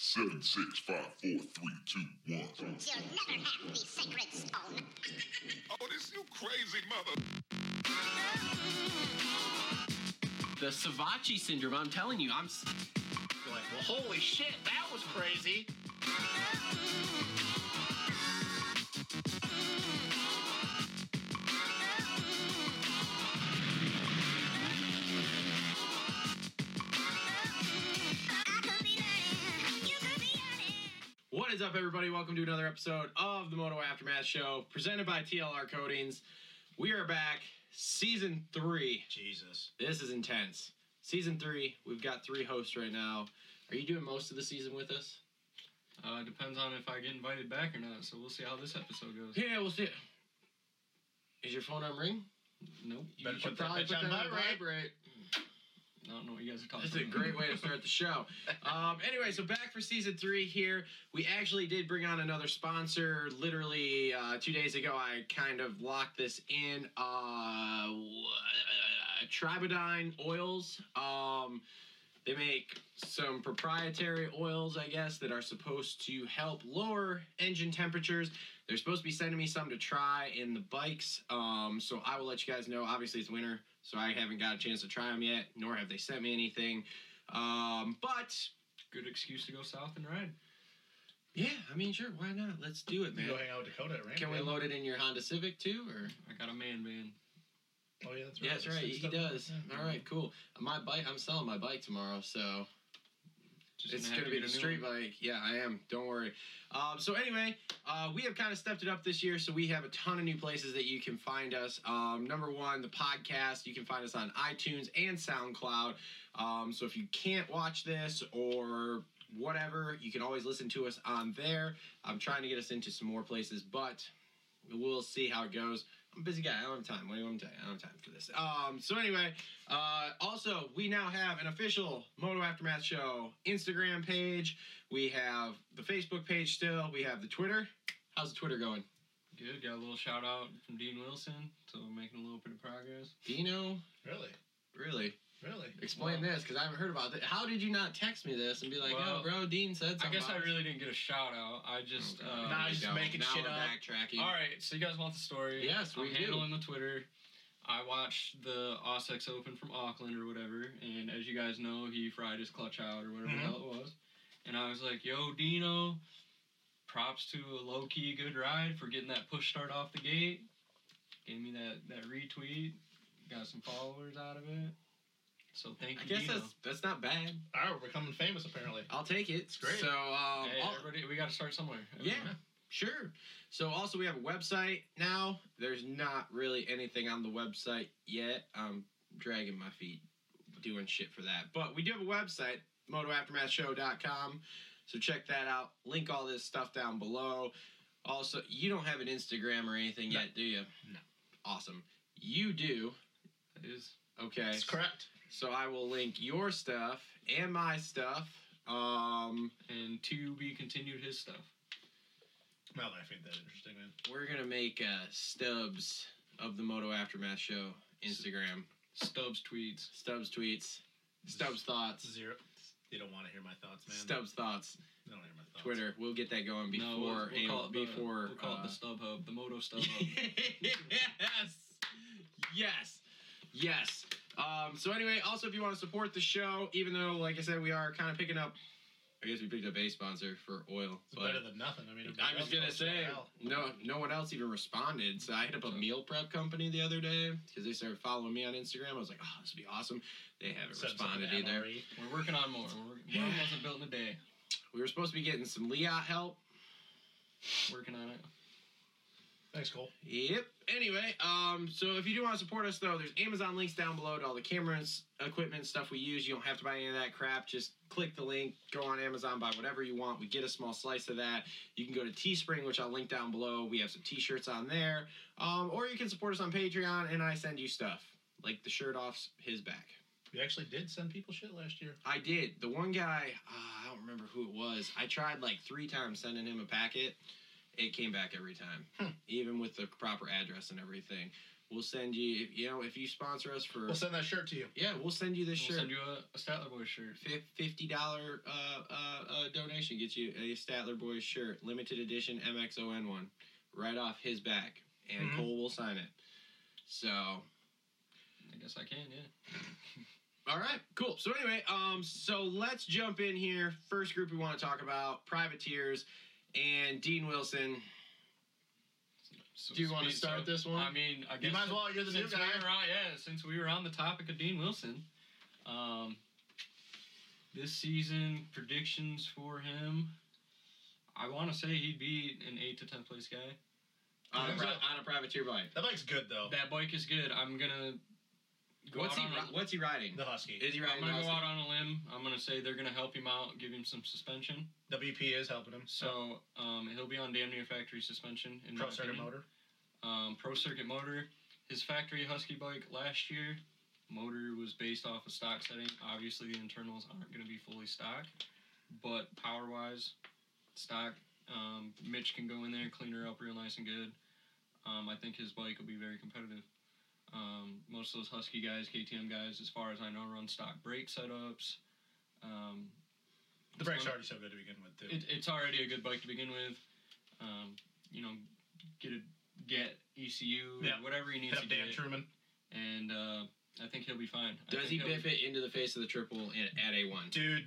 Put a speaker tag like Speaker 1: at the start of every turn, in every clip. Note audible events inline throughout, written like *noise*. Speaker 1: Seven, six, five, four, three, two, one.
Speaker 2: You'll never have the sacred stone.
Speaker 1: Oh, this you crazy mother.
Speaker 3: The Savachi syndrome, I'm telling you, I'm s- like, well, holy shit, that was crazy.
Speaker 2: I could be learning. You could be learning.
Speaker 3: What is up, everybody? Welcome to another episode of the Moto Aftermath Show, presented by TLR Coatings. We are back, season three.
Speaker 4: Jesus.
Speaker 3: This is intense. Season three, we've got three hosts right now. Are you doing most of the season with us?
Speaker 5: Uh, depends on if I get invited back or not. So we'll see how this episode goes.
Speaker 3: Yeah, we'll see. Is your phone on ring?
Speaker 5: Nope.
Speaker 3: You
Speaker 4: Better
Speaker 3: should
Speaker 4: put that
Speaker 3: probably
Speaker 4: bitch
Speaker 3: put
Speaker 4: on
Speaker 3: that on
Speaker 4: vibrate.
Speaker 3: vibrate.
Speaker 5: I don't know what you guys are talking *laughs*
Speaker 3: This is a
Speaker 5: about.
Speaker 3: great way to start the show. Um, anyway, so back for season three here. We actually did bring on another sponsor. Literally uh, two days ago, I kind of locked this in. Uh, w- uh, Tribodine oils. Um, they make some proprietary oils, I guess, that are supposed to help lower engine temperatures. They're supposed to be sending me some to try in the bikes. Um, so I will let you guys know. Obviously, it's winter, so I haven't got a chance to try them yet, nor have they sent me anything. Um, but
Speaker 5: Good excuse to go south and ride.
Speaker 3: yeah, I mean, sure, why not? Let's do it,
Speaker 4: You go hang
Speaker 3: man.
Speaker 4: out with Dakota at Rampage.
Speaker 3: Can we load it in your Honda Civic too, or?
Speaker 5: I got a man van.
Speaker 4: Oh, yeah, that's right.
Speaker 3: Yeah, that's right.
Speaker 4: Six
Speaker 3: He
Speaker 4: stuff.
Speaker 3: does.
Speaker 4: Yeah.
Speaker 3: All right, cool. My bike. I'm selling my bike tomorrow, so
Speaker 5: Just
Speaker 3: it's
Speaker 5: have
Speaker 3: gonna be
Speaker 5: get
Speaker 3: the
Speaker 5: a new
Speaker 3: street
Speaker 5: one.
Speaker 3: bike. Yeah, I am. Don't worry. Um, so anyway, uh, we have kind of stepped it up this year, so we have a ton of new places that you can find us. Um, number one, the podcast. You can find us on iTunes and SoundCloud. Um, so if you can't watch this or whatever, you can always listen to us on there. I'm trying to get us into some more places, but we'll see how it goes. I'm a busy guy. I don't have time. What do you want me to tell you? I don't have time for this. Um, so anyway, uh, also we now have an official Moto Aftermath Show Instagram page. We have the Facebook page still. We have the Twitter. How's the Twitter going?
Speaker 5: Good. Got a little shout out from Dean Wilson. So we're making a little bit of progress.
Speaker 3: Dino,
Speaker 4: Really?
Speaker 3: really
Speaker 4: Really?
Speaker 3: explain
Speaker 5: Well-
Speaker 3: this because I haven't heard about it. How did you not text me this and be like, "Yo,
Speaker 5: Well,
Speaker 3: bro, Dean said something."
Speaker 5: I guess I
Speaker 3: about it."
Speaker 5: really didn't get a shout out. I just. Uh,
Speaker 3: No,
Speaker 4: Nah,
Speaker 3: you
Speaker 4: just
Speaker 3: don't.
Speaker 4: making
Speaker 3: Now
Speaker 4: shit
Speaker 3: we're
Speaker 4: up.
Speaker 3: Backtracking.
Speaker 5: All right. So you guys want the story?
Speaker 3: Yes, we
Speaker 5: I'm
Speaker 3: do.
Speaker 5: handling the Twitter. I watched the Aussex Open from Auckland or whatever, and as you guys know, he fried his clutch out or whatever the
Speaker 4: Mhm.
Speaker 3: Mm-hmm.
Speaker 5: hell it was. And I was like, "Yo, Dino, props to a low key good ride for getting that push start off the gate." Gave me that that retweet. Got some followers out of it. So thank
Speaker 3: I
Speaker 5: you,
Speaker 3: guess
Speaker 5: Dino.
Speaker 3: that's that's not bad.
Speaker 4: All right, we're becoming famous, apparently.
Speaker 3: I'll take it. It's
Speaker 4: great.
Speaker 3: So um,
Speaker 5: Hey,
Speaker 3: all-
Speaker 5: everybody, we got to start somewhere.
Speaker 3: Yeah, sure. So also we have a website now. There's not really anything on the website yet. I'm dragging my feet doing shit for that. But we do have a website, motoaftermathshow.com. So check that out. Link all this stuff down below. Also, you don't have an Instagram or anything yet, do you?
Speaker 4: No.
Speaker 3: Awesome. You do.
Speaker 5: It is.
Speaker 3: Okay.
Speaker 4: That's correct.
Speaker 3: So I will link your stuff and my stuff. Um,
Speaker 5: And to be continued his stuff.
Speaker 4: My life ain't that interesting, man.
Speaker 3: We're gonna make uh, Stubbs of the Moto Aftermath Show Instagram.
Speaker 5: Stubbs tweets.
Speaker 3: Stubbs tweets, Stubbs thoughts,
Speaker 4: Zero. You don't want to hear my thoughts, man.
Speaker 3: Stubbs thoughts.
Speaker 4: They don't hear my thoughts.
Speaker 3: Twitter. We'll get that going before.
Speaker 5: No, we'll, we'll
Speaker 3: and
Speaker 5: call it the,
Speaker 3: before.
Speaker 5: we'll call it
Speaker 3: uh,
Speaker 5: the stub hub, the moto stub *laughs* hub.
Speaker 3: yes. Yes. Yes. Um, so anyway, also if you want to support the show, even though like I said, we are kind of picking up. I guess we picked up a sponsor for oil.
Speaker 4: It's better than nothing. I mean, if
Speaker 3: I was
Speaker 4: everybody
Speaker 3: gonna
Speaker 4: else goes to
Speaker 3: say
Speaker 4: hell.
Speaker 3: no. No one else even responded. So I hit up a meal prep company the other day because they started following me on Instagram. I was like, "Oh, this would be awesome." They haven't
Speaker 4: Send some
Speaker 3: responded
Speaker 4: to
Speaker 3: either.
Speaker 4: MRE.
Speaker 5: We're working on more. We're, Rome wasn't built in a day.
Speaker 3: We were supposed to be getting some Liat help.
Speaker 5: Working on it.
Speaker 4: Thanks, Cole.
Speaker 3: Yep. Anyway, um, so if you do want to support us though, there's Amazon links down below to all the cameras, equipment, stuff we use. You don't have to buy any of that crap. Just click the link, go on Amazon, buy whatever you want. We get a small slice of that. You can go to Teespring, which I'll link down below. We have some T-shirts on there, um, or you can support us on Patreon, and I send you stuff like the shirt off his back.
Speaker 4: We actually did send people shit last year.
Speaker 3: I did. The one guy, uh, I don't remember who it was. I tried like three times sending
Speaker 5: Hmm.
Speaker 3: him a packet. It came back every time, even with the proper address and everything. We'll send you, you know, if you sponsor us for,
Speaker 4: We'll send that shirt to you.
Speaker 3: yeah, we'll send you this
Speaker 5: We'll
Speaker 3: shirt.
Speaker 5: send you a, a Statler Boy shirt.
Speaker 3: Fif- Fifty dollar uh, uh, uh, donation gets you a Statler Boys shirt, limited edition MXON one, right off his back, and
Speaker 5: Mm-hmm.
Speaker 4: Mhm.
Speaker 3: Cole will sign it. So,
Speaker 5: I guess I can, yeah.
Speaker 3: all right, cool. So anyway, um, so let's jump in here. First group we want to talk about: privateers and Dean Wilson.
Speaker 5: So
Speaker 3: Do you want to
Speaker 5: speak-
Speaker 3: start
Speaker 5: so-
Speaker 3: this one?
Speaker 5: I mean, I guess
Speaker 4: You might as well. You're the new
Speaker 5: since
Speaker 4: guy.
Speaker 5: we were on, yeah, since we were on the topic of Dean Wilson, um, this season predictions for him, I want to say he'd be an eight to ten place guy.
Speaker 3: on, a pri- on a privateer bike.
Speaker 4: That bike's good though.
Speaker 5: That bike is good. I'm gonna. Go
Speaker 3: What's
Speaker 5: out
Speaker 3: he?
Speaker 5: on a-
Speaker 3: ri- What's he riding?
Speaker 4: The Husky.
Speaker 3: Is he
Speaker 5: I'm
Speaker 3: riding?
Speaker 5: gonna go
Speaker 3: Austin?
Speaker 5: out on a limb. I'm gonna say they're gonna help him out, give him some suspension.
Speaker 4: WP is helping him.
Speaker 5: So um, he'll be on damn near factory suspension. In
Speaker 4: Pro
Speaker 5: my
Speaker 4: circuit
Speaker 5: opinion.
Speaker 4: motor.
Speaker 5: um, Pro Circuit motor. His factory Husky bike last year, motor was based off a stock setting. Obviously, the internals aren't going to be fully stock, but power wise, stock. Um, Mitch can go in there, clean her up real nice and good. Um, I think his bike will be very competitive. Um, most of those Husky guys, KTM guys, as far as I know, run stock brake setups. Um,
Speaker 4: The brake's already so good to begin with too.
Speaker 5: it, it's already a good bike to begin with. Um, you know, get a get ECU, or
Speaker 4: Yeah.
Speaker 5: whatever he needs
Speaker 4: Hit
Speaker 5: to
Speaker 4: up Dan
Speaker 5: get,
Speaker 4: Truman.
Speaker 5: and uh, I think he'll be fine. I
Speaker 3: Does
Speaker 5: think
Speaker 3: he
Speaker 5: he'll
Speaker 3: biff
Speaker 5: be-
Speaker 3: it into the face of the triple at, at a one?
Speaker 4: Dude.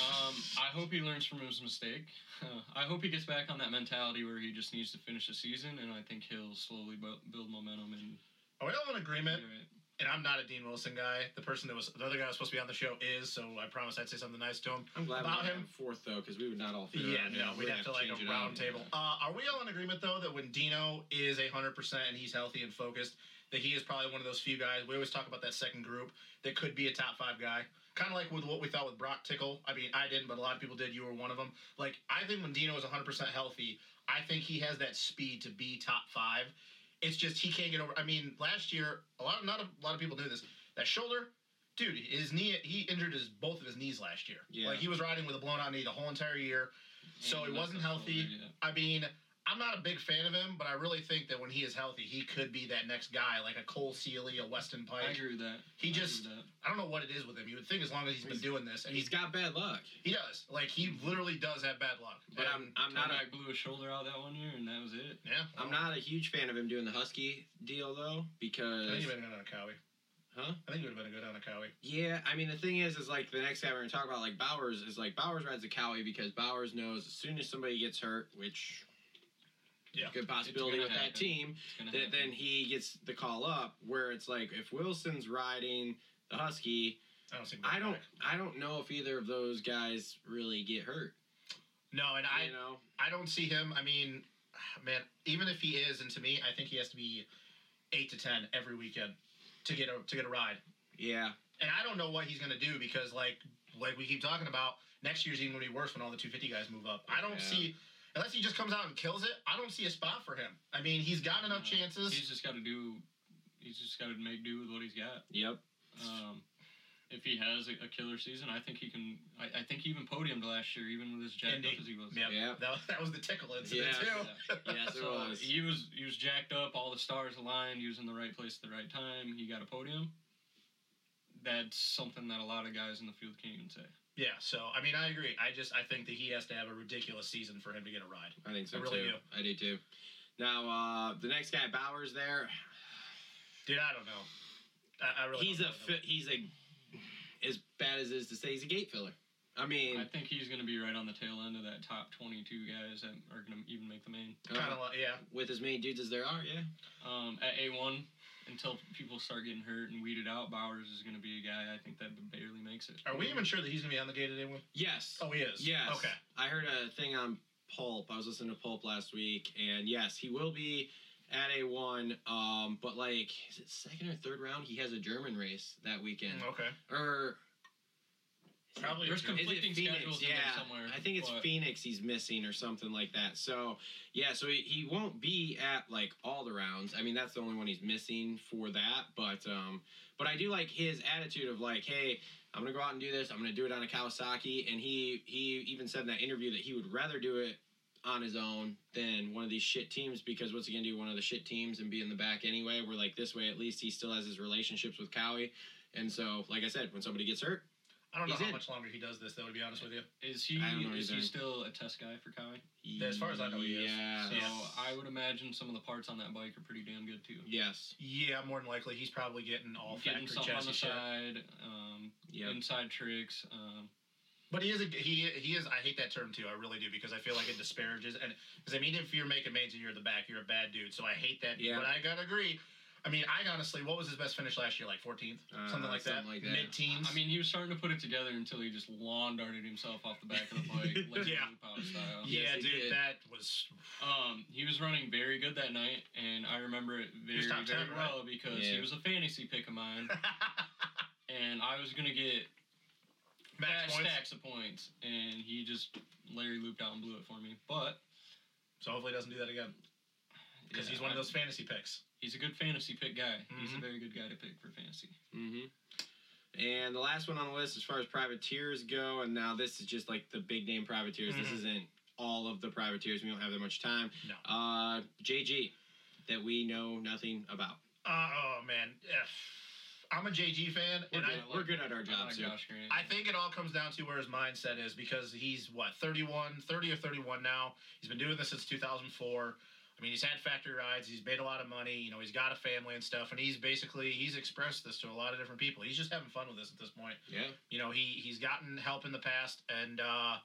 Speaker 5: Um, I hope he learns from his mistake. *laughs* Uh, I hope he gets back on that mentality where he just needs to finish the season, and I think he'll slowly bu- build momentum and.
Speaker 4: Are we all in agreement?
Speaker 5: do it.
Speaker 4: And I'm not a Dean Wilson guy. The person that was the other guy that was supposed to be on the show is, so I promise I'd say something nice to him.
Speaker 3: I'm glad
Speaker 4: About
Speaker 3: we
Speaker 4: him?
Speaker 3: him fourth though, because we would not all. fit
Speaker 4: Yeah,
Speaker 3: around
Speaker 4: no,
Speaker 3: him.
Speaker 4: we'd
Speaker 3: We'd
Speaker 4: have to like
Speaker 3: change
Speaker 4: a
Speaker 3: it
Speaker 4: round
Speaker 3: up.
Speaker 4: table. Uh, are we all in agreement though that when Dino is a hundred percent and he's healthy and focused, that he is probably one of those few guys? We always talk about that second group that could be a top five guy. Kind of like with what we thought with Brock Tickle. I mean, I didn't, but a lot of people did. You were one of them. Like, I think when Dino is 100% healthy, I think he has that speed to be top five. It's just he can't get over. I mean, last year, a lot of, not a lot of people knew this. That shoulder, dude, his knee, he injured his both of his knees last year.
Speaker 3: Yeah.
Speaker 4: Like, he was riding with a blown out knee the whole entire year. So
Speaker 5: And
Speaker 4: he
Speaker 5: that's
Speaker 4: wasn't
Speaker 5: the
Speaker 4: healthy.
Speaker 5: slowly, yeah.
Speaker 4: I mean, I'm not a big fan of him, but I really think that when he is healthy, he could be that next guy, like a Cole Seely, a Weston
Speaker 5: I
Speaker 4: Pike.
Speaker 5: agree with that.
Speaker 4: He
Speaker 5: I agree
Speaker 4: just-
Speaker 5: with that.
Speaker 4: I don't know what it is with him. You would think as long as he's been
Speaker 3: He's-
Speaker 4: doing this, and
Speaker 3: He's
Speaker 4: he's,
Speaker 3: got bad luck,
Speaker 4: he does. Like he literally does have bad luck.
Speaker 3: but I'm
Speaker 4: And-
Speaker 3: I'm not a
Speaker 5: Tomac blew his shoulder out that one year, and that was it.
Speaker 4: yeah.
Speaker 3: I'm not a huge fan of him doing the husky deal though,
Speaker 4: I think
Speaker 3: because
Speaker 4: he would have been good on a Cowie.
Speaker 3: Huh?
Speaker 4: I think he would have been good on a Cowie.
Speaker 3: yeah, I mean the thing is, is like the next guy we're gonna talk about, like Bowers, is like Bowers rides a Cowie because Bowers knows as soon as somebody gets hurt, which
Speaker 4: Yeah.
Speaker 3: good possibility
Speaker 5: gonna
Speaker 3: with
Speaker 5: happen.
Speaker 3: that team,
Speaker 5: It's gonna
Speaker 3: that
Speaker 5: happen.
Speaker 3: then he gets the call up where it's like if Wilson's riding the Husky,
Speaker 4: I don't see. him
Speaker 3: I
Speaker 4: going
Speaker 3: don't
Speaker 4: back.
Speaker 3: I don't know if either of those guys really get hurt.
Speaker 4: No, and I
Speaker 3: you know,
Speaker 4: I don't see him. I mean, *sighs* man, even if he is, and to me, I think he has to be eight to ten every weekend to get a to get a ride.
Speaker 3: yeah,
Speaker 4: and I don't know what he's gonna do because like like we keep talking about next year's even gonna be worse when all the 250 guys move up. I don't
Speaker 3: Yeah.
Speaker 4: see unless he just comes out and kills it. I don't see a spot for him. I mean, he's got enough
Speaker 5: No.
Speaker 4: chances.
Speaker 5: He's just got to do. He's just got to make do with what he's got.
Speaker 3: yep.
Speaker 5: Um, if he has a, a killer season, I think he can. I, I think he even podiumed last year, even with his jacked
Speaker 4: Indy.
Speaker 5: up as he was.
Speaker 4: Yep. *laughs*
Speaker 3: Yeah.
Speaker 4: That, that was the tickle incident
Speaker 3: Yeah.
Speaker 4: too.
Speaker 3: Yes, it
Speaker 5: So uh,
Speaker 3: was.
Speaker 5: he was he was jacked up. All the stars aligned. He was in the right place at the right time. He got a podium. That's something that a lot of guys in the field can't even say.
Speaker 4: Yeah, so I mean, I agree. I just I think that he has to have a ridiculous season for him to get a ride.
Speaker 3: I think so
Speaker 4: I really
Speaker 3: too.
Speaker 4: do.
Speaker 3: I do too. Now uh, the next guy, Bowers, there.
Speaker 4: Dude, I don't know. I, I really
Speaker 3: he's
Speaker 4: don't
Speaker 3: a
Speaker 4: know.
Speaker 3: fi- he's a as bad as it is to say he's a gate filler. I mean,
Speaker 5: I think he's going to be right on the tail end of that top 22 guys that are going to even make the main.
Speaker 3: uh,
Speaker 4: kind of like yeah.
Speaker 3: with as many dudes as there are, yeah.
Speaker 5: Um, at A1, until people start getting hurt and weeded out, Bowers is going to be a guy I think that barely makes it.
Speaker 4: Are we even sure that he's gonna be on the day to day one?
Speaker 3: Yes.
Speaker 4: Oh, he is.
Speaker 3: Yes.
Speaker 4: Okay.
Speaker 3: I heard a thing on Pulp. I was listening to Pulp last week, and yes, he will be at a one. Um, but like, is it second or third round? He has a German race that weekend,
Speaker 4: Okay.
Speaker 3: or is it-
Speaker 4: Probably
Speaker 5: There's
Speaker 4: a German.
Speaker 3: Is it
Speaker 5: conflicting
Speaker 3: Phoenix?
Speaker 5: schedules in
Speaker 3: yeah,
Speaker 5: there somewhere,
Speaker 3: I think it's
Speaker 5: but-
Speaker 3: Phoenix. He's missing or something like that. So yeah, so he, he won't be at like all the rounds. I mean, that's the only one he's missing for that. But um, but I do like his attitude of like, hey, I'm gonna go out and do this. I'm gonna do it on a Kawasaki, and he he even said in that interview that he would rather do it on his own than one of these shit teams because what's he gonna do? One of the shit teams and be in the back anyway. We're like this way. At least he still has his relationships with Cowie. And so, like I said, when somebody gets hurt,
Speaker 4: I don't know
Speaker 3: He's
Speaker 4: how
Speaker 3: in.
Speaker 4: much longer he does this, though. To be honest with you,
Speaker 5: Is he
Speaker 3: I don't know
Speaker 5: is he
Speaker 3: either.
Speaker 5: still a test guy for Cowie?
Speaker 4: As far as I know, he is.
Speaker 3: yeah,
Speaker 5: So
Speaker 4: Yeah.
Speaker 5: I would imagine some of the parts on that bike are pretty damn good too.
Speaker 3: yes,
Speaker 4: yeah, more than likely he's probably getting all
Speaker 5: Getting
Speaker 4: factory
Speaker 5: something on
Speaker 4: chassis
Speaker 5: the
Speaker 4: shit.
Speaker 5: side, um,
Speaker 3: yeah.
Speaker 5: inside tricks. Um,
Speaker 4: But he is a he he is. I hate that term too. I really do because I feel like it disparages. And because I mean, if you're making mains and you're the back, you're a bad dude. So I hate that.
Speaker 3: Yeah.
Speaker 4: But I gotta agree. I mean, I honestly, what was his best finish last year? Like 14th,
Speaker 3: Uh,
Speaker 4: something like that,
Speaker 3: something like that.
Speaker 4: mid teens.
Speaker 5: I mean, he was starting to put it together until he just lawn darted himself off the back of
Speaker 4: *laughs*
Speaker 5: the bike, like
Speaker 4: Yeah.
Speaker 5: Power style.
Speaker 3: Yes,
Speaker 4: yeah,
Speaker 3: he
Speaker 4: dude,
Speaker 3: did.
Speaker 4: that was *laughs*
Speaker 5: Um, he was running very good that night, and I remember it
Speaker 4: was
Speaker 5: very,
Speaker 4: top
Speaker 5: very
Speaker 4: 10, right?
Speaker 5: well because
Speaker 3: Yeah.
Speaker 5: he was a fantasy pick of mine, and I was gonna get fat
Speaker 4: match points.
Speaker 5: stacks of points, and he just Larry looped out and blew it for me. But
Speaker 4: So hopefully, he doesn't do that again because
Speaker 5: yeah,
Speaker 4: he's one of
Speaker 5: I-
Speaker 4: those fantasy picks.
Speaker 5: He's a good fantasy pick guy. He's
Speaker 4: Mhm.
Speaker 5: a very good guy to pick for fantasy.
Speaker 3: hmm And the last one on the list, as far as privateers go, and now this is just like the big name privateers.
Speaker 4: Mhm.
Speaker 3: This isn't all of the privateers. We don't have that much time.
Speaker 4: No.
Speaker 3: Uh, JG, that we know nothing about.
Speaker 4: Uh, oh man, Ugh. I'm a JG fan,
Speaker 3: We're,
Speaker 4: and I
Speaker 3: good, we're good at our
Speaker 5: Oh,
Speaker 3: jobs. yeah.
Speaker 5: Josh Grant.
Speaker 4: I think it all comes down to where his mindset is because he's what 31, 30 or 31 now. He's been doing this since 2004. I mean, he's had factory rides. He's made a lot of money. You know, he's got a family and stuff. And he's basically he's expressed this to a lot of different people. He's just having fun with this at this point.
Speaker 3: yeah.
Speaker 4: You know, he he's gotten help in the past, and uh,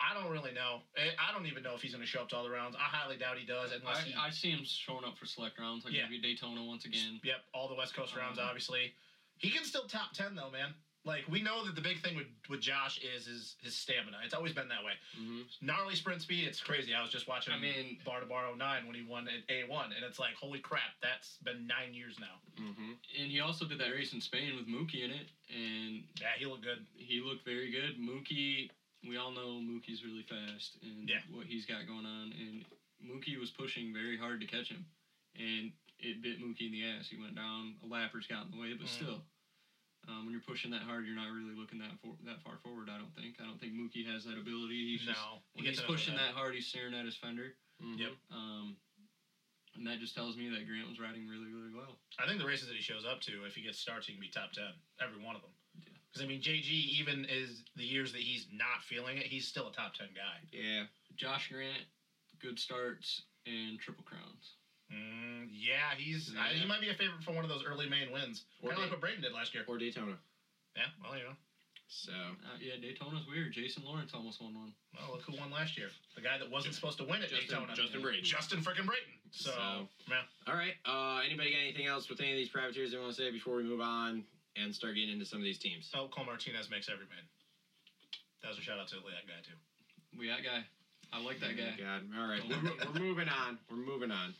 Speaker 4: I don't really know. I I don't even know if he's going to show up to all the rounds. I highly doubt he does, unless he.
Speaker 5: I, I see him showing up for select rounds, like
Speaker 4: Yeah.
Speaker 5: maybe Daytona once again.
Speaker 4: Yep, all the West Coast rounds,
Speaker 5: Um,
Speaker 4: obviously. He can still top ten though, man. Like we know that the big thing with with Josh is is his stamina. It's always been that way.
Speaker 3: hmm
Speaker 4: Gnarly sprint speed, it's crazy. I was just watching.
Speaker 5: I mean-
Speaker 4: bar to bar 09 when he won at A one, and it's like, holy crap, that's been nine years now.
Speaker 3: hmm
Speaker 5: And he also did that race in Spain with Mookie in it, and
Speaker 4: Yeah, he looked good.
Speaker 5: he looked very good. Mookie, we all know Mookie's really fast and
Speaker 4: Yeah.
Speaker 5: what he's got going on, and Mookie was pushing very hard to catch him, and it bit Mookie in the ass. He went down. A lapper's got in the way, but
Speaker 4: Mhm.
Speaker 5: still. Um, when you're pushing that hard, you're not really looking that for, that far forward. I don't think. I don't think Mookie has that ability. He's
Speaker 4: no,
Speaker 5: just
Speaker 4: he
Speaker 5: When
Speaker 4: gets
Speaker 5: he's
Speaker 4: another
Speaker 5: pushing
Speaker 4: one.
Speaker 5: that hard, he's staring at his fender.
Speaker 3: Mm-hmm.
Speaker 4: Yep.
Speaker 5: Um, and that just tells me that Grant was riding really, really well.
Speaker 4: I think the races that he shows up to, if he gets starts, he can be top ten every one of them.
Speaker 5: Yeah.
Speaker 4: Because I mean, JG even is the years that he's not feeling it, he's still a top ten guy.
Speaker 3: Yeah.
Speaker 5: Josh Grant, good starts and triple crowns.
Speaker 4: Mm, yeah, he's I,
Speaker 3: Yeah.
Speaker 4: he might be a favorite for one of those early main wins,
Speaker 3: Or,
Speaker 4: kind of like
Speaker 3: Day-
Speaker 4: what Braden did last year.
Speaker 3: or Daytona.
Speaker 4: Yeah, well, you know,
Speaker 3: So.
Speaker 5: Uh, yeah, Daytona's weird. Jason Lawrence almost won one.
Speaker 4: well, look who won last year. The guy that wasn't supposed to win at
Speaker 3: Justin-
Speaker 4: Daytona,
Speaker 3: Justin Brayton.
Speaker 4: Justin freaking Brayton. So,
Speaker 3: So-
Speaker 4: yeah,
Speaker 3: All right. Uh, anybody got anything else with any of these privateers they want to say before we move on and start getting into some of these teams?
Speaker 4: so Cole Martinez makes every main. That was a shout out to that guy too.
Speaker 5: We that guy. I like that guy.
Speaker 3: Oh, God. All right. We're, mo- we're moving on. We're moving on.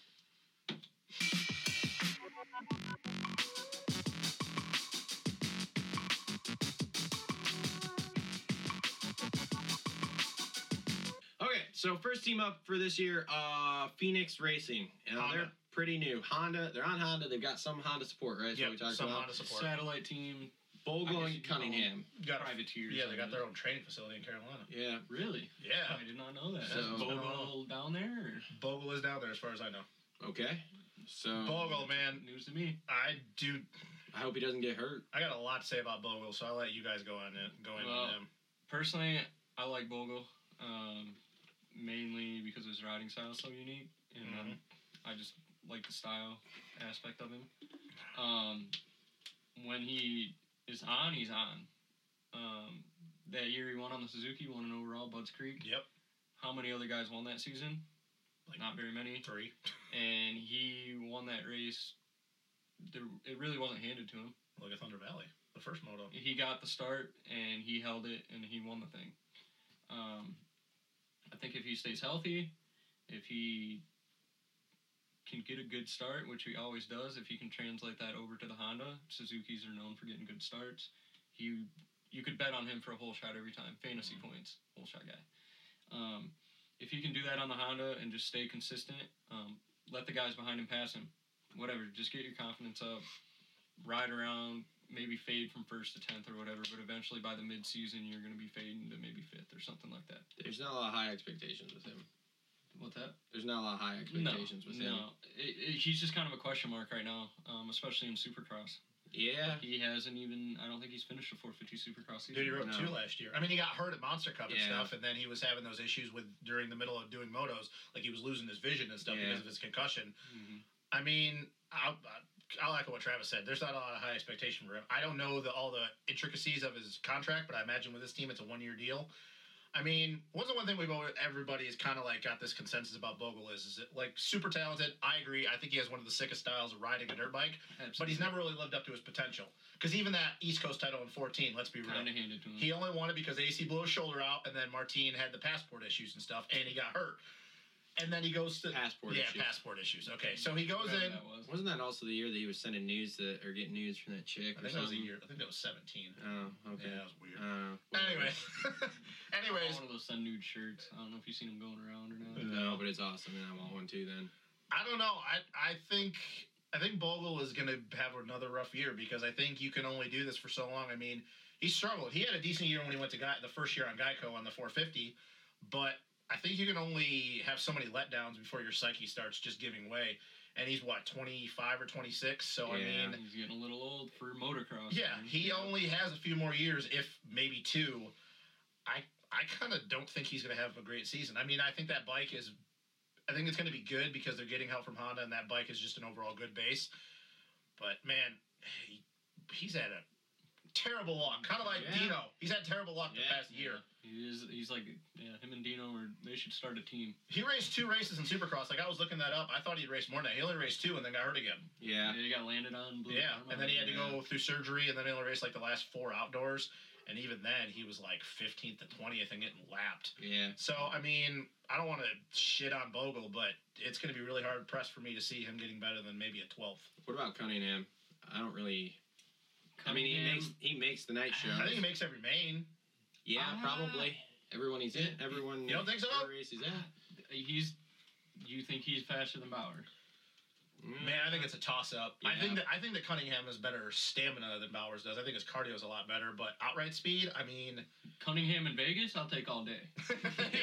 Speaker 3: Okay, so first team up for this year, uh, Phoenix Racing. And
Speaker 4: Honda.
Speaker 3: they're pretty new. Honda, they're on Honda. They've got some Honda support, right? That's what
Speaker 4: Yeah,
Speaker 3: we talked
Speaker 4: some
Speaker 3: about.
Speaker 4: Honda support.
Speaker 5: Satellite team,
Speaker 3: Bogle
Speaker 5: I guess
Speaker 3: and
Speaker 5: you could call them-
Speaker 3: Cunningham.
Speaker 4: Got a-
Speaker 5: privateers.
Speaker 4: yeah, they got their
Speaker 5: their
Speaker 4: own training facility in Carolina.
Speaker 3: Yeah.
Speaker 5: Really?
Speaker 4: Yeah,
Speaker 5: I did not know that.
Speaker 3: So-
Speaker 5: That's Bogle down there. or-
Speaker 4: Bogle is down there as far as I know.
Speaker 3: Okay. So
Speaker 4: Bogle, man,
Speaker 5: News to me.
Speaker 4: I do.
Speaker 3: I hope he doesn't get hurt.
Speaker 4: I got a lot to say about Bogle, so I'll let you guys go on it. Go in on
Speaker 5: Well,
Speaker 4: him.
Speaker 5: Personally, I like Bogle, um, mainly because his riding style is so unique, and um, I just like the style aspect of him. Um, when he is on, he's on. Um, that year he won on the Suzuki, won an overall, Bud's Creek.
Speaker 4: Yep,
Speaker 5: How many other guys won that season?
Speaker 4: Like-
Speaker 5: Not very many.
Speaker 4: three.
Speaker 5: And he won that race. There, it really wasn't handed to him.
Speaker 4: Look at Thunder Valley, the first moto.
Speaker 5: he got the start and he held it and he won the thing. Um, I think if he stays healthy, if he can get a good start, which he always does, if he can translate that over to the Honda, Suzuki's are known for getting good starts. He, you could bet on him for a whole shot every time, fantasy points, whole shot guy. Um, if he can do that on the Honda and just stay consistent, um, let the guys behind him pass him, whatever. Just get your confidence up, ride around, maybe fade from first to tenth or whatever, but eventually by the mid season you're gonna be fading to maybe fifth or something like that.
Speaker 3: There's not a lot of high expectations with him.
Speaker 5: What's that?
Speaker 3: There's not a lot of high expectations
Speaker 5: no,
Speaker 3: with him.
Speaker 5: no. It, it, he's just kind of a question mark right now, um, especially in Supercross.
Speaker 3: Yeah.
Speaker 5: He hasn't even. I don't think he's finished a 450 Supercross season.
Speaker 4: Dude, he rode
Speaker 3: No.
Speaker 4: two last year. I mean, he got hurt at Monster Cup and
Speaker 3: Yeah.
Speaker 4: stuff, and then he was having those issues with during the middle of doing motos, like he was losing his vision and stuff
Speaker 3: Yeah. Mm-hmm.
Speaker 4: because of his concussion.
Speaker 5: Mhm.
Speaker 4: I mean, I'll, I'll echo what Travis said. There's not a lot of high expectation for him. I don't know the, all the intricacies of his contract, but I imagine with this team, it's a one year deal. I mean, what's the one thing we've always, everybody's kind of like got this consensus about Bogle is, is it like super talented? I agree. I think he has one of the sickest styles of riding a dirt bike, but he's never really lived up to his potential. Because even that East Coast title in 14, let's be real,
Speaker 5: kind of handed to him.
Speaker 4: he only won it because AC blew his shoulder out, and then Martine had the passport issues and stuff, and he got hurt. And then he goes to
Speaker 3: Passport
Speaker 4: yeah,
Speaker 3: issues.
Speaker 4: passport issues. Okay, so he goes
Speaker 5: Whatever
Speaker 4: in.
Speaker 5: That was.
Speaker 3: Wasn't that also the year that he was sending news that or getting news from that chick
Speaker 4: I
Speaker 3: or
Speaker 4: think that was a
Speaker 3: something?
Speaker 4: year. I think that was seventeen.
Speaker 3: Oh, okay.
Speaker 4: Yeah, that was weird.
Speaker 3: Uh, whatever.
Speaker 4: anyway, *laughs* anyways,
Speaker 5: one of those sun nude shirts. I don't know if you've seen him going around or not.
Speaker 3: No, but it's awesome, and I want one too. Then
Speaker 4: I don't know. I I think I think Bogle is going to have another rough year because I think you can only do this for so long. I mean, he struggled. He had a decent year when he went to Guy the first year on Geico on the 450, but I think you can only have so many letdowns before your psyche starts just giving way. And he's what 25 or 26, so I
Speaker 3: Yeah.
Speaker 4: mean,
Speaker 5: He's getting a little old for motocross.
Speaker 4: Yeah,
Speaker 3: Mm-hmm.
Speaker 5: man.
Speaker 4: he only has a few more years, if maybe two. I I kind of don't think he's going to have a great season. I mean, I think that bike is, I think it's going to be good because they're getting help from Honda, and that bike is just an overall good base. But man, he, he's had a terrible luck, kind of like
Speaker 3: Yeah.
Speaker 4: Dino. He's had terrible luck the
Speaker 3: Yeah.
Speaker 4: past year.
Speaker 5: He is. He's like, yeah, him and Dino are. They should start a team.
Speaker 4: He raced two races in Supercross. Like I was looking that up, I thought he'd race more than that. He only raced two and then got hurt again.
Speaker 3: yeah,
Speaker 5: They got landed on. Blue
Speaker 4: Yeah, and then he had to go through surgery, and then he only raced like the last four outdoors. And even then, he was like 15th to 20th and getting lapped.
Speaker 3: yeah.
Speaker 4: So I mean, I don't want to shit on Bogle, but it's going to be really hard pressed for me to see him getting better than maybe a 12th.
Speaker 3: What about Cunningham? I don't really. I mean, he makes he makes the night show.
Speaker 4: I think he makes every main.
Speaker 3: yeah,
Speaker 5: Ah.
Speaker 3: probably. Everyone he's in, everyone.
Speaker 4: You don't think so?
Speaker 3: every race he's at.
Speaker 5: He's. You think he's faster than Bauer?
Speaker 3: Mm.
Speaker 4: Man, I think it's a toss up. I
Speaker 3: Yeah.
Speaker 4: think that I think that Cunningham has better stamina than Bowers does. I think his cardio is a lot better, but outright speed, I mean,
Speaker 5: Cunningham in Vegas, I'll take all *laughs* day.
Speaker 4: *laughs*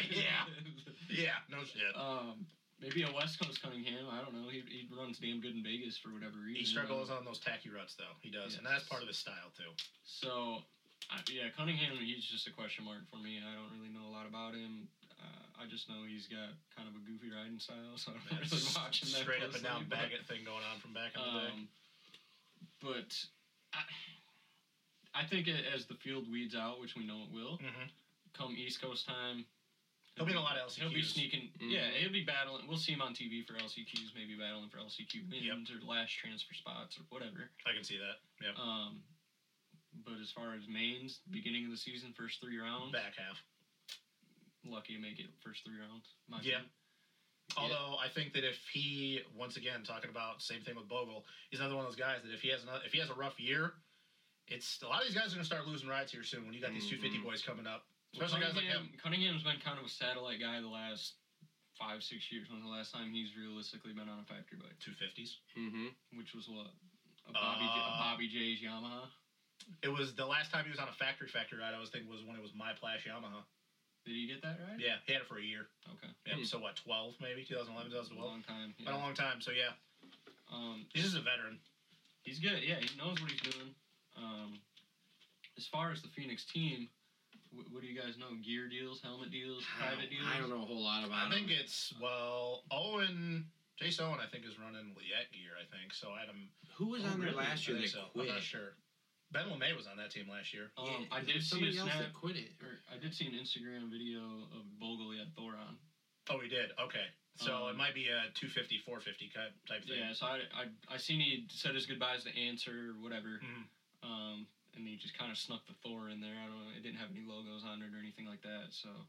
Speaker 4: yeah, *laughs* yeah, no shit.
Speaker 5: *laughs* um, maybe a West Coast Cunningham. I don't know. He, he runs damn good in Vegas for whatever reason.
Speaker 4: He struggles on those tacky ruts though. He does, and that's
Speaker 5: Yes.
Speaker 4: part of his style too.
Speaker 5: So, I, yeah, Cunningham, he's just a question mark for me. I don't really know a lot about him. Uh, I just know he's got kind of a goofy riding style, so I'm
Speaker 4: *laughs*
Speaker 5: not really watching that
Speaker 4: straight up and
Speaker 5: closely,
Speaker 4: down
Speaker 5: but,
Speaker 4: Baggett thing going on from back in the day.
Speaker 5: Um, but I, I think a- as the field weeds out, which we know it will,
Speaker 4: Mhm.
Speaker 5: come East Coast time.
Speaker 4: He'll be in a lot of LCQs.
Speaker 5: He'll be sneaking.
Speaker 3: Mhm.
Speaker 5: Yeah, he'll be battling. We'll see him on TV for LCQs, maybe battling for LCQ wins
Speaker 4: Yep.
Speaker 5: or last transfer spots or whatever.
Speaker 4: I can see that. Yeah,
Speaker 5: Um, but as far as mains, beginning of the season, first three rounds,
Speaker 4: back half.
Speaker 5: lucky to make it first three rounds. my
Speaker 4: Yeah.
Speaker 5: team.
Speaker 4: Although I think that if he once again talking about same thing with Bogle, he's another one of those guys that if he has another, if he has a rough year, it's a lot of these guys are gonna start losing rides here soon when you got these two fifty
Speaker 3: Mhm.
Speaker 4: boys coming up.
Speaker 5: Mm-hmm. Well,
Speaker 4: Especially guys like
Speaker 5: Cunningham-
Speaker 4: him.
Speaker 5: Cunningham's been kind of a satellite guy the last five, six years. When the last time he's realistically been on a factory bike,
Speaker 4: Two fifties.
Speaker 3: Mm-hmm.
Speaker 5: which was what a Bobby, J-
Speaker 4: Uh,
Speaker 5: a Bobby J's Yamaha.
Speaker 4: It was the last time he was on a factory factory ride. I was thinking was when it was my Plash Yamaha.
Speaker 5: Did he get that right?
Speaker 4: Yeah, he had it for a year.
Speaker 5: Okay.
Speaker 4: Yeah,
Speaker 3: Hmm.
Speaker 4: so what, twelve maybe, 2011,
Speaker 5: A
Speaker 4: 2012?
Speaker 5: long time.
Speaker 4: Been a
Speaker 5: Yeah.
Speaker 4: long time. So yeah,
Speaker 5: Um,
Speaker 4: he's just a veteran.
Speaker 5: he's good. Yeah, he knows what he's doing. Um, as far as the Phoenix team, wh- what do you guys know? Gear deals, helmet deals, private deals.
Speaker 3: I don't know a whole lot about
Speaker 4: I think
Speaker 3: him.
Speaker 4: it's well Owen. Jace Owen, I think, is running Liette gear. I think so. Adam
Speaker 3: Who was
Speaker 5: Oh,
Speaker 3: on there
Speaker 5: really?
Speaker 4: I
Speaker 3: last year
Speaker 4: think
Speaker 3: that
Speaker 4: so.
Speaker 3: quit?
Speaker 4: I'm not sure. Ben LeMay was on that team last year.
Speaker 5: Um,
Speaker 3: Yeah,
Speaker 5: I
Speaker 3: there
Speaker 5: did
Speaker 3: was
Speaker 5: see a
Speaker 3: somebody else
Speaker 5: snap.
Speaker 3: that quit it.
Speaker 5: Or I did see an Instagram video of Bogle at Thoron.
Speaker 4: Oh, he did. Okay. So it
Speaker 5: Um,
Speaker 4: might be a 250, 450 cut type thing.
Speaker 5: Yeah, so I, I, I seen he said his goodbyes to Answer or whatever.
Speaker 4: Mhm.
Speaker 3: Mm-hmm.
Speaker 5: Um, and he just kind of snuck the Thor in there. I don't know. It didn't have any logos on it or anything like that. So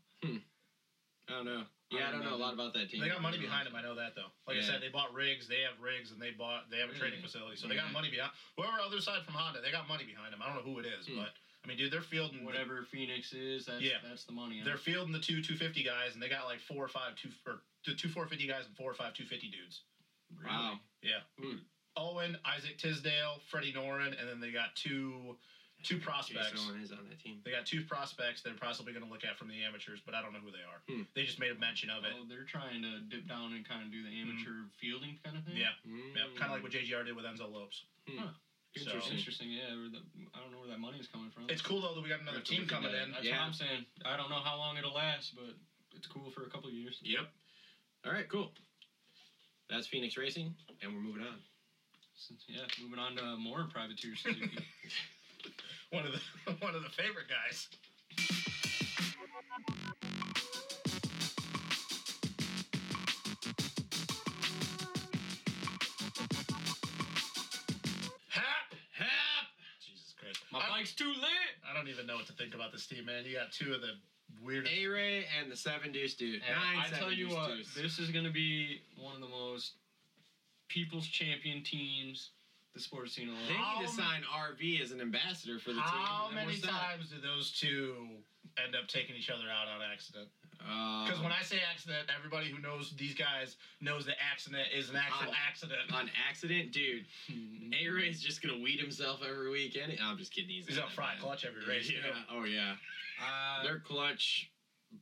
Speaker 3: I don't know. Oh, Yeah, I don't know a lot about that team.
Speaker 4: They got money behind them. I know that though. Like I
Speaker 3: Yeah.
Speaker 4: said, they bought rigs. They have rigs, and they bought they have a training
Speaker 5: Really?
Speaker 4: facility. So they got
Speaker 5: Yeah.
Speaker 4: money behind whoever other side from Honda. They got money behind them. I don't know who it is,
Speaker 3: Hmm.
Speaker 4: but I mean, dude, they're
Speaker 3: Mm-hmm.
Speaker 4: fielding
Speaker 5: whatever Phoenix is, that's
Speaker 4: Yeah.
Speaker 5: that's the money.
Speaker 4: They're fielding the two 250 guys, and they got like four or five two or the two 450 guys and four or five 250 dudes.
Speaker 5: Really?
Speaker 3: Wow.
Speaker 4: Owen, Isaac Tisdale, Freddie Norin, and then they got two two prospects.
Speaker 3: Jason Owen is on that team.
Speaker 4: They got two prospects they're possibly going to look at from the amateurs, but I don't know who they are.
Speaker 3: Hmm.
Speaker 4: They just made a mention of it. Mm-hmm.
Speaker 5: Oh, they're trying to dip down and kind of do the amateur fielding kind of thing.
Speaker 4: Yeah, yeah.
Speaker 3: Mm.
Speaker 4: kind of like what JGR did with Enzo Lopes. so-
Speaker 5: It's interesting. Yeah, where the, I don't know where that money is coming from.
Speaker 4: It's cool though that we got another
Speaker 5: That's
Speaker 4: team
Speaker 5: what we
Speaker 4: coming
Speaker 5: did.
Speaker 4: in.
Speaker 5: That's
Speaker 3: Yeah.
Speaker 5: what I'm saying. I don't know how long it'll last, but it's cool for a couple years.
Speaker 3: Yep. All right, cool. That's Phoenix Racing, and we're moving on.
Speaker 5: Since, yeah, moving on to more privateer
Speaker 4: *laughs*
Speaker 5: Suzuki.
Speaker 4: One of the *laughs* one of the favorite guys. Hap!
Speaker 3: Hap!
Speaker 4: Jesus Christ.
Speaker 5: My
Speaker 4: I-
Speaker 5: bike's too lit.
Speaker 4: I don't even know what to think about this team, man. You got two of the weirdest.
Speaker 3: A Ray and the Seven Deuce Dude.
Speaker 5: And
Speaker 3: Nine
Speaker 5: *laughs* I
Speaker 3: Seven
Speaker 5: tell you
Speaker 3: Deuce
Speaker 5: what,
Speaker 3: Deuce.
Speaker 5: this is gonna be one of the most people's champion teams the sport's seen in a
Speaker 3: They
Speaker 5: long.
Speaker 4: *laughs*
Speaker 3: need
Speaker 4: How
Speaker 3: to sign RV as an ambassador for the team.
Speaker 4: How
Speaker 3: and then we're
Speaker 4: many
Speaker 3: set.
Speaker 4: times do those two end up taking each other out on accident? Because
Speaker 3: Um,
Speaker 4: when I say accident, everybody who knows these guys knows that accident is an actual
Speaker 3: On-
Speaker 4: accident.
Speaker 3: on accident, dude, A Ray's just gonna weed himself every weekend. I'm just kidding. He's,
Speaker 4: *laughs* He's
Speaker 3: not
Speaker 4: on
Speaker 3: that
Speaker 4: fry
Speaker 3: bad.
Speaker 4: clutch every race.
Speaker 3: Yeah. Oh yeah.
Speaker 5: Uh,
Speaker 3: Their clutch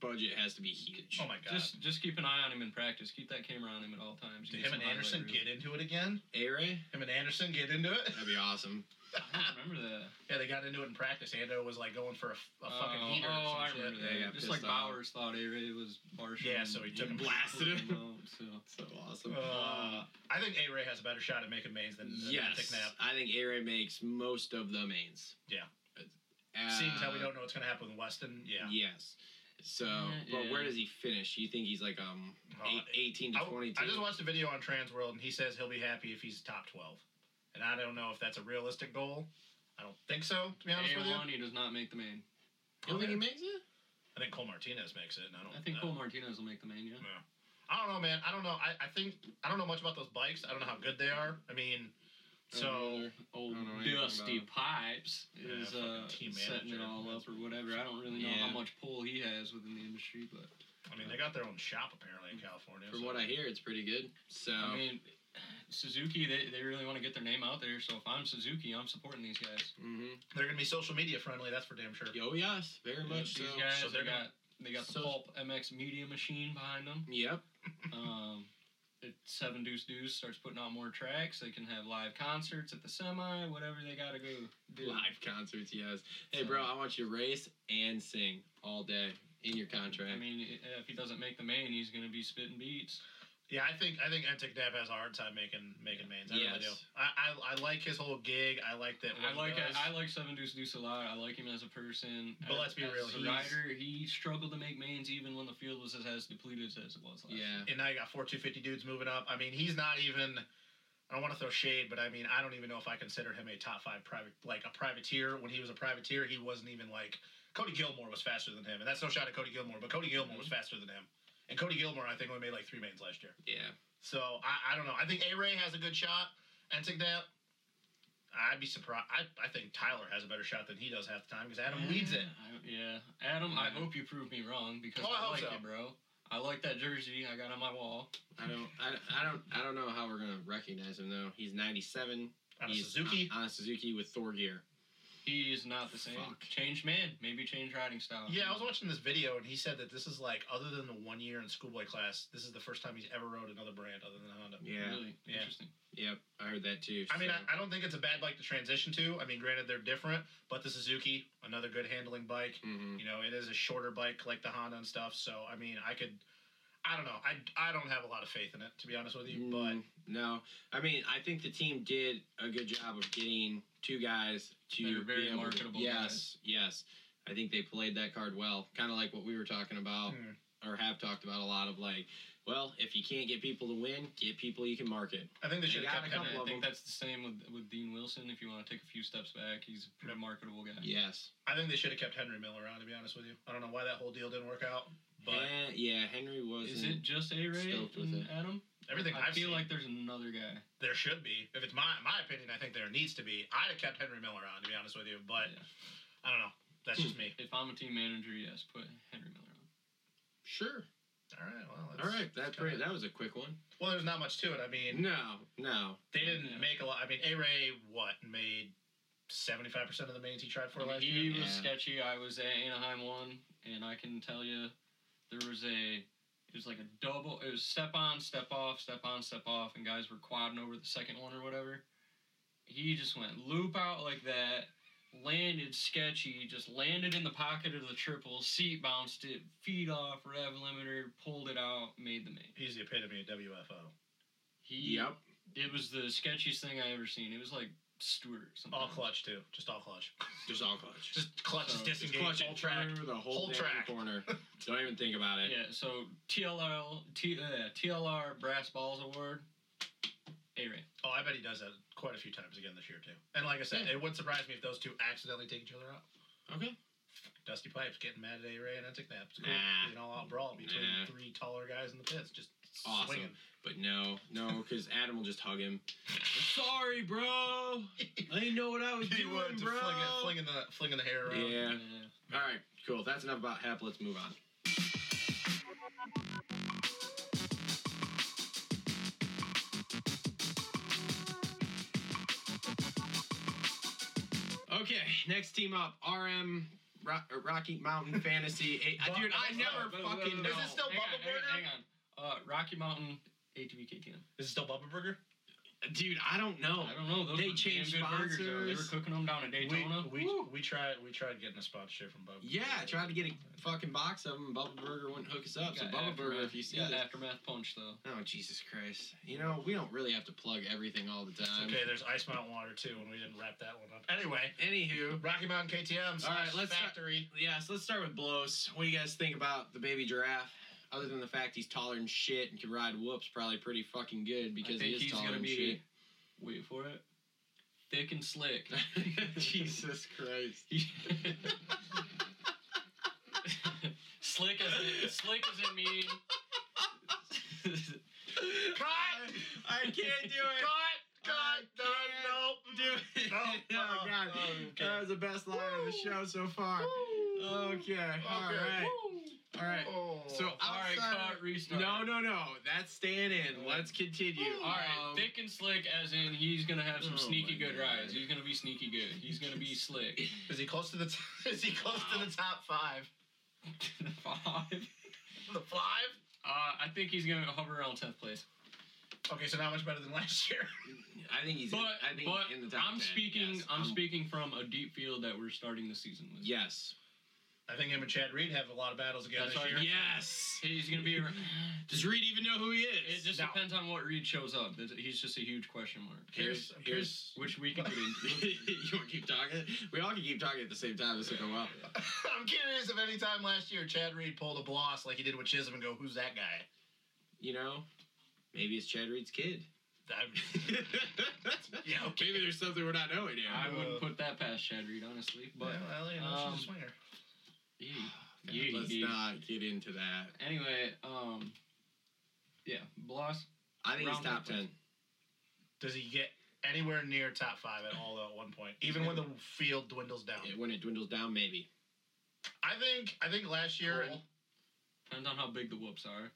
Speaker 3: budget has to be huge.
Speaker 4: Oh my god.
Speaker 5: just just keep an eye on him in practice. Keep that camera on him at all times.
Speaker 4: Did
Speaker 5: Get
Speaker 4: him
Speaker 5: some
Speaker 4: and Anderson
Speaker 5: highlight reel.
Speaker 4: get into it again?
Speaker 3: A Ray,
Speaker 4: Him and Anderson get into it?
Speaker 3: that'd be awesome.
Speaker 5: I don't remember that.
Speaker 4: *laughs* yeah, they got into it in practice. Ando was like going for a, a fucking
Speaker 5: oh,
Speaker 4: heater. or
Speaker 5: Oh,
Speaker 4: some
Speaker 5: I
Speaker 4: shit.
Speaker 5: remember
Speaker 3: Yeah,
Speaker 5: that.
Speaker 3: yeah, pissed
Speaker 5: Just like
Speaker 3: off.
Speaker 5: Bowers thought A-Ray was Marshall.
Speaker 4: Yeah, so he took him.
Speaker 3: Blasted him.
Speaker 5: out, So
Speaker 3: So awesome.
Speaker 4: Uh, I think A Ray has a better shot at making mains than than Nick
Speaker 3: yes,
Speaker 4: Knapp.
Speaker 3: I think A Ray makes most of the mains.
Speaker 4: Yeah.
Speaker 3: Uh,
Speaker 4: Seeing as how we don't know what's going to happen with Weston, yeah.
Speaker 3: Yes. So,
Speaker 5: Yeah,
Speaker 3: but where
Speaker 5: yeah.
Speaker 3: does he finish? You think he's like um
Speaker 4: Oh,
Speaker 3: eight, 18 to
Speaker 4: I,
Speaker 3: 22?
Speaker 4: I just watched a video on Trans World, and he says he'll be happy if he's top 12. And I don't know if that's a realistic goal. I don't think so, to be honest with you.
Speaker 5: A1, he does not make the main.
Speaker 3: you don't think he makes it?
Speaker 4: I think Cole Martinez makes it, and I don't
Speaker 5: I think Cole
Speaker 4: know.
Speaker 5: Martinez will make the main, yeah.
Speaker 4: I don't know, man. I don't know. I, I think I don't know much about those bikes. I don't know how good they are. I mean, so
Speaker 5: Old
Speaker 3: don't know anything
Speaker 5: Dusty
Speaker 3: about
Speaker 5: Pipes
Speaker 4: Yeah,
Speaker 5: is uh,
Speaker 4: fucking team
Speaker 5: setting it
Speaker 4: manager.
Speaker 5: all up or whatever. I don't really know
Speaker 3: Yeah.
Speaker 5: how much pull he has within the industry, but
Speaker 4: I mean, they got their own shop
Speaker 5: Mm.
Speaker 4: apparently in California.
Speaker 3: From
Speaker 4: so-
Speaker 3: what I hear, it's pretty good. So,
Speaker 5: I mean, Suzuki, they, they really want to get their name out there. So if I'm Suzuki, I'm supporting these guys.
Speaker 3: mhm.
Speaker 4: they're gonna be social media friendly. That's for damn sure.
Speaker 3: oh yes, very much so.
Speaker 5: these guys,
Speaker 4: So
Speaker 5: they
Speaker 4: they're
Speaker 5: got
Speaker 4: gonna-
Speaker 5: they got the
Speaker 3: so-
Speaker 5: Pulp MX Media machine behind them.
Speaker 3: Yep.
Speaker 5: Um, it, Seven Deuce Deuce starts putting out more tracks. They can have live concerts at the semi, whatever they gotta go do.
Speaker 3: Live concerts, yes. Hey, bro, I want you to race and sing all day in your contract.
Speaker 5: I mean, i- if he doesn't make the main, he's gonna be spitting beats.
Speaker 4: Yeah, I think I think Antic Nav has a hard time making making mains. I really
Speaker 3: Yes.
Speaker 4: do. I, I I like his whole gig. I like that. what
Speaker 5: I
Speaker 4: he
Speaker 5: like
Speaker 4: does.
Speaker 5: I like Seven Deuce Deuce a lot. I like him as a person.
Speaker 4: But
Speaker 5: As-
Speaker 4: let's be
Speaker 5: as
Speaker 4: real,
Speaker 5: a
Speaker 4: he's-
Speaker 5: rider, he struggled to make mains even when the field was as, as depleted as it was last year.
Speaker 3: yeah.
Speaker 4: and now you got four two fifty dudes moving up. I mean, he's not even. I don't want to throw shade, but I mean, I don't even know if I consider him a top five private, like a privateer. When he was a privateer, he wasn't even like Cody Gilmore was faster than him, and that's no shot at Cody Gilmore, but Cody Gilmore was faster than him, and Cody Gilmore I think only made like three mains last year.
Speaker 3: Yeah.
Speaker 4: So I, I don't know. I think A Ray has a good shot. Antigdap, I'd be surprised. I, I think Tyler has a better shot than he does half the time because Adam leads it.
Speaker 5: I- yeah, Adam. I hope you prove me wrong because
Speaker 4: Oh, I
Speaker 5: I,
Speaker 4: hope
Speaker 5: like
Speaker 4: so.
Speaker 5: it, bro. I like that jersey I got on my wall.
Speaker 3: I don't, I, I don't, I don't know how we're gonna recognize him though. He's 97.
Speaker 4: On a
Speaker 3: He's
Speaker 4: Suzuki,
Speaker 3: on, on a Suzuki with Thor gear.
Speaker 5: He is not the same.
Speaker 3: Fuck.
Speaker 5: Change man, maybe change riding style.
Speaker 4: Yeah, I was watching this video and he said that this is like other than the one year in schoolboy class, this is the first time he's ever rode another brand other than Honda.
Speaker 3: Yeah.
Speaker 5: Really
Speaker 4: Yeah.
Speaker 5: interesting.
Speaker 3: Yep. I heard that too.
Speaker 4: I mean,
Speaker 3: so-
Speaker 4: I, I don't think it's a bad bike to transition to. I mean, granted they're different, but the Suzuki, another good handling bike.
Speaker 3: Mhm.
Speaker 4: You know, it is a shorter bike like the Honda and stuff. So I mean, I could, I don't know, I I don't have a lot of faith in it to be honest with you. But
Speaker 3: Mm, no, I mean, I think the team did a good job of getting two guys to
Speaker 5: That are very
Speaker 3: be able to-
Speaker 5: marketable
Speaker 3: yes, yes. I think they played that card well, kind of like what we were talking about
Speaker 4: Hmm.
Speaker 3: or have talked about a lot of like, well, if you can't get people to win, get people you can market.
Speaker 4: I think they
Speaker 3: They
Speaker 4: should
Speaker 3: got
Speaker 4: have
Speaker 3: a
Speaker 4: kept
Speaker 5: And
Speaker 3: couple
Speaker 4: him.
Speaker 5: I
Speaker 3: of
Speaker 5: think
Speaker 3: them.
Speaker 5: that's the same with with Dean Wilson. If you want to take a few steps back, he's a pretty marketable guy.
Speaker 3: Yes.
Speaker 4: I think they should have kept Henry Miller on to be honest with you. I don't know why that whole deal didn't work out, but
Speaker 3: Eh, yeah, Henry was.
Speaker 5: Is it just A Ray
Speaker 3: stoked with
Speaker 5: and
Speaker 3: it.
Speaker 5: Adam?
Speaker 4: everything
Speaker 5: I
Speaker 4: I've
Speaker 5: feel
Speaker 4: seen,
Speaker 5: like there's another guy.
Speaker 4: there should be. If it's my my opinion, I think there needs to be. I'd have kept Henry Miller on to be honest with you, but
Speaker 5: Yeah.
Speaker 4: I don't know. That's just
Speaker 3: Hmm.
Speaker 4: me.
Speaker 5: If I'm a team manager, yes, put Henry Miller on.
Speaker 3: Sure.
Speaker 4: All right, well,
Speaker 3: All right. That's pretty,
Speaker 4: kinda-
Speaker 3: that was a quick one.
Speaker 4: Well, there's not much to it. I mean,
Speaker 3: No, no.
Speaker 4: they didn't
Speaker 5: Yeah.
Speaker 4: make a lot. I mean, A Ray what made seventy-five percent of the mains he tried for
Speaker 5: I mean,
Speaker 4: last
Speaker 5: he
Speaker 4: year.
Speaker 5: was
Speaker 3: Yeah.
Speaker 5: sketchy. I was at Anaheim one, and I can tell you, there was a, it was like a double. It was step on, step off, step on, step off, and guys were quadding over the second one or whatever. He just went loop out like that, landed sketchy, just landed in the pocket of the triple, seat bounced it, feet off rev limiter, pulled it out, made the main.
Speaker 4: He's the epitome of WFO.
Speaker 5: He,
Speaker 3: Yep.
Speaker 5: It was the sketchiest thing I ever seen. It was like Stewart. or something.
Speaker 4: All clutch too, just all clutch.
Speaker 3: Just all clutch.
Speaker 4: Just clutch is
Speaker 5: So, just
Speaker 4: disengaged.
Speaker 3: clutch it
Speaker 4: all track.
Speaker 3: through the whole,
Speaker 4: Whole
Speaker 3: damn
Speaker 4: track.
Speaker 3: corner. *laughs* Don't even think about it.
Speaker 5: Yeah, so TLR, T, uh, TLR Brass Balls Award, A Ray.
Speaker 4: Oh, I bet he does that quite a few times again this year too. And like I said, it wouldn't surprise me if those two accidentally take each other out.
Speaker 3: Okay.
Speaker 4: Dusty Pipes getting mad at A Ray and Antic Naps. Cool.
Speaker 3: Nah.
Speaker 4: An all out brawl between
Speaker 3: Nah.
Speaker 4: three taller guys in the pits, just
Speaker 3: Awesome.
Speaker 4: swinging.
Speaker 3: But no, no, because Adam will just hug him. I'm *laughs* sorry, bro. I didn't know what I was
Speaker 4: He
Speaker 3: doing,
Speaker 4: would
Speaker 3: bro.
Speaker 4: fling it, flinging the flinging the hair around.
Speaker 5: Uh,
Speaker 3: Yeah. All right, cool. That's enough about HEP. Let's move on. Okay, next team up RM Ro- uh, Rocky Mountain Fantasy. Eight.
Speaker 4: Bu-
Speaker 3: Dude, I
Speaker 4: oh,
Speaker 3: never
Speaker 5: uh, Wait, wait, wait,
Speaker 3: fucking
Speaker 5: wait,
Speaker 3: know.
Speaker 5: wait.
Speaker 4: Is it still
Speaker 5: Hang on,
Speaker 4: Bubba
Speaker 5: hang on,
Speaker 4: Burger?
Speaker 5: Hang on. Uh, Rocky Mountain ATV KTM.
Speaker 4: Is it still Bubba Burger?
Speaker 3: Dude, I don't know.
Speaker 5: I don't know. Those
Speaker 3: They
Speaker 5: were damn
Speaker 3: changed
Speaker 5: good burgers, though. They
Speaker 3: sponsors.
Speaker 5: were cooking them down at Daytona.
Speaker 4: We, we,
Speaker 3: Woo.
Speaker 4: we tried we tried getting a sponsorship from Bubba.
Speaker 3: Yeah, I tried to get a fucking box of them. Bubba Burger wouldn't hook us up. So
Speaker 5: Got
Speaker 3: Bubba Burger,
Speaker 5: aftermath-
Speaker 3: if you see
Speaker 5: got
Speaker 3: this.
Speaker 5: aftermath punch though.
Speaker 3: Oh Jesus Christ! You know we don't really have to plug everything all the time.
Speaker 4: Okay, there's Ice Mountain Water too, and we didn't wrap that one up. Anyway,
Speaker 3: Anywho,
Speaker 4: Rocky Mountain KTM.
Speaker 3: All right,
Speaker 4: slash
Speaker 3: let's start-
Speaker 4: factory.
Speaker 3: yeah. So let's start with Blows. What do you guys think about the baby giraffe? Other than the fact he's taller than shit and can ride whoops probably pretty fucking good because
Speaker 5: I think
Speaker 3: he is
Speaker 5: he's
Speaker 3: taller
Speaker 5: gonna
Speaker 3: than
Speaker 5: be. Wait for it. *laughs* Thick and
Speaker 3: *laughs*
Speaker 5: slick. *laughs*
Speaker 3: shit. Jesus Christ!
Speaker 5: slick as in, slick as in mean.
Speaker 4: Cut!
Speaker 3: I can't do it.
Speaker 4: Cut! Cut!
Speaker 3: I
Speaker 4: No,
Speaker 3: can't
Speaker 4: no,
Speaker 3: Do it.
Speaker 4: No.
Speaker 3: *laughs* oh
Speaker 4: Uh,
Speaker 3: God,
Speaker 4: okay.
Speaker 3: that was the best line of the
Speaker 4: Woo.
Speaker 3: show so far. Okay. All right. All right. So
Speaker 5: All right,
Speaker 3: outside
Speaker 5: cut.
Speaker 3: of-
Speaker 5: Restart.
Speaker 3: No, no, no. That's staying in. Let's continue.
Speaker 5: All right,
Speaker 3: Um,
Speaker 5: thick and slick, as in he's gonna have some
Speaker 3: Oh
Speaker 5: sneaky
Speaker 3: my
Speaker 5: good
Speaker 3: God.
Speaker 5: rides. He's gonna be sneaky good. He's gonna be
Speaker 3: *laughs*
Speaker 5: slick.
Speaker 4: is he close to the? T- *laughs* is he close to the top five?
Speaker 5: Five.
Speaker 4: The five?
Speaker 5: Uh, I think he's gonna hover around tenth place.
Speaker 4: Okay, so not much better than last year. *laughs*
Speaker 3: I think he's.
Speaker 5: But,
Speaker 3: in, I think
Speaker 5: but
Speaker 3: in the top
Speaker 5: I'm
Speaker 3: 10,
Speaker 5: speaking.
Speaker 3: yes.
Speaker 5: I'm,
Speaker 3: Um,
Speaker 5: speaking from a deep field that we're starting the season with.
Speaker 3: Yes.
Speaker 4: I think him and Chad Reed have a lot of battles again
Speaker 5: That's
Speaker 4: this
Speaker 5: right.
Speaker 4: year.
Speaker 3: Yes.
Speaker 5: He's gonna be.
Speaker 3: *laughs* Does Reed even know who he is?
Speaker 5: It just
Speaker 4: No.
Speaker 5: depends on what Reed shows up. That- He's just a huge question mark.
Speaker 4: Here's here's.
Speaker 5: Which we
Speaker 4: *laughs*
Speaker 5: can get into.
Speaker 3: *laughs* you want to keep talking? We all can keep talking at the same time. This will go well.
Speaker 4: *laughs* I'm curious if any time last year Chad Reed pulled a bloss like he did with Chisholm and go, "Who's that guy?"
Speaker 3: You know, maybe it's Chad Reed's kid.
Speaker 4: That- *laughs*
Speaker 3: *laughs*
Speaker 4: Yeah, okay.
Speaker 3: Maybe there's something we're not knowing here.
Speaker 5: I
Speaker 4: Uh,
Speaker 5: wouldn't put that past Chad Reed, honestly. But
Speaker 4: yeah, well, you know,
Speaker 5: um,
Speaker 4: she's a swinger.
Speaker 5: Yee.
Speaker 3: God,
Speaker 5: Yee.
Speaker 3: let's not get into that.
Speaker 5: Anyway, um, yeah, Bloss.
Speaker 3: I think he's
Speaker 5: Round
Speaker 3: top
Speaker 5: up.
Speaker 3: ten.
Speaker 4: Does he get anywhere near top five at all though, at one point? Even when the field dwindles down.
Speaker 3: Yeah, When it dwindles down, maybe.
Speaker 4: I think I think last year and
Speaker 5: Cole. Depends on how big the whoops are.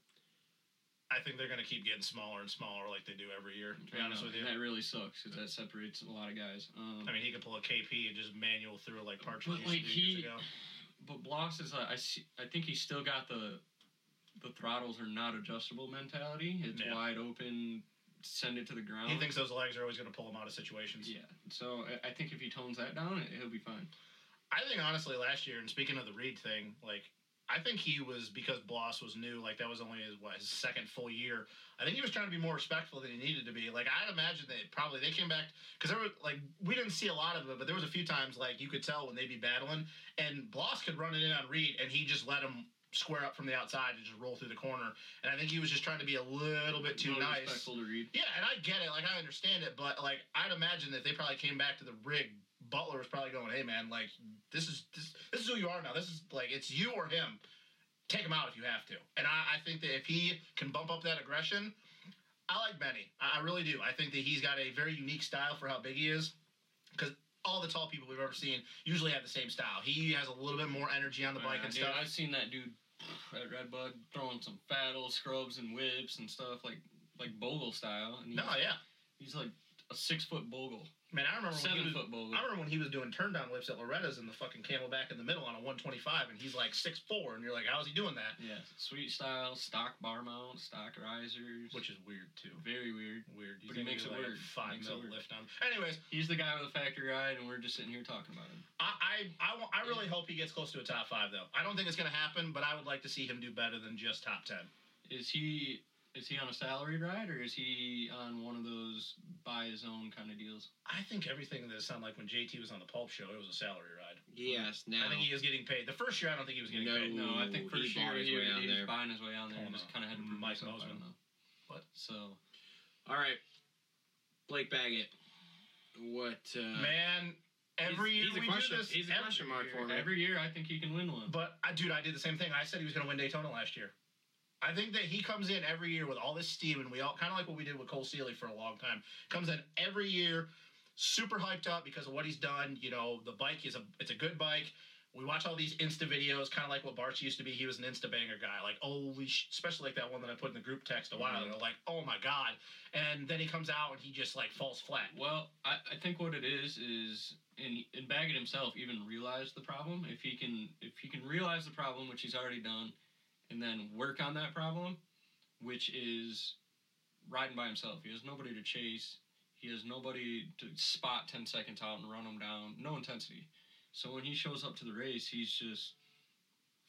Speaker 4: I think they're gonna keep getting smaller and smaller like they do every year. To be
Speaker 5: I
Speaker 4: honest
Speaker 5: know,
Speaker 4: with you,
Speaker 5: and that really sucks because that separates a lot of guys. Um,
Speaker 4: I mean he could pull a KP and just manual through like Partridge
Speaker 5: But,
Speaker 4: used
Speaker 5: like,
Speaker 4: to do years
Speaker 5: he-
Speaker 4: ago.
Speaker 5: but Bloss is like I see, I think he's still got the the throttles are not adjustable mentality. It's
Speaker 4: Yeah.
Speaker 5: wide open, send it to the ground.
Speaker 4: He thinks those legs are always gonna pull him out of situations.
Speaker 5: yeah. So I- I think if he tones that down, it- he'll be fine.
Speaker 4: I think honestly last year, and speaking of the Reed thing, like I think he was because Bloss was new, like that was only his what his second full year. I think he was trying to be more respectful than he needed to be. Like I'd imagine that probably they came back because there were like we didn't see a lot of it, but there was a few times like you could tell when they'd be battling, and Bloss could run it in on Reed, and he just let him square up from the outside and just roll through the corner. And I think he was just trying to be a little bit too
Speaker 5: Really
Speaker 4: nice.
Speaker 5: Respectful to read.
Speaker 4: Yeah, and I get it. Like I understand it, but like I'd imagine that they probably came back to the rig. Butler was probably going, "Hey man, like this is this this is who you are now. This is like it's you or him. Take him out if you have to." And I, I think that if he can bump up that aggression, I like Benny. I, I really do. I think that he's got a very unique style for how big he is, because all the tall people we've ever seen usually have the same style. He has a little bit more energy on the bike
Speaker 5: Yeah,
Speaker 4: and
Speaker 5: dude,
Speaker 4: stuff.
Speaker 5: I've seen that dude at Red Bud throwing some faddle scrubs and whips and stuff like like Bogle style. And he's,
Speaker 4: no, yeah,
Speaker 5: he's like a six foot Bogle.
Speaker 4: Man, I remember when he
Speaker 5: Seven
Speaker 4: was,
Speaker 5: foot bowler.
Speaker 4: I remember when he was doing turn down lifts at Loretta's in the fucking camelback in the middle on a 125, and he's like six four, and you're like, how's he doing that?
Speaker 5: Yeah, sweet style, stock bar mount, stock risers,
Speaker 4: Which is weird too.
Speaker 5: very weird.
Speaker 4: Weird.
Speaker 5: But he makes it
Speaker 4: like
Speaker 5: work.
Speaker 4: Five
Speaker 5: Makes it
Speaker 4: mil
Speaker 5: work.
Speaker 4: lift on. Anyways,
Speaker 5: He's the guy with the factory ride, and we're just sitting here talking about him.
Speaker 4: I I I, want, I really hope he gets close to a top five though. I don't think it's gonna happen, but I would like to see him do better than just top ten.
Speaker 5: Is he is he on a salary ride or is he on one of those buy his own kind of deals?
Speaker 4: I think everything that sounded like when JT was on the Pulp Show, it was a salary ride.
Speaker 3: Yes, now.
Speaker 4: I think he is getting paid. The first year, I don't think he was getting
Speaker 3: No.
Speaker 4: paid.
Speaker 5: No, I think
Speaker 3: Ooh,
Speaker 5: for
Speaker 3: he
Speaker 5: sure
Speaker 3: bought his
Speaker 5: he,
Speaker 3: way
Speaker 5: he
Speaker 3: on
Speaker 5: was
Speaker 3: there.
Speaker 5: buying his way on there and
Speaker 4: Hold
Speaker 5: just
Speaker 4: on.
Speaker 5: kind of had to prove
Speaker 4: Mike
Speaker 5: himself. I
Speaker 4: Mosman.
Speaker 5: don't know.
Speaker 4: What?
Speaker 5: So
Speaker 3: All right, Blake Baggett. What? Uh,
Speaker 4: Man, every
Speaker 3: he's,
Speaker 4: year
Speaker 3: he's a
Speaker 4: we
Speaker 3: question,
Speaker 4: do this.
Speaker 3: He's a
Speaker 4: every
Speaker 3: question mark for me.
Speaker 5: every year, I think he can win one.
Speaker 4: But I, dude, I did the same thing. I said he was going to win Daytona last year. I think that he comes in every year with all this steam, and we all kind of like what we did with Cole Seely for a long time. Comes in every year, super hyped up because of what he's done. You know, the bike is a it's a good bike. We watch all these Insta videos, kind of like what Bart's used to be. He was an Insta banger guy, like holy, sh-, especially like that one that I put in the group text a while
Speaker 5: Mm-hmm.
Speaker 4: ago, like oh my god. And then he comes out and he just like falls flat.
Speaker 5: Well, I, I think what it is is, and and Baggett himself even realized the problem. If he can if he can realize the problem, which he's already done, and then work on that problem, which is riding by himself. He has nobody to chase. He has nobody to spot ten seconds out and run him down. No intensity. So when he shows up to the race, he's just.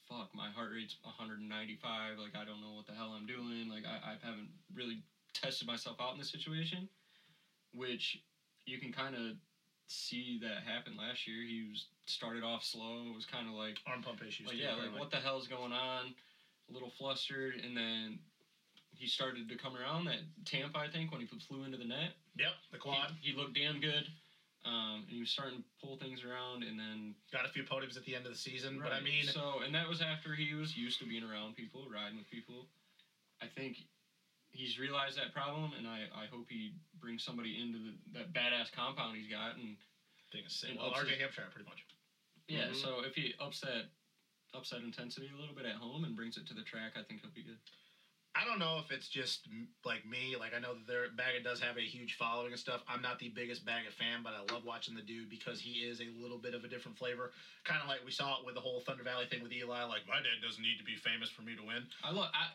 Speaker 5: Fuck, my heart rate's 195. Like, I don't know what the hell I'm doing. Like, I, I haven't really tested myself out in this situation which you can kind of see that happen last year. He was started off slow. It was kind of like,
Speaker 4: Arm pump issues.
Speaker 5: like
Speaker 4: too,
Speaker 5: yeah,
Speaker 4: apparently.
Speaker 5: like what the hell's going on? A little flustered, and then he started to come around. That Tampa, I think, when he flew into the net,
Speaker 4: Yep, the
Speaker 5: he,
Speaker 4: quad
Speaker 5: he looked damn good. Um, and he was starting to pull things around, and then.
Speaker 4: got a few podiums at the end of the season, but I
Speaker 5: Right,
Speaker 4: mean,
Speaker 5: so and that was after he was used to being around people, riding with people. I think he's realized that problem, and I, I hope he brings somebody into the, that badass compound he's got and
Speaker 4: thing is sick.
Speaker 5: And
Speaker 4: Well,
Speaker 5: ups
Speaker 4: RJ
Speaker 5: his-
Speaker 4: Hampshire, pretty much.
Speaker 5: Yeah,
Speaker 3: Mhm.
Speaker 5: so if he ups that ups that intensity a little bit at home and brings it to the track, I think he'll be good.
Speaker 4: I don't know if it's just m- like me. Like I know that their Baggett does have a huge following and stuff. I'm not the biggest Baggett fan, but I love watching the dude because he is a little bit of a different flavor. Kind of like we saw it with the whole Thunder Valley thing with Eli. Like my dad doesn't need to be famous for me to win.
Speaker 5: I look I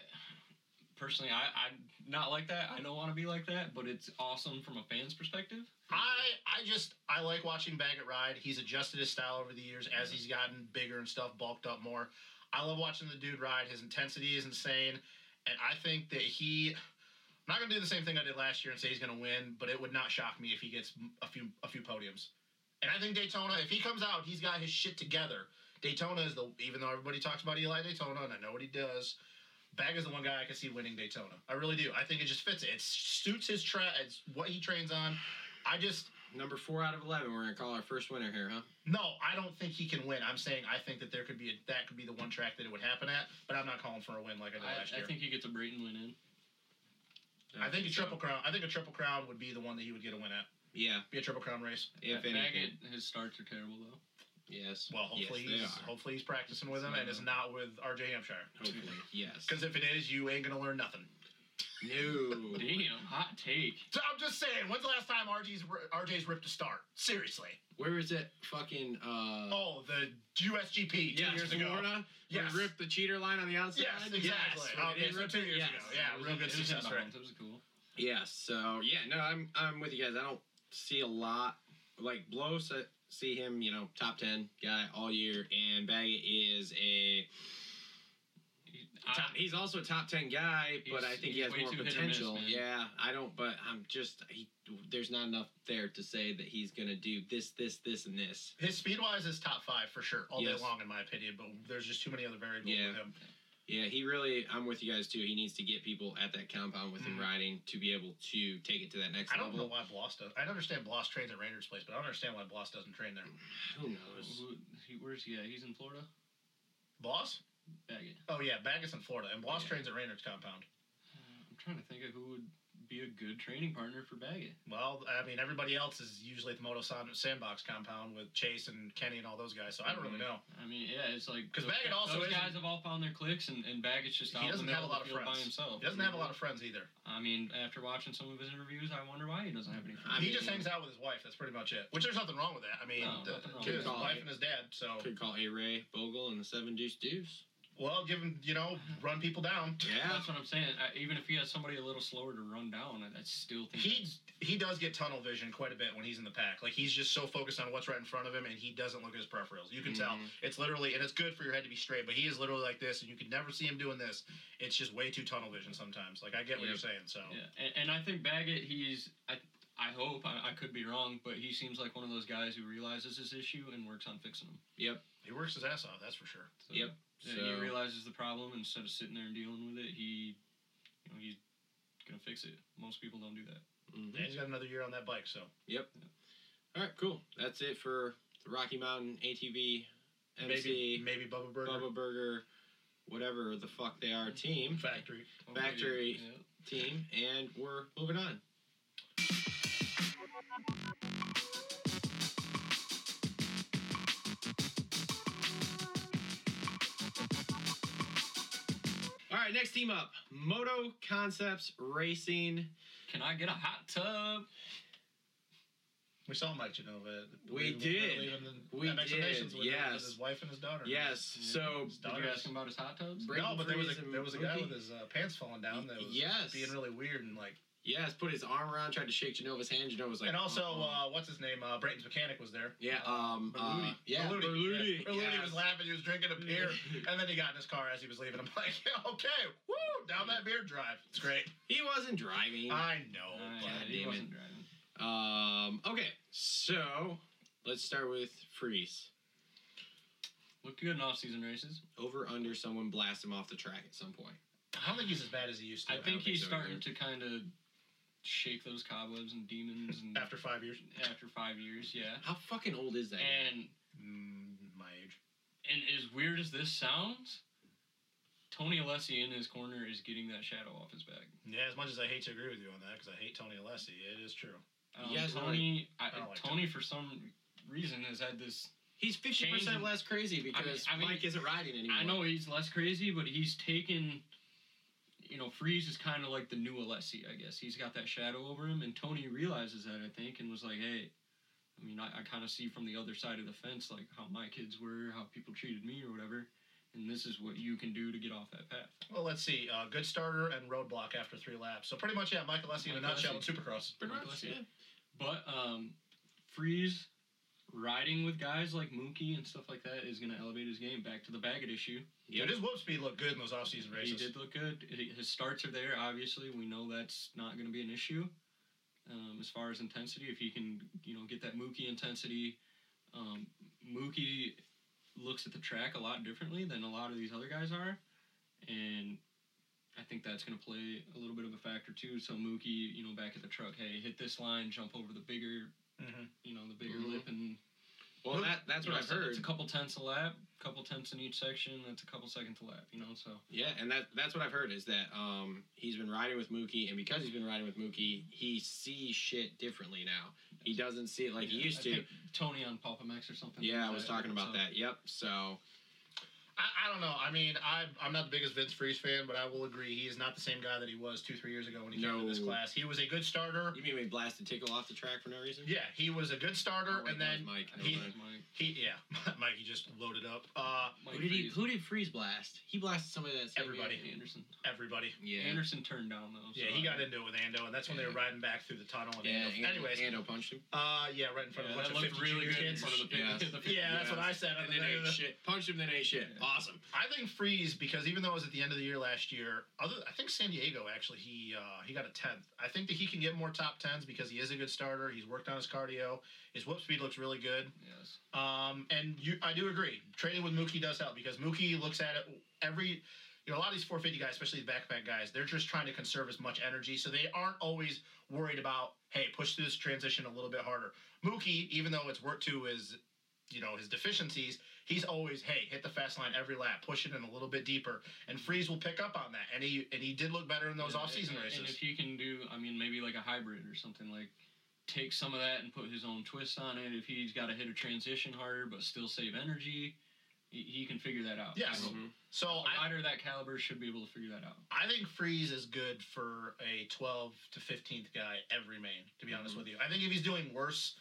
Speaker 5: personally I, I'm not like that. I don't want to be like that, but it's awesome from a fan's perspective.
Speaker 4: I I just I like watching Baggett ride. He's adjusted his style over the years as he's gotten bigger and stuff, bulked up more. I love watching the dude ride. His intensity is insane, and I think that he. I'm not gonna do the same thing I did last year and say he's gonna win, but it would not shock me if he gets a few a few podiums. And I think Daytona, if he comes out, he's got his shit together. Daytona is the even though everybody talks about Eli Daytona and I know what he does. Bag is the one guy I can see winning Daytona. I really do. I think it just fits it. It suits his tra- it's what he trains on. I just
Speaker 3: Number four out of eleven. We're gonna call our first winner here, huh?
Speaker 4: no, I don't think he can win. I'm saying I think that there could be a, that could be the one track that it would happen at, but I'm not calling for a win like I did
Speaker 5: I,
Speaker 4: last year.
Speaker 5: I think he gets a Brayton win in.
Speaker 4: I think a triple crown. I think a triple crown would be the one that he would get a win at.
Speaker 3: Yeah,
Speaker 4: Be a triple crown race.
Speaker 3: if
Speaker 5: Ba-
Speaker 3: anything.
Speaker 5: Baggett, his starts are terrible though.
Speaker 3: Yes.
Speaker 4: Well, hopefully
Speaker 3: yes, they
Speaker 4: he's *laughs*
Speaker 3: are.
Speaker 4: hopefully he's practicing with him and it's
Speaker 5: Mhm.
Speaker 4: not with RJ Hampshire.
Speaker 3: Hopefully,
Speaker 4: *laughs*
Speaker 3: yes.
Speaker 4: Because if it is, you ain't gonna learn nothing.
Speaker 3: No.
Speaker 5: Damn, hot take.
Speaker 4: So I'm just saying. When's the last time RJ's ri- RJ's ripped a start? Seriously.
Speaker 3: Where is it? Fucking. Uh,
Speaker 4: Oh, the USGP two
Speaker 3: yes,
Speaker 4: years ago.
Speaker 3: Florida.
Speaker 4: Yes.
Speaker 3: Yes. Ripped the cheater line on the outside.
Speaker 4: Yes, exactly.
Speaker 3: when they
Speaker 4: okay,
Speaker 3: didn't
Speaker 4: so
Speaker 3: rip
Speaker 4: two
Speaker 3: it,
Speaker 4: years
Speaker 3: yes.
Speaker 4: ago. Yeah, real
Speaker 5: It
Speaker 4: good
Speaker 5: was- it was
Speaker 4: success
Speaker 5: head-on.
Speaker 4: rate.
Speaker 5: That was cool.
Speaker 3: Yes. So yeah, no, I'm I'm with you guys. I don't see a lot like Blos. I see him, you know, top ten guy all year, and Baggett is a
Speaker 5: He-
Speaker 3: top.
Speaker 5: I-
Speaker 3: He's also a top ten guy, but
Speaker 5: He's-
Speaker 3: I think he
Speaker 5: he's
Speaker 3: has
Speaker 5: way
Speaker 3: more
Speaker 5: too hit or miss,
Speaker 3: potential.
Speaker 5: man.
Speaker 3: yeah, I don't. But I'm just he, there's not enough there to say that he's gonna do this, this, this, and this.
Speaker 4: His speed wise is top five for sure, all
Speaker 3: Yes.
Speaker 4: day long, in my opinion. But there's just too many other variables
Speaker 3: Yeah.
Speaker 4: with him.
Speaker 3: Yeah, he really. I'm with you guys too. He needs to get people at that compound with him
Speaker 4: Mhm.
Speaker 3: riding to be able to take it to that next
Speaker 4: I don't know
Speaker 3: level.
Speaker 4: why Bloss does. I understand Bloss trains at Ranger's place, but I don't understand why Bloss doesn't train there.
Speaker 3: Who knows?
Speaker 5: who- he- where's he at? He's in Florida?
Speaker 4: Bloss?
Speaker 5: Baggett.
Speaker 4: Oh yeah, Baggett's in Florida, and Bloss
Speaker 5: Yeah.
Speaker 4: trains at Ranger's compound.
Speaker 5: I'm trying to think of who would be a good training partner for Baggett.
Speaker 4: Well, I mean, everybody else is usually at the Moto Sand- Sandbox compound with Chase and Kenny and all those guys, so I don't really know.
Speaker 5: I mean, yeah, it's like
Speaker 4: 'Cause
Speaker 5: those-
Speaker 4: Baggett also
Speaker 5: those
Speaker 4: isn't-
Speaker 5: guys have all found their clicks, and, and Baggett's just
Speaker 4: He
Speaker 5: out in the
Speaker 4: doesn't have
Speaker 5: middle
Speaker 4: a lot
Speaker 5: the
Speaker 4: of
Speaker 5: field by
Speaker 4: friends.
Speaker 5: himself.
Speaker 4: He doesn't have a lot of friends either.
Speaker 5: I mean, after watching some of his interviews, I wonder why he doesn't have any friends.
Speaker 3: I
Speaker 4: he
Speaker 3: mean-
Speaker 4: just hangs out with his wife. That's pretty much it. Which there's nothing wrong with that. I mean,
Speaker 5: No,
Speaker 4: the,
Speaker 5: nothing wrong
Speaker 4: his
Speaker 3: with that.
Speaker 4: wife and his dad. So,
Speaker 3: Could call A Ray Bogle and the Seven Deuce
Speaker 4: *laughs*
Speaker 3: Deuce.
Speaker 4: well, give him, you know, run people down.
Speaker 3: Yeah.
Speaker 5: That's what I'm saying. I, even if he has somebody a little slower to run down, I, I still think
Speaker 4: He
Speaker 5: that's-
Speaker 4: he does get tunnel vision quite a bit when he's in the pack. Like he's just so focused on what's right in front of him, and he doesn't look at his peripherals. You can
Speaker 5: Mm-hmm.
Speaker 4: tell
Speaker 3: Mhm.
Speaker 4: it's literally, and it's good for your head to be straight, but he is literally like this, and you can never see him doing this. It's just way too tunnel vision sometimes. Like I get what
Speaker 5: Yeah.
Speaker 4: you're saying. So
Speaker 5: Yeah, and, and I think Baggett, he's I I hope I, I could be wrong, but he seems like one of those guys who realizes his issue and works on fixing them.
Speaker 4: he works his ass off. That's for sure.
Speaker 5: So,
Speaker 3: Yep.
Speaker 5: yeah,
Speaker 3: So-
Speaker 5: he realizes the problem instead of sitting there and dealing with it. He, you know, he's gonna fix it. Most people don't do that.
Speaker 3: Mhm.
Speaker 4: And he's got another year on that bike. So
Speaker 3: All right, cool. That's it for the Rocky Mountain ATV
Speaker 4: maybe
Speaker 3: MC
Speaker 4: maybe Bubba Burger
Speaker 3: Bubba Burger, whatever the fuck they are, team
Speaker 4: Factory.
Speaker 5: Hopefully-
Speaker 3: Factory.
Speaker 5: Yeah.
Speaker 3: team, and we're moving on. All right, next team up, Moto Concepts Racing.
Speaker 5: Can I get a hot tub?
Speaker 4: We saw Mike Genova.
Speaker 3: We did. We
Speaker 4: we were leaving the MX
Speaker 3: did,
Speaker 4: Nations with,
Speaker 3: yes.
Speaker 4: with his wife and his daughter.
Speaker 3: Yes, so
Speaker 4: His
Speaker 5: Did
Speaker 4: daughter
Speaker 5: you ask him about his hot tubs?
Speaker 3: Brayden
Speaker 4: no, but there was
Speaker 3: Freeze
Speaker 4: a,
Speaker 3: and
Speaker 4: there was a guy
Speaker 3: Mookie.
Speaker 4: with his uh, pants falling down that was
Speaker 3: Yes.
Speaker 4: being really weird and like.
Speaker 3: yes, put his arm around, tried to shake Genova's hand. Genova's like,
Speaker 4: and also,
Speaker 3: uh-uh.
Speaker 4: uh, what's his name? Uh, Brayton's mechanic was there.
Speaker 3: yeah, um,
Speaker 4: Berluti.
Speaker 3: uh, yeah,
Speaker 4: Berluti.
Speaker 3: Berluti,
Speaker 4: Yeah. Berluti
Speaker 3: yes.
Speaker 4: was laughing. He was drinking
Speaker 5: Mm-hmm.
Speaker 4: a beer, and then he got in his car as he was leaving. I'm like, *laughs* yeah, okay, woo, down that beer drive. It's great.
Speaker 3: He wasn't driving.
Speaker 4: I know.
Speaker 5: Uh, yeah,
Speaker 4: but-
Speaker 3: God
Speaker 5: he
Speaker 3: damn
Speaker 5: wasn't driving.
Speaker 3: Um, okay, so let's start with Freeze.
Speaker 5: Looked good in off-season races.
Speaker 3: Over under someone blast him off the track at some point.
Speaker 4: I don't think he's as bad as he used to.
Speaker 5: I
Speaker 3: think
Speaker 5: think he's
Speaker 3: so
Speaker 5: starting to kind of shake those cobwebs and demons and
Speaker 4: *laughs* after five years,
Speaker 5: after five years, yeah.
Speaker 3: How fucking old is that? guy?
Speaker 5: And
Speaker 4: mm, my age.
Speaker 5: and as weird as this sounds, Tony Alessi in his corner is getting that shadow off his back.
Speaker 4: Yeah, as much as I hate to agree with you on that, because I hate Tony Alessi, it is true.
Speaker 5: Um,
Speaker 3: Yeah, it's not
Speaker 5: Tony, I,
Speaker 4: I don't like
Speaker 5: Tony for some reason has had this.
Speaker 3: he's fifty
Speaker 5: Changing-
Speaker 3: percent less crazy because
Speaker 5: I mean-
Speaker 3: Mike isn't riding anymore.
Speaker 5: I know he's less crazy, but he's taken. You know, Freeze is kind of like the new Alessi, I guess. He's got that shadow over him, and Tony realizes that I think, and was like, "Hey, I mean, I, I kind of see from the other side of the fence, like how my kids were, how people treated me, or whatever, and this is what you can do to get off that path."
Speaker 4: Well, let's see. Uh, good starter and roadblock after three laps. So pretty much, yeah, Michael Lessie in a
Speaker 5: Mike
Speaker 4: nutshell in
Speaker 5: Alessi.
Speaker 4: Supercross.
Speaker 3: Pretty
Speaker 5: Mike
Speaker 3: much,
Speaker 5: Alessi.
Speaker 3: yeah.
Speaker 5: But um, Freeze riding with guys like Mookie and stuff like that is going to elevate his game back to the Baggett issue.
Speaker 4: Dude, his whoop speed looked good in those off-season races.
Speaker 5: He did look good. It- His starts are there. Obviously, we know that's not going to be an issue. Um, as far as intensity, if he can, you know, get that Mookie intensity, um, Mookie looks at the track a lot differently than a lot of these other guys are, and I think that's going to play a little bit of a factor too. So Mookie, you know, back at the truck, hey, hit this line, jump over the bigger,
Speaker 4: Mhm.
Speaker 5: you know, the bigger
Speaker 3: Mhm.
Speaker 5: lip, and
Speaker 3: Well, that, that's
Speaker 5: you
Speaker 3: what
Speaker 5: know,
Speaker 3: I've
Speaker 5: it's a-
Speaker 3: heard.
Speaker 5: It's a couple tenths a lap, couple tenths in each section. That's a couple seconds a lap, you know. So
Speaker 3: Yeah, and that that's what I've heard is that um he's been riding with Mookie, and because he's been riding with Mookie, he sees shit differently now. He doesn't see it like he
Speaker 5: Yeah,
Speaker 3: used
Speaker 5: I
Speaker 3: to.
Speaker 5: think Tony on Pulp MX or something.
Speaker 3: Yeah, I
Speaker 5: like
Speaker 3: was talking about
Speaker 5: So,
Speaker 3: that. Yep. So
Speaker 4: I, I don't know. I mean, I, I'm not the biggest Vince Freeze fan, but I will agree he is not the same guy that he was two, three years ago when he came into this
Speaker 3: No.
Speaker 4: class. He was a good starter.
Speaker 3: you mean we blasted Tickle off the track for no reason?
Speaker 4: Yeah, he was a good
Speaker 3: Oh,
Speaker 4: starter,
Speaker 3: wait,
Speaker 4: and
Speaker 3: that
Speaker 4: then
Speaker 3: was Mike.
Speaker 5: I
Speaker 3: Never
Speaker 5: don't
Speaker 4: He-
Speaker 3: mind.
Speaker 5: know, Mike-
Speaker 4: he, yeah, *laughs* Mikey just loaded up uh,
Speaker 5: Mike
Speaker 3: Who did he?
Speaker 5: Freeze,
Speaker 3: Who did Freeze blast? He blasted somebody that's
Speaker 4: Everybody.
Speaker 5: Anderson.
Speaker 4: everybody.
Speaker 3: Yeah.
Speaker 5: Anderson turned down though.
Speaker 4: Yeah, he got into it with Ando, and that's when they were riding back through the tunnel. And
Speaker 3: Yeah.
Speaker 4: Ando, anyways,
Speaker 3: Ando punched him.
Speaker 4: uh, yeah, right in front
Speaker 5: Yeah,
Speaker 4: of a
Speaker 5: that
Speaker 4: bunch of
Speaker 5: looked
Speaker 4: 50
Speaker 5: really
Speaker 4: junior
Speaker 5: good in
Speaker 4: kids.
Speaker 5: front of the pit.
Speaker 3: Yes.
Speaker 5: *laughs* the
Speaker 4: Yeah, that's what I
Speaker 3: *laughs*
Speaker 4: said.
Speaker 3: And then
Speaker 4: *laughs*
Speaker 3: ate shit. Punched him. Then ate shit.
Speaker 5: Yeah.
Speaker 3: Awesome.
Speaker 4: I think Freeze because even though it was at the end of the year last year, other I think San Diego actually he uh, he got a tenth. I think that he can get more top tens because he is a good starter. He's worked on his cardio. His whoop speed looks really good.
Speaker 5: Yes.
Speaker 4: Um, and you, I do agree. Training with Mookie does help because Mookie looks at it every. You know, a lot of these 450 guys, especially the backpack guys, they're just trying to conserve as much energy, so they aren't always worried about, hey, push through this transition a little bit harder. Mookie, even though it's work two, is you know his deficiencies, he's always hey hit the fast line every lap, push it in a little bit deeper, and Freeze will pick up on that. And he and he did look better in those
Speaker 5: Yeah,
Speaker 4: off season
Speaker 5: and-
Speaker 4: races.
Speaker 5: And if he can do, I mean, maybe like a hybrid or something like. Take some of that and put his own twist on it. If he's got to hit a transition harder but still save energy, he, he can figure that out.
Speaker 4: Yes.
Speaker 3: Mm-hmm.
Speaker 4: Mm-hmm. so
Speaker 5: A
Speaker 4: I,
Speaker 5: rider that caliber should be able to figure that out.
Speaker 4: I think Freeze is good for a 12 to 15th guy every main. To be honest
Speaker 3: Mm-hmm.
Speaker 5: Mhm.
Speaker 4: with you, I think if he's doing worse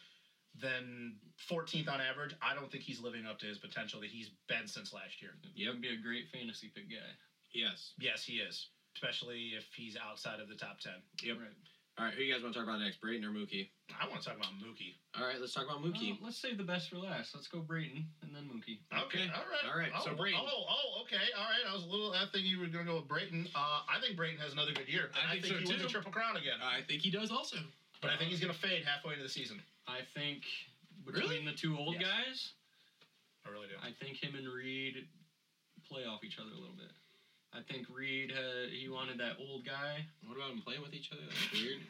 Speaker 4: than 14th on average, I don't think he's living up to his potential that he's been since last year.
Speaker 3: Yep.
Speaker 5: He'd be a great fantasy pick guy.
Speaker 3: Yes.
Speaker 4: Yes, he is, especially if he's outside of the top 10.
Speaker 3: Yep.
Speaker 5: Right.
Speaker 3: All right. Who you guys want to talk about next, Brayton or Mookie?
Speaker 4: I want to talk about Mookie.
Speaker 3: All right. Let's talk about Mookie.
Speaker 5: Well, let's save the best for last. Let's go Brayton and then Mookie.
Speaker 3: Okay.
Speaker 4: All right.
Speaker 3: All right,
Speaker 4: Oh,
Speaker 3: so Brayton.
Speaker 4: Oh, oh, okay. All right. I was a little. I think you were going to go with Brayton. Uh, I think Brayton has another good year.
Speaker 3: I
Speaker 4: And I
Speaker 3: think
Speaker 4: think,
Speaker 3: so,
Speaker 4: he wins
Speaker 3: too. Uh,
Speaker 4: a triple crown again.
Speaker 3: I think he does also.
Speaker 4: but I think he's going to fade halfway into the season.
Speaker 5: I think
Speaker 3: Really?
Speaker 5: between the two old
Speaker 4: Yes.
Speaker 5: guys,
Speaker 4: I really do.
Speaker 5: I think him and Reed play off each other a little bit. I think Reed uh, he wanted that old guy.
Speaker 3: What about him playing with each other? That's weird.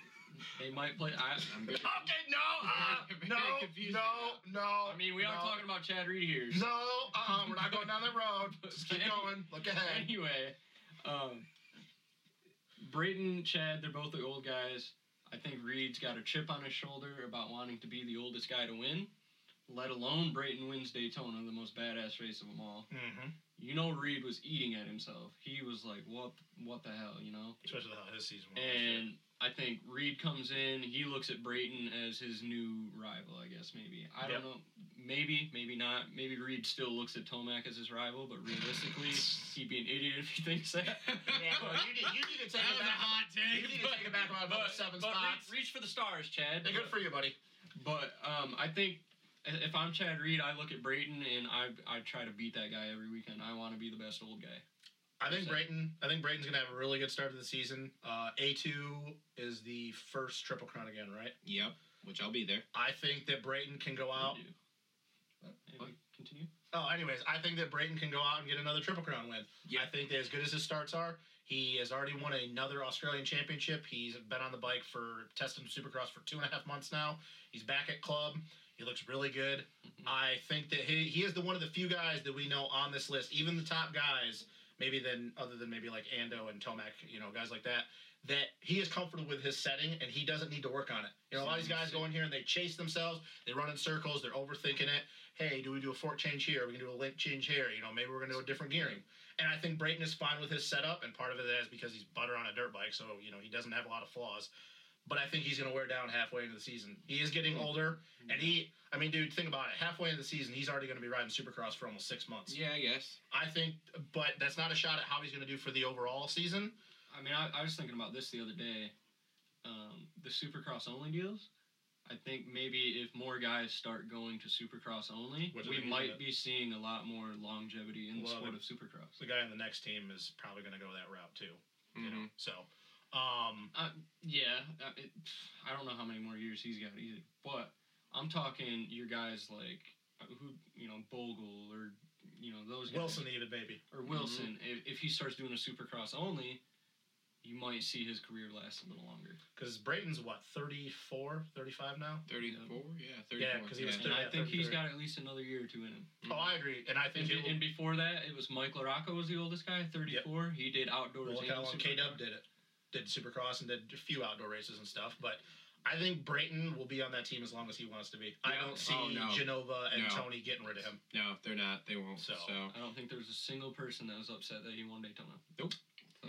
Speaker 5: They might play. I,
Speaker 3: I'm good.
Speaker 4: Okay. *laughs* No. Uh,
Speaker 5: Very
Speaker 4: no.
Speaker 5: confusing
Speaker 4: No. No.
Speaker 5: I mean, we are
Speaker 4: no,
Speaker 5: talking about Chad Reed here. *laughs*
Speaker 4: No. Uh. We're not going down that *laughs* road. Just keep
Speaker 5: Okay.
Speaker 4: going. Look *laughs* ahead.
Speaker 5: anyway, um, Brayton, Chad, they're both the old guys. I think Reed's got a chip on his shoulder about wanting to be the oldest guy to win, let alone Brayton wins Daytona, the most badass race of them all.
Speaker 4: Mm-hmm.
Speaker 5: You know, Reed was eating at himself. He was like, "What? What the hell?" You know.
Speaker 4: Especially how his season last year.
Speaker 5: And I think Reed comes in. He looks at Brayton as his new rival. I guess maybe I
Speaker 4: Yep.
Speaker 5: don't know. Maybe, maybe not. Maybe Reed still looks at Tomac as his rival, but *laughs* realistically, he'd be an idiot if he thinks that.
Speaker 4: *laughs*
Speaker 5: *laughs*
Speaker 4: Yeah, well, you need, you need to
Speaker 3: That
Speaker 4: take
Speaker 3: was
Speaker 4: it
Speaker 3: a
Speaker 4: back.
Speaker 3: hot
Speaker 4: You
Speaker 3: take.
Speaker 4: need to take it back about another seven
Speaker 5: but
Speaker 4: spots.
Speaker 5: Reach, reach for the stars, Chad.
Speaker 4: Hey, good for you, buddy.
Speaker 5: But um, I think i- if I'm Chad Reed, I look at Brayton and I I try to beat that guy every weekend. I want to be the best old guy.
Speaker 4: I think
Speaker 5: Percent.
Speaker 4: Brayton. I think Brayton's gonna have a really good start to the season. Uh, A two is the first triple crown again, right?
Speaker 3: *laughs* Yep. Which I'll be there.
Speaker 4: I think that Brayton can go out.
Speaker 5: You do. Maybe
Speaker 3: What?
Speaker 5: Continue.
Speaker 4: Oh, anyways, I think that Brayton can go out and get another triple crown win. I think that as good as his starts are, he has already won another Australian Championship. He's been on the bike for testing Supercross for two and a half months now. He's back at club. He looks really good. I think that he, he is the one of the few guys that we know on this list, even the top guys, maybe then other than maybe like Ando and Tomac, you know, guys like that, that he is comfortable with his setting and he doesn't need to work on it. You know, a lot of these guys go in here and they chase themselves, they run in circles, they're overthinking it. Hey, do we do a fork change here? Are we gonna do a link change here? You know, maybe we're gonna do a different gearing. And I think Brayton is fine with his setup, and part of it is because he's butter on a dirt bike, so you know he doesn't have a lot of flaws. But I think he's going to wear down halfway into the season. He is getting older, and he, I mean, dude, think about it. Halfway into the season, he's already going to be riding Supercross for almost six months.
Speaker 3: Yeah, I guess.
Speaker 4: I think, but that's not a shot at how he's going to do for the overall season.
Speaker 5: I mean, I, I was thinking about this the other day. Um, the Supercross only deals. I think maybe if more guys start going to Supercross only,
Speaker 4: Which we
Speaker 5: we
Speaker 4: need
Speaker 5: might
Speaker 4: it.
Speaker 5: be seeing a lot more longevity in the
Speaker 4: Well,
Speaker 5: sport
Speaker 4: the-
Speaker 5: of Supercross.
Speaker 4: The guy on the next team is probably going to go that route too. You know,
Speaker 3: Mhm.
Speaker 4: so um,
Speaker 5: Yeah, uh, it, I don't know how many more years he's got either, but I'm talking your guys like uh, who you know Bogle or you know those guys.
Speaker 4: Wilson even maybe.
Speaker 5: or Wilson. If, if he starts doing a Supercross only, you might see his career last a little longer.
Speaker 4: Because Brayton's what, 34, 35 now?
Speaker 3: 34? Yeah, 34.
Speaker 4: Yeah, 'cause he was
Speaker 5: And I
Speaker 4: Yeah,
Speaker 5: think he's
Speaker 4: thirty-three.
Speaker 5: got at least another year or two in him.
Speaker 4: Oh, I agree. And I think
Speaker 5: And,
Speaker 4: it will-
Speaker 5: and before that, it was Mike LaRocco was the oldest guy, 34. He did outdoors.
Speaker 4: Well, look
Speaker 5: and
Speaker 4: how long K
Speaker 5: Supercross.
Speaker 4: Dub did it. Did Supercross and did a few outdoor races and stuff. But I think Brayton will be on that team as long as he wants to be. I
Speaker 3: Yeah.
Speaker 4: don't see
Speaker 3: Oh, no.
Speaker 4: Genova and
Speaker 3: No.
Speaker 4: Tony getting rid of him.
Speaker 3: No, they're not. They won't. So.
Speaker 4: So.
Speaker 5: I don't think there was a single person that was upset that he won Daytona.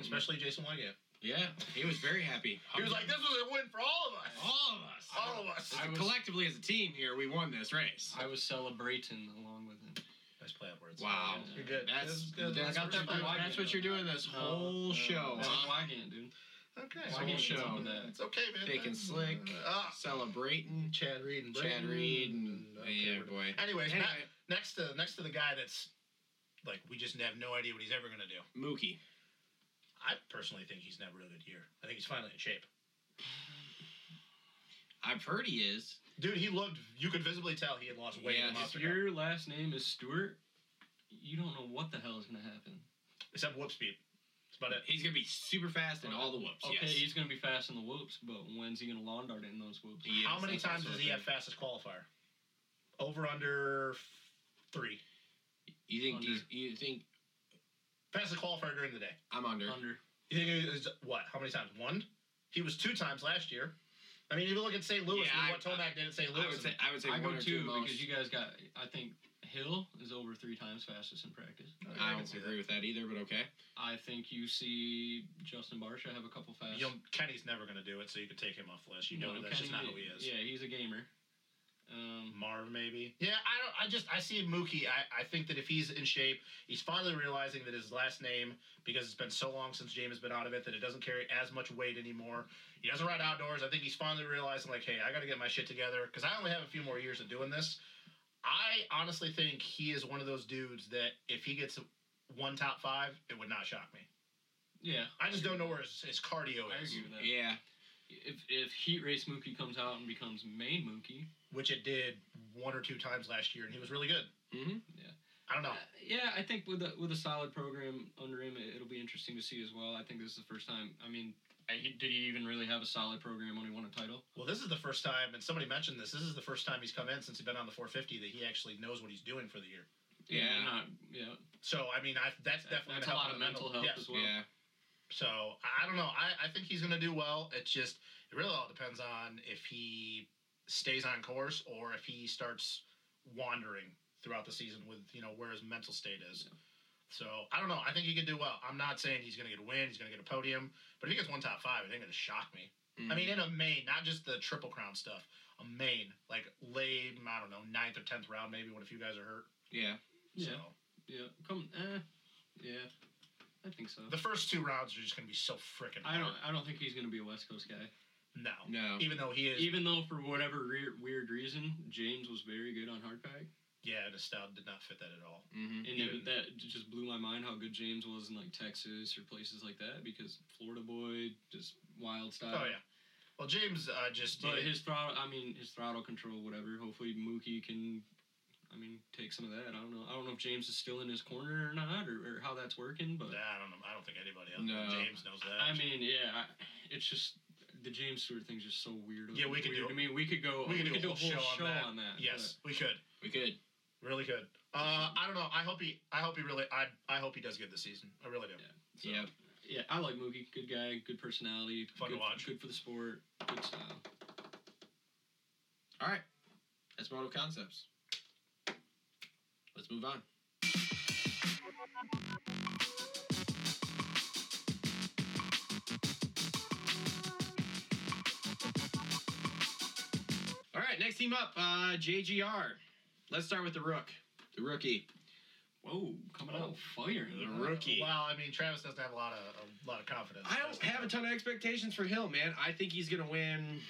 Speaker 4: Especially Jason Wygant.
Speaker 3: Yeah, he was very happy.
Speaker 4: He was like, this was a win for all of us.
Speaker 3: all of us.
Speaker 4: All of us.
Speaker 3: I
Speaker 5: I was-
Speaker 3: collectively as a team here, we won this race.
Speaker 5: I was celebrating along with him.
Speaker 4: Nice play on words.
Speaker 3: Wow.
Speaker 4: You're good.
Speaker 3: That's
Speaker 4: That was good.
Speaker 3: that's,
Speaker 4: I got that
Speaker 3: what,
Speaker 4: from
Speaker 3: you're-
Speaker 4: Wygant.
Speaker 3: that's what you're doing this
Speaker 5: Uh,
Speaker 3: whole show.
Speaker 5: That's
Speaker 3: huh?
Speaker 5: why Oh, I can't, dude.
Speaker 4: Okay.
Speaker 5: Why
Speaker 4: so
Speaker 5: can't
Speaker 4: we'll
Speaker 5: you
Speaker 4: show.
Speaker 5: tell
Speaker 3: show.
Speaker 5: me that?
Speaker 4: It's okay, man.
Speaker 3: Thick and
Speaker 4: That's-
Speaker 3: slick.
Speaker 4: Ah,
Speaker 3: Celebrating
Speaker 4: Chad Reed and
Speaker 3: Chad
Speaker 4: Brayton.
Speaker 3: Reed and
Speaker 4: Okay,
Speaker 3: yeah,
Speaker 4: we're-
Speaker 3: boy.
Speaker 4: Anyways,
Speaker 3: Anyway,
Speaker 4: Matt- next to next to the guy that's like we just have no idea what he's ever gonna do.
Speaker 3: Mookie.
Speaker 4: I personally think he's never a good year. I think he's finally in shape.
Speaker 3: I've heard he is.
Speaker 4: Dude, he looked. You could visibly tell he had lost weight.
Speaker 3: Yeah,
Speaker 4: in the
Speaker 5: If
Speaker 4: monster cup.
Speaker 5: your last name is Stewart, you don't know what the hell is going to happen.
Speaker 4: Except whoop speed. That's about it.
Speaker 3: He's gonna be super fast in all the whoops.
Speaker 5: Okay,
Speaker 3: yes.
Speaker 5: he's going to be fast in the whoops, but when's he going to lawn dart it in those whoops?
Speaker 3: He is,
Speaker 4: How many
Speaker 3: that's
Speaker 4: times
Speaker 3: also
Speaker 4: does
Speaker 3: a
Speaker 4: he
Speaker 3: thing.
Speaker 4: have fastest qualifier? Over under f- three.
Speaker 3: You think
Speaker 5: Under.
Speaker 3: these, you think
Speaker 4: Pass the qualifier during the day.
Speaker 3: I'm under.
Speaker 5: Under.
Speaker 4: You think it was what? How many times? One. He was two times last year. I mean, if you look at St. Louis,
Speaker 3: Yeah,
Speaker 4: and
Speaker 3: I-
Speaker 4: what Tomac did at St. Louis.
Speaker 3: I would say I would say
Speaker 5: I
Speaker 3: one
Speaker 5: go
Speaker 3: or
Speaker 5: two
Speaker 3: two most.
Speaker 5: because you guys got. I think Hill is over three times fastest in practice.
Speaker 3: I don't agree with that either, but okay.
Speaker 5: I think you see Justin Barsha have a couple fast.
Speaker 4: You know, Kenny's never going to do it, so you could take him off the list. You know
Speaker 5: No,
Speaker 4: that's just not
Speaker 5: Kenny-
Speaker 4: who he is.
Speaker 5: Yeah, he's a gamer. Um,
Speaker 4: Marv, maybe. Yeah, I don't. I just I see Mookie. I, I think that if he's in shape, he's finally realizing that his last name, because it's been so long since James has been out of it, that it doesn't carry as much weight anymore. He doesn't ride outdoors. I think he's finally realizing like, hey, I got to get my shit together because I only have a few more years of doing this. I honestly think he is one of those dudes that if he gets one top five, it would not shock me.
Speaker 5: yeah,
Speaker 4: I just don't know where his, his cardio
Speaker 5: I
Speaker 4: is,
Speaker 5: agree with that.
Speaker 3: Yeah.
Speaker 5: If if Heat Race Mookie comes out and becomes main Mookie,
Speaker 4: which it did one or two times last year, and he was really good.
Speaker 3: Mm-hmm.
Speaker 4: I don't know.
Speaker 5: uh, yeah, I think with a with a solid program under him, it, it'll be interesting to see as well. I think this is the first time. I mean, I, he, did he even really have a solid program when he won a title?
Speaker 4: Well, this is the first time, and somebody mentioned this. This is the first time he's come in since he's been on the 450 that he actually knows what he's doing for the year.
Speaker 3: Yeah.
Speaker 5: not, yeah.
Speaker 4: So, I mean, I, that's definitely
Speaker 5: that's a
Speaker 4: gonna help
Speaker 5: lot
Speaker 4: on
Speaker 5: of
Speaker 4: the
Speaker 5: mental health
Speaker 4: Yes.
Speaker 5: as well.
Speaker 3: Yeah.
Speaker 4: So I I don't know. I, I think he's going to do well. It's just it really all depends on if he stays on course or if he starts wandering throughout the season with you know where his mental state is. So I don't know. I think he could do well. I'm not saying he's going to get a win. He's going to get a podium. But if he gets one top five, it ain't going to shock me. I
Speaker 5: Mm.
Speaker 4: mean, in a main, not just the triple crown stuff. A main, like late, I don't know, ninth or tenth round, maybe. What if you guys are hurt?
Speaker 3: yeah.
Speaker 5: Yeah,
Speaker 4: So.
Speaker 5: yeah. Come, eh, yeah. I think so.
Speaker 4: The first two rounds are just going to be so freaking.
Speaker 5: I don't.
Speaker 4: hard.
Speaker 5: I don't think he's gonna be a West Coast guy.
Speaker 4: No.
Speaker 3: No.
Speaker 4: Even though he is
Speaker 5: Even though for whatever re- weird reason, James was very good on hard pack,
Speaker 4: Yeah, and Estelle did not fit that at all.
Speaker 3: Mm-hmm.
Speaker 5: and
Speaker 4: Even-
Speaker 5: it, that j- just blew my mind how good James was in like Texas or places like that because Florida boy, just wild style.
Speaker 4: Oh yeah. Well, James uh, just
Speaker 5: Uh, But
Speaker 4: did-
Speaker 5: his throttle, I mean, his throttle control, whatever. Hopefully, Mookie can, I mean, take some of that. I don't know. I don't know if James is still in his corner or not, or, or how that's working. But
Speaker 4: I don't know. I don't think anybody else.
Speaker 3: No.
Speaker 4: James knows that.
Speaker 5: I mean, yeah, I, it's just the James Stewart thing's just so weird.
Speaker 4: Yeah, we could
Speaker 5: weird.
Speaker 4: do-
Speaker 5: I mean, we could go.
Speaker 4: we
Speaker 5: We
Speaker 4: could
Speaker 5: could,
Speaker 4: do a
Speaker 5: do
Speaker 4: whole show on that.
Speaker 5: that,
Speaker 4: yes, we could.
Speaker 3: We could.
Speaker 4: Really could. Uh, I don't know. I hope he. I hope he really. I. I hope he does good this season. I really do.
Speaker 5: Yeah.
Speaker 4: So-
Speaker 3: Yeah.
Speaker 5: but- yeah, I like Mookie. Good guy. Good personality.
Speaker 4: Fun to
Speaker 5: good,
Speaker 4: watch.
Speaker 5: Good for the sport. Good style.
Speaker 3: All right. That's Moto Concepts. Let's move on. All right, next team up, uh, JGR. Let's start with the Rook, the rookie.
Speaker 5: Whoa, coming out
Speaker 4: Oh.
Speaker 5: fire.
Speaker 3: The
Speaker 5: huh?
Speaker 3: rookie.
Speaker 4: Well, I mean, Travis doesn't have a lot of a lot of confidence.
Speaker 3: I don't have a ton of expectations for Hill, man. I think he's gonna win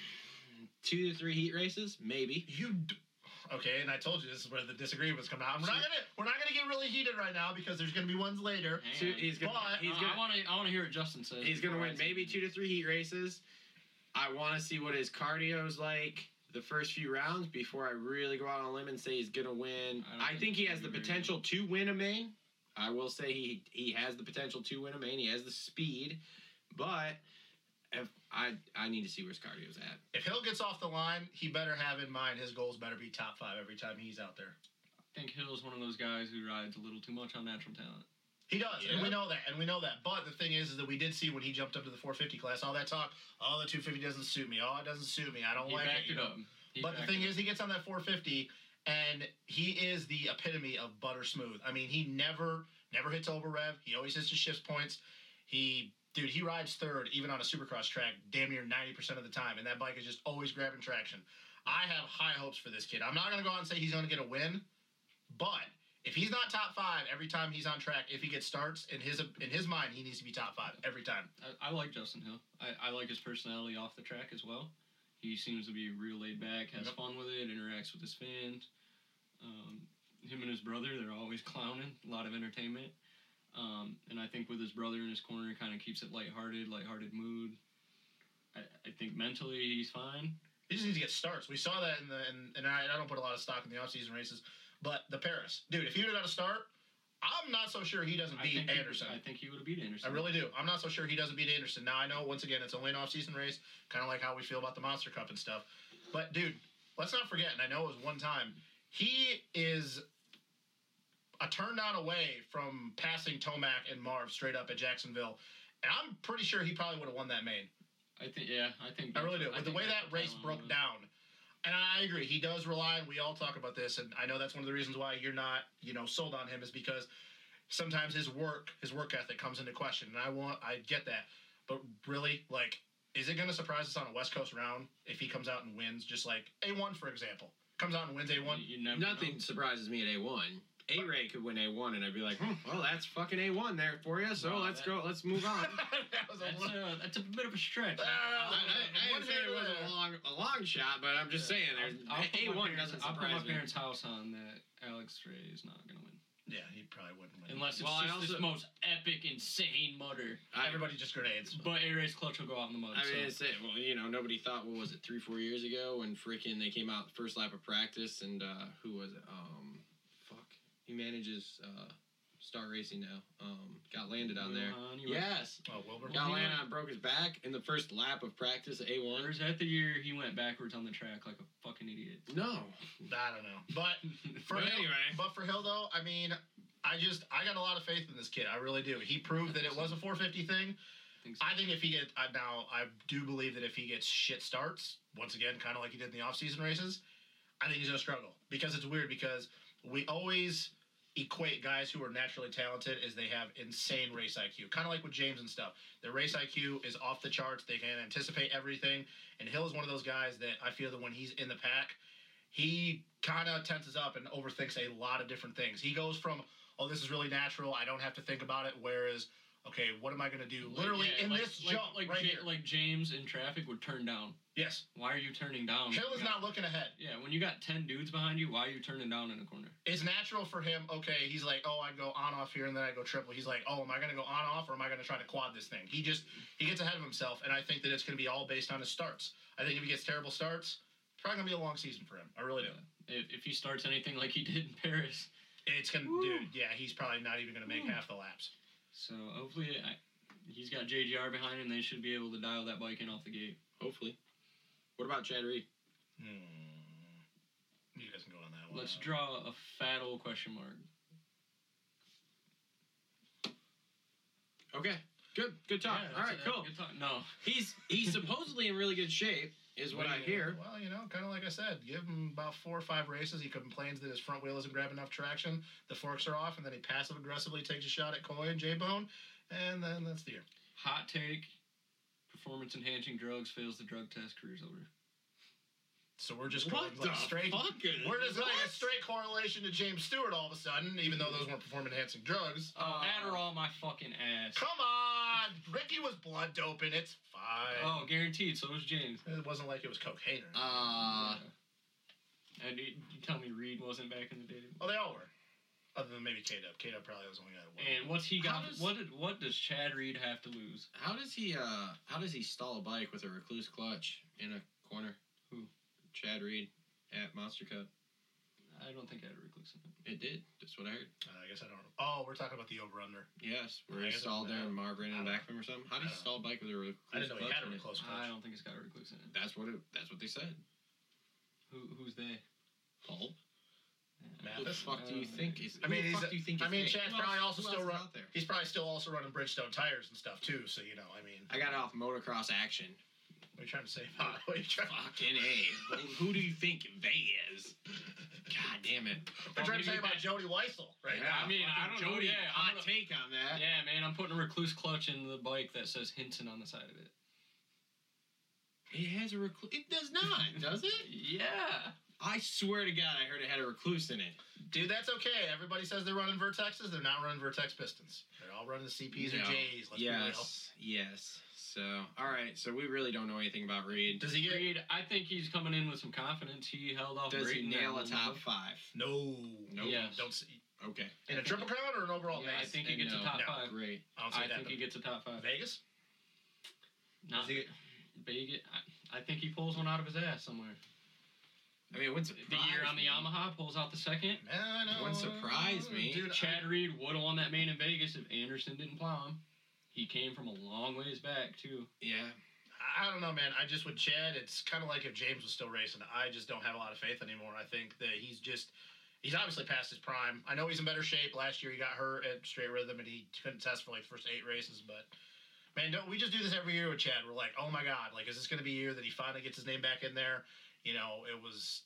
Speaker 3: two to three heat races, maybe.
Speaker 4: You. D- okay, and I told you this is where the disagreements come out. We're not gonna. We're not gonna get really heated right now because there's gonna be ones later.
Speaker 5: Hang
Speaker 3: Two-
Speaker 5: on.
Speaker 3: he's gonna.
Speaker 4: But-
Speaker 3: he's
Speaker 5: Uh,
Speaker 3: gonna.
Speaker 5: I want to. I want to hear what Justin says.
Speaker 3: He's going to
Speaker 5: before I
Speaker 3: win
Speaker 5: say
Speaker 3: maybe two
Speaker 5: anything.
Speaker 3: to three heat races. I want to see what his cardio is like the first few rounds before I really go out on a limb and say he's going to win.
Speaker 5: I don't
Speaker 3: I,
Speaker 5: think
Speaker 3: think he
Speaker 5: he's
Speaker 3: has the
Speaker 5: gonna be very
Speaker 3: potential to win a main. I will say he he has the potential to win a main. He has the speed, but if I I need to see where his cardio's at.
Speaker 4: If Hill gets off the line, he better have in mind his goals better be top five every time he's out there.
Speaker 5: I think Hill's one of those guys who rides a little too much on natural talent.
Speaker 4: He does,
Speaker 3: Yeah.
Speaker 4: and we know that, and we know that. But the thing is, is that we did see when he jumped up to the 450 class, all that talk, oh, the 250 doesn't suit me, oh, it doesn't suit me, I don't
Speaker 5: He
Speaker 4: like
Speaker 5: backed
Speaker 4: it.
Speaker 5: it up. He
Speaker 4: but the
Speaker 5: backed
Speaker 4: thing
Speaker 5: it
Speaker 4: is, he gets on that 450, and he is the epitome of butter smooth. I mean, he never, never hits over rev. He always hits his shift points. He, dude, he rides third even on a supercross track, damn near 90% of the time, and that bike is just always grabbing traction. I have high hopes for this kid. I'm not gonna go out and say he's gonna get a win, but if he's not top five every time he's on track, if he gets starts in his in his mind, he needs to be top five every time.
Speaker 5: I, I like Justin Hill. I, I like his personality off the track as well. He seems to be real laid back, has
Speaker 4: Yep.
Speaker 5: fun with it, interacts with his fans. Um, him and his brother, they're always clowning, a lot of entertainment. Um, and I think with his brother in his corner, kind of keeps it lighthearted, lighthearted mood. I, I think mentally he's fine.
Speaker 4: He just needs to get starts. We saw that in the in, and I, I don't put a lot of stock in the offseason races, but the Paris dude, if he would have got a start, I'm not so sure he doesn't
Speaker 5: I
Speaker 4: beat
Speaker 5: think he-
Speaker 4: Anderson.
Speaker 5: I think he would have beat Anderson.
Speaker 4: I really do. I'm not so sure he doesn't beat Anderson. Now I know once again it's only an offseason race, kind of like how we feel about the Monster Cup and stuff. But dude, let's not forget. And I know it was one time He is a turn down away from passing Tomac and Marv straight up at Jacksonville. And I'm pretty sure he probably would have won that main.
Speaker 5: I think yeah, I think
Speaker 4: I really do.
Speaker 5: that's-
Speaker 4: With the
Speaker 5: think
Speaker 4: way
Speaker 5: that's
Speaker 4: that
Speaker 5: what
Speaker 4: race
Speaker 5: Tyler
Speaker 4: broke
Speaker 5: was.
Speaker 4: down. And I agree, he does rely, and we all talk about this, and I know that's one of the reasons why you're not, you know, sold on him is because sometimes his work, his work ethic comes into question. And I want I get that. But really, like, is it gonna surprise us on a West Coast round if he comes out and wins just like A one, for example? Comes out and wins A
Speaker 5: *laughs*
Speaker 4: one.
Speaker 5: You, you never
Speaker 3: Nothing
Speaker 5: know.
Speaker 3: surprises me at A1. A Ray could win A1, and I'd be like, hmm, well, that's fucking A1 there for you. So
Speaker 5: Wow,
Speaker 3: let's
Speaker 5: that-
Speaker 3: go. Let's move
Speaker 5: *laughs*
Speaker 3: on.
Speaker 4: *laughs* that was a
Speaker 5: That's
Speaker 4: little-
Speaker 5: a, that's a bit of a
Speaker 4: *laughs*
Speaker 5: stretch.
Speaker 4: Ah!
Speaker 3: I, I, I
Speaker 4: One
Speaker 3: didn't say
Speaker 4: here,
Speaker 3: it was a
Speaker 4: there.
Speaker 3: long, a long shot, but I'm just saying there's
Speaker 5: I'll, I'll put my
Speaker 3: A1
Speaker 5: parents-
Speaker 3: doesn't
Speaker 5: I'll put my
Speaker 3: surprise me.
Speaker 5: parents' house on that Alex Ray is not gonna win
Speaker 4: Yeah, he probably wouldn't win.
Speaker 5: unless it's
Speaker 3: Well, I
Speaker 5: just this
Speaker 3: also-
Speaker 5: most epic, insane mutter.
Speaker 3: I,
Speaker 4: everybody just grenades.
Speaker 5: But A Ray's clutch will go off in the mud.
Speaker 3: I mean, it's
Speaker 5: so.
Speaker 3: it. Well, you know, nobody thought what was it three, four years ago when freaking they came out the first lap of practice and uh who was it? Um, fuck, he manages uh Star Racing now. Um, got landed on there.
Speaker 5: Wuhan, you were-
Speaker 3: Yes,
Speaker 4: Oh, Wilbur.
Speaker 5: Yeah.
Speaker 3: got
Speaker 5: he
Speaker 3: landed
Speaker 5: went-
Speaker 3: on, broke his back in the first lap of practice at A
Speaker 5: Or
Speaker 3: one.
Speaker 5: is that the year he went backwards on the track like a fucking
Speaker 3: *laughs*
Speaker 5: idiot?
Speaker 3: No,
Speaker 4: I don't know. But for
Speaker 3: But
Speaker 4: Hill,
Speaker 3: anyway.
Speaker 4: but for Hill though, I mean, I just I got a lot of faith in this kid. I really do. He proved that it was a 450 thing.
Speaker 5: Think so.
Speaker 4: I think if he gets I, now, I do believe that if he gets shit starts once again, kind of like he did in the offseason races, I think he's gonna struggle because it's weird because we always equate guys who are naturally talented as they have insane race IQ, kind of like with James and stuff. Their race IQ is off the charts. They can anticipate everything, and Hill is one of those guys that I feel that when he's in the pack, he kind of tenses up and overthinks a lot of different things. He goes from oh, this is really natural. I don't have to think about it. Whereas, okay, what am I going to do?
Speaker 5: Like,
Speaker 4: Literally
Speaker 5: yeah,
Speaker 4: in
Speaker 5: like-
Speaker 4: this
Speaker 5: like,
Speaker 4: jump
Speaker 5: like,
Speaker 4: right
Speaker 5: Ja-
Speaker 4: here.
Speaker 5: like James in traffic would turn down.
Speaker 4: yes,
Speaker 5: Why are you turning down?
Speaker 4: Hill is
Speaker 5: Um, Yeah.
Speaker 4: not looking ahead.
Speaker 5: Yeah, when you got ten dudes behind you, why are you turning down in a corner?
Speaker 4: It's natural for him. Okay, he's like, oh, I go on off here and then I go triple. He's like, oh, am I going to go on off or am I going to try to quad this thing? He just he gets ahead of himself, and I think that it's going to be all based on his starts. I think if he gets terrible starts, it's probably going to be a long season for him. I really do.
Speaker 5: If, if he starts anything like he did in Paris,
Speaker 4: It's going to,
Speaker 5: Woo.
Speaker 4: dude, yeah, he's probably not even going to make
Speaker 5: Woo.
Speaker 4: half the laps.
Speaker 5: so hopefully I, he's got JGR behind him. They should be able to dial that bike in off the gate.
Speaker 3: hopefully. What about Chad Reed?
Speaker 4: Hmm. You guys can go on that one.
Speaker 5: Let's draw a fat old question mark.
Speaker 3: Okay, good, good talk.
Speaker 5: Yeah,
Speaker 3: All
Speaker 5: that's
Speaker 3: right,
Speaker 5: a-
Speaker 3: cool.
Speaker 5: good talk. No,
Speaker 3: He's he's supposedly in really good shape, is what I hear.
Speaker 4: Well, you know, kind of like I said, give him about four or five races. He complains that his front wheel doesn't grab enough traction. The forks are off, and then he passive aggressively takes a shot at Coy and J Bone, and then that's the year.
Speaker 5: hot take. Performance enhancing drugs fails the drug test. Career's over.
Speaker 4: So we're just
Speaker 3: What
Speaker 4: going like
Speaker 3: the
Speaker 4: straight.
Speaker 3: fuck?
Speaker 4: We're just like
Speaker 3: What?
Speaker 4: a straight correlation to James Stewart all of a sudden, even though those weren't performance enhancing drugs.
Speaker 3: Uh,
Speaker 5: Oh, Adderall, my fucking ass.
Speaker 4: Come on, Ricky was blood doping. It's fine.
Speaker 5: Oh, guaranteed. So was James.
Speaker 4: It wasn't like it was cocaine. Or anything.
Speaker 3: Uh,
Speaker 5: Yeah. And you, you tell me Reed wasn't back in the day.
Speaker 4: well, they all were, other than maybe K Dub. K Dub probably was only got one.
Speaker 5: And what's he
Speaker 3: How
Speaker 5: got?
Speaker 3: does-
Speaker 5: What did, what does Chad Reed have to lose?
Speaker 3: How does he uh how does he stall a bike with a recluse clutch in a corner?
Speaker 5: Who?
Speaker 3: Chad Reed at Monster Cup.
Speaker 5: I don't think I had a recluse in it.
Speaker 3: It did. That's what I heard.
Speaker 4: Uh, I guess I don't. Oh, we're talking about the over under.
Speaker 3: Yes. Where
Speaker 4: I
Speaker 3: he
Speaker 4: guess
Speaker 3: stalled
Speaker 4: I
Speaker 3: there
Speaker 4: don't
Speaker 3: and
Speaker 4: know.
Speaker 3: Marv ran
Speaker 4: I
Speaker 3: in
Speaker 4: don't
Speaker 3: the back from or something. How do you
Speaker 4: I don't
Speaker 3: stall a bike with a recluse
Speaker 4: I didn't know
Speaker 3: clutch?
Speaker 4: he had a
Speaker 3: in it?
Speaker 4: recluse
Speaker 5: I
Speaker 4: clutch.
Speaker 5: don't think it's got a recluse in it.
Speaker 3: That's what it, that's what they said.
Speaker 5: Who, who's they?
Speaker 3: Paul.
Speaker 4: Mathis?
Speaker 3: Who the fuck do you
Speaker 5: Uh,
Speaker 3: think is
Speaker 4: I
Speaker 3: who
Speaker 4: mean,
Speaker 3: the fuck
Speaker 4: he's a-
Speaker 3: do you think is
Speaker 4: I mean,
Speaker 3: they?
Speaker 4: Chad's
Speaker 3: Who else-
Speaker 4: probably also
Speaker 3: who
Speaker 4: still
Speaker 3: else is
Speaker 4: run-
Speaker 3: out there.
Speaker 4: He's probably still also running Bridgestone tires and stuff too. So you know, I mean,
Speaker 3: I got off motocross action.
Speaker 4: what are you trying to say? About? What are you trying?
Speaker 3: Fucking A. Who do you think they is? God damn it.
Speaker 4: They're
Speaker 5: Well,
Speaker 4: trying to
Speaker 5: maybe
Speaker 4: say about
Speaker 5: that-
Speaker 4: Jody Weissel right
Speaker 5: Yeah.
Speaker 4: now.
Speaker 5: I mean, I
Speaker 3: fucking
Speaker 5: don't know.
Speaker 3: Jody,
Speaker 5: Yeah, I'm
Speaker 3: hot
Speaker 5: gonna-
Speaker 3: take on that.
Speaker 5: Yeah, man, I'm putting a recluse clutch in the bike that says Hinton on the side of it.
Speaker 3: It has a recluse. It does not, does it?
Speaker 5: Yeah.
Speaker 3: I swear to God, I heard it had a recluse in it.
Speaker 4: Dude, that's okay. Everybody says they're running Vertexes. They're not running Vertex Pistons. They're all running CPs or
Speaker 3: No.
Speaker 4: J's. Let's be real.
Speaker 3: yes, yes. So, all right. So we really don't know anything about Reed.
Speaker 4: Does he get?
Speaker 5: Reed, I think he's coming in with some confidence. He held off.
Speaker 3: Does he
Speaker 5: Brayton that
Speaker 3: nail a
Speaker 5: one
Speaker 3: top
Speaker 5: move.
Speaker 3: five?
Speaker 4: No.
Speaker 3: Nope.
Speaker 5: Yes.
Speaker 4: Don't see.
Speaker 3: Okay.
Speaker 4: In a triple crown or an overall?
Speaker 5: Yeah, I
Speaker 4: Vegas?
Speaker 5: think he
Speaker 3: and
Speaker 5: gets a
Speaker 3: no.
Speaker 5: top
Speaker 4: No.
Speaker 5: five.
Speaker 3: Great.
Speaker 4: I don't see
Speaker 5: I
Speaker 4: that.
Speaker 5: think he gets a top
Speaker 4: though.
Speaker 5: five.
Speaker 4: Vegas.
Speaker 5: Not
Speaker 4: Does he-
Speaker 5: Vegas. I, I think he pulls one out of his ass somewhere.
Speaker 3: I mean, it wouldn't
Speaker 5: The year
Speaker 3: surprise
Speaker 5: on the
Speaker 3: me.
Speaker 5: Yamaha pulls out the second.
Speaker 4: No, no.
Speaker 3: Wouldn't surprise me.
Speaker 4: Dude,
Speaker 5: Chad Reed would have won that main in Vegas if Anderson didn't plow him. He came from a long ways back too.
Speaker 3: Yeah.
Speaker 4: I, I don't know, man. I just with Chad, it's kind of like if James was still racing. I just don't have a lot of faith anymore. I think that he's just he's obviously past his prime. I know he's in better shape. Last year he got hurt at Straight Rhythm and he couldn't test for like the first eight races, but. Man, don't we just do this every year with Chad? We're like, oh my god, like is this going to be a year that he finally gets his name back in there? You know, it was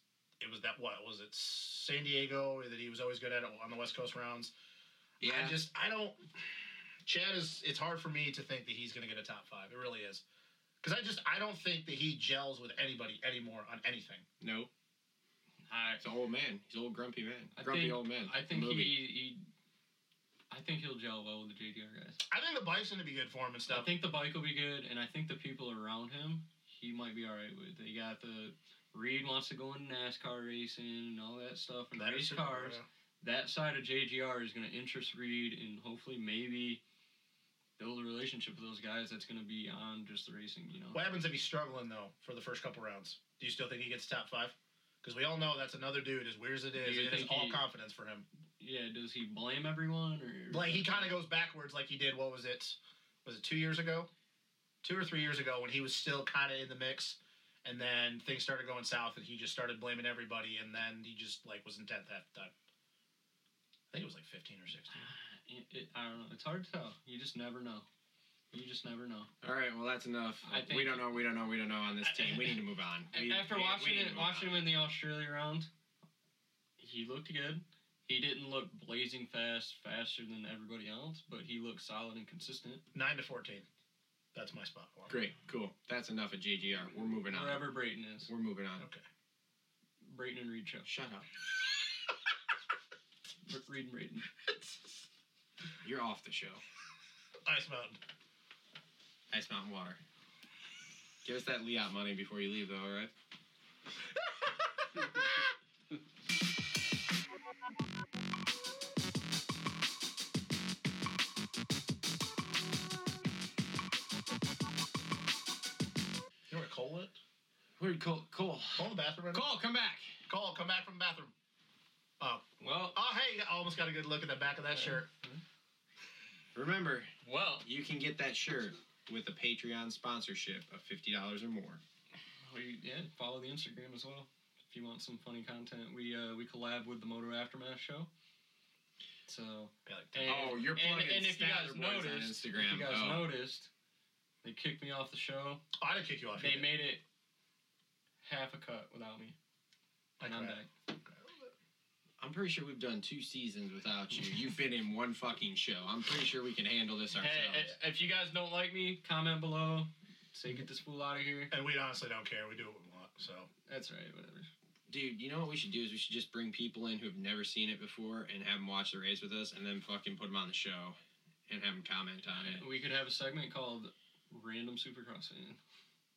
Speaker 4: it was that what was it San Diego that he was always good at on the West Coast rounds.
Speaker 3: Yeah.
Speaker 4: I just I don't. Chad is. It's hard for me to think that he's going to get a top five. It really is, because I just I don't think that he gels with anybody anymore on anything.
Speaker 3: nope.
Speaker 5: I
Speaker 3: He's an old man. He's an old grumpy man.
Speaker 5: I
Speaker 3: grumpy
Speaker 5: think-
Speaker 3: old man.
Speaker 5: I think he,
Speaker 3: Movie.
Speaker 5: he I think he'll gel well with the JDR guys.
Speaker 4: I think the bike's going to be good for him
Speaker 5: I
Speaker 4: and stuff.
Speaker 5: think the bike will be good, and I think the people around him he might be all right with. They got the Reed wants to go in NASCAR racing and all that stuff and
Speaker 4: That
Speaker 5: race
Speaker 4: is-
Speaker 5: cars. That side of JGR is going to interest Reed and hopefully maybe build a relationship with those guys that's going to be on just the racing. You know,
Speaker 4: What happens if he's struggling though for the first couple rounds? Do you still think he gets top five? Because we all know that's another dude as weird as it is.
Speaker 5: Do you
Speaker 4: It is
Speaker 5: think
Speaker 4: all
Speaker 5: he-
Speaker 4: confidence for him.
Speaker 5: yeah. Does he blame everyone or
Speaker 4: Like he kind of goes backwards, like he did. What was it? Was it two years ago? Two or three years ago, when he was still kind of in the mix, and then things started going south, and he just started blaming everybody, and then he just like was in tenth half the time. I think it was like fifteen or sixteen.
Speaker 5: *sighs* It, it- I don't know. It's hard to tell. You just never know. You just never know.
Speaker 3: All right, well that's enough.
Speaker 5: I think-
Speaker 3: we don't know. We don't know. We don't know on this team. We need to move
Speaker 5: *laughs*
Speaker 3: on. We-
Speaker 5: After
Speaker 3: we- we
Speaker 5: watching
Speaker 3: need to
Speaker 5: it,
Speaker 3: move
Speaker 5: watching
Speaker 3: on.
Speaker 5: him in the Australia round, he looked good. He didn't look blazing fast, faster than everybody else, but he looked solid and consistent.
Speaker 4: Nine to fourteen. That's my spot for him.
Speaker 3: Great, cool. That's enough of JGR. We're moving on.
Speaker 5: Wherever Brayton is,
Speaker 3: We're moving on.
Speaker 4: Okay.
Speaker 5: Brayton and Reed show.
Speaker 3: Shut up.
Speaker 5: Br- Reed and
Speaker 3: *laughs*
Speaker 5: Brayton.
Speaker 3: You're off the show.
Speaker 4: Ice Mountain.
Speaker 3: Ice Mountain Water. Give us that Liat money before you leave, though. All right.
Speaker 4: You know where Cole it?
Speaker 3: Where'd Cole? Cole.
Speaker 4: Cole in the bathroom. Right now?
Speaker 3: Cole, come back.
Speaker 4: Cole, come back from the bathroom.
Speaker 5: Well,
Speaker 4: Oh, hey, I almost got a good look at the back of that shirt.
Speaker 3: Remember,
Speaker 5: well,
Speaker 3: you can get that shirt with a Patreon sponsorship of fifty dollars or more.
Speaker 5: we, yeah, follow the Instagram as well if you want some funny content. We uh, we collab with the Moto Aftermath show. So
Speaker 4: Be like,
Speaker 5: and,
Speaker 3: oh, you're
Speaker 5: and-
Speaker 3: plugging
Speaker 5: and if you guys
Speaker 3: Statler Boys on
Speaker 5: noticed, if
Speaker 3: Instagram.
Speaker 5: you guys
Speaker 3: oh.
Speaker 5: noticed, they kicked me off the show.
Speaker 4: "Oh, I didn't kick you off.
Speaker 5: They
Speaker 4: you
Speaker 5: made it half a cut without me. And
Speaker 4: did. Like,
Speaker 5: I'm
Speaker 4: crap.
Speaker 5: back.
Speaker 3: I'm pretty sure we've done two seasons without you. You've been in one fucking show. I'm pretty sure we can handle this ourselves.
Speaker 5: Hey, eh, if you guys don't like me, comment below. Say get this fool out of here.
Speaker 4: And we honestly don't care. We do what we want. So
Speaker 5: That's right, whatever.
Speaker 3: Dude, you know what we should do is we should just bring people in who have never seen it before and have them watch the race with us and then fucking put them on the show and have them comment on it.
Speaker 5: We could have a segment called Random Supercross Fan.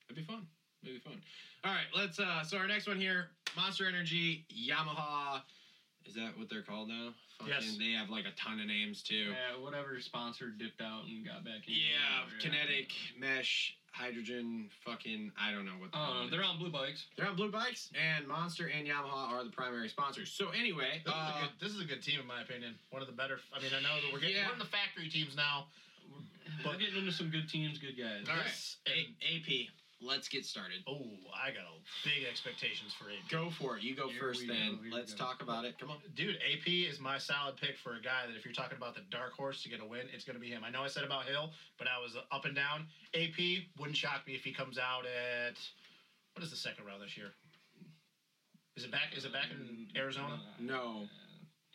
Speaker 3: That'd be fun. That'd be fun. All right, let's. uh So our next one here, Monster Energy Yamaha. Is that what they're called now? Fucking,
Speaker 4: Yes.
Speaker 3: They have like a ton of names too.
Speaker 5: Yeah, whatever sponsor dipped out and got back in.
Speaker 3: Yeah,
Speaker 5: Whatever,
Speaker 3: kinetic mesh hydrogen. Fucking, I don't know what.
Speaker 5: I don't know. Oh,
Speaker 3: it
Speaker 5: they're
Speaker 3: is.
Speaker 5: on blue bikes.
Speaker 3: They're on Blue Bikes, and Monster and Yamaha are the primary sponsors. So anyway,
Speaker 4: This,
Speaker 3: uh,
Speaker 4: is a good, this is a good team, in my opinion. One of the better. I mean, I know that we're getting
Speaker 3: Yeah.
Speaker 4: we're in the factory teams now.
Speaker 5: We're getting into some good teams, good guys.
Speaker 3: All right.
Speaker 4: Yes. And,
Speaker 3: A- AP, let's get started.
Speaker 4: oh, I got a big expectations for AP.
Speaker 3: Go for it. You go
Speaker 5: Here
Speaker 3: first,
Speaker 5: we
Speaker 3: then.
Speaker 5: go, here we
Speaker 3: Let's
Speaker 5: go.
Speaker 3: talk about it. Come on.
Speaker 4: Dude, AP is my solid pick for a guy that if you're talking about the dark horse to get a win, it's going to be him. I know I said about Hill, but I was up and down. AP wouldn't shock me if he comes out at what is the second round this year? Is it back? Is it back in Arizona,
Speaker 3: Mm, No.
Speaker 5: Uh,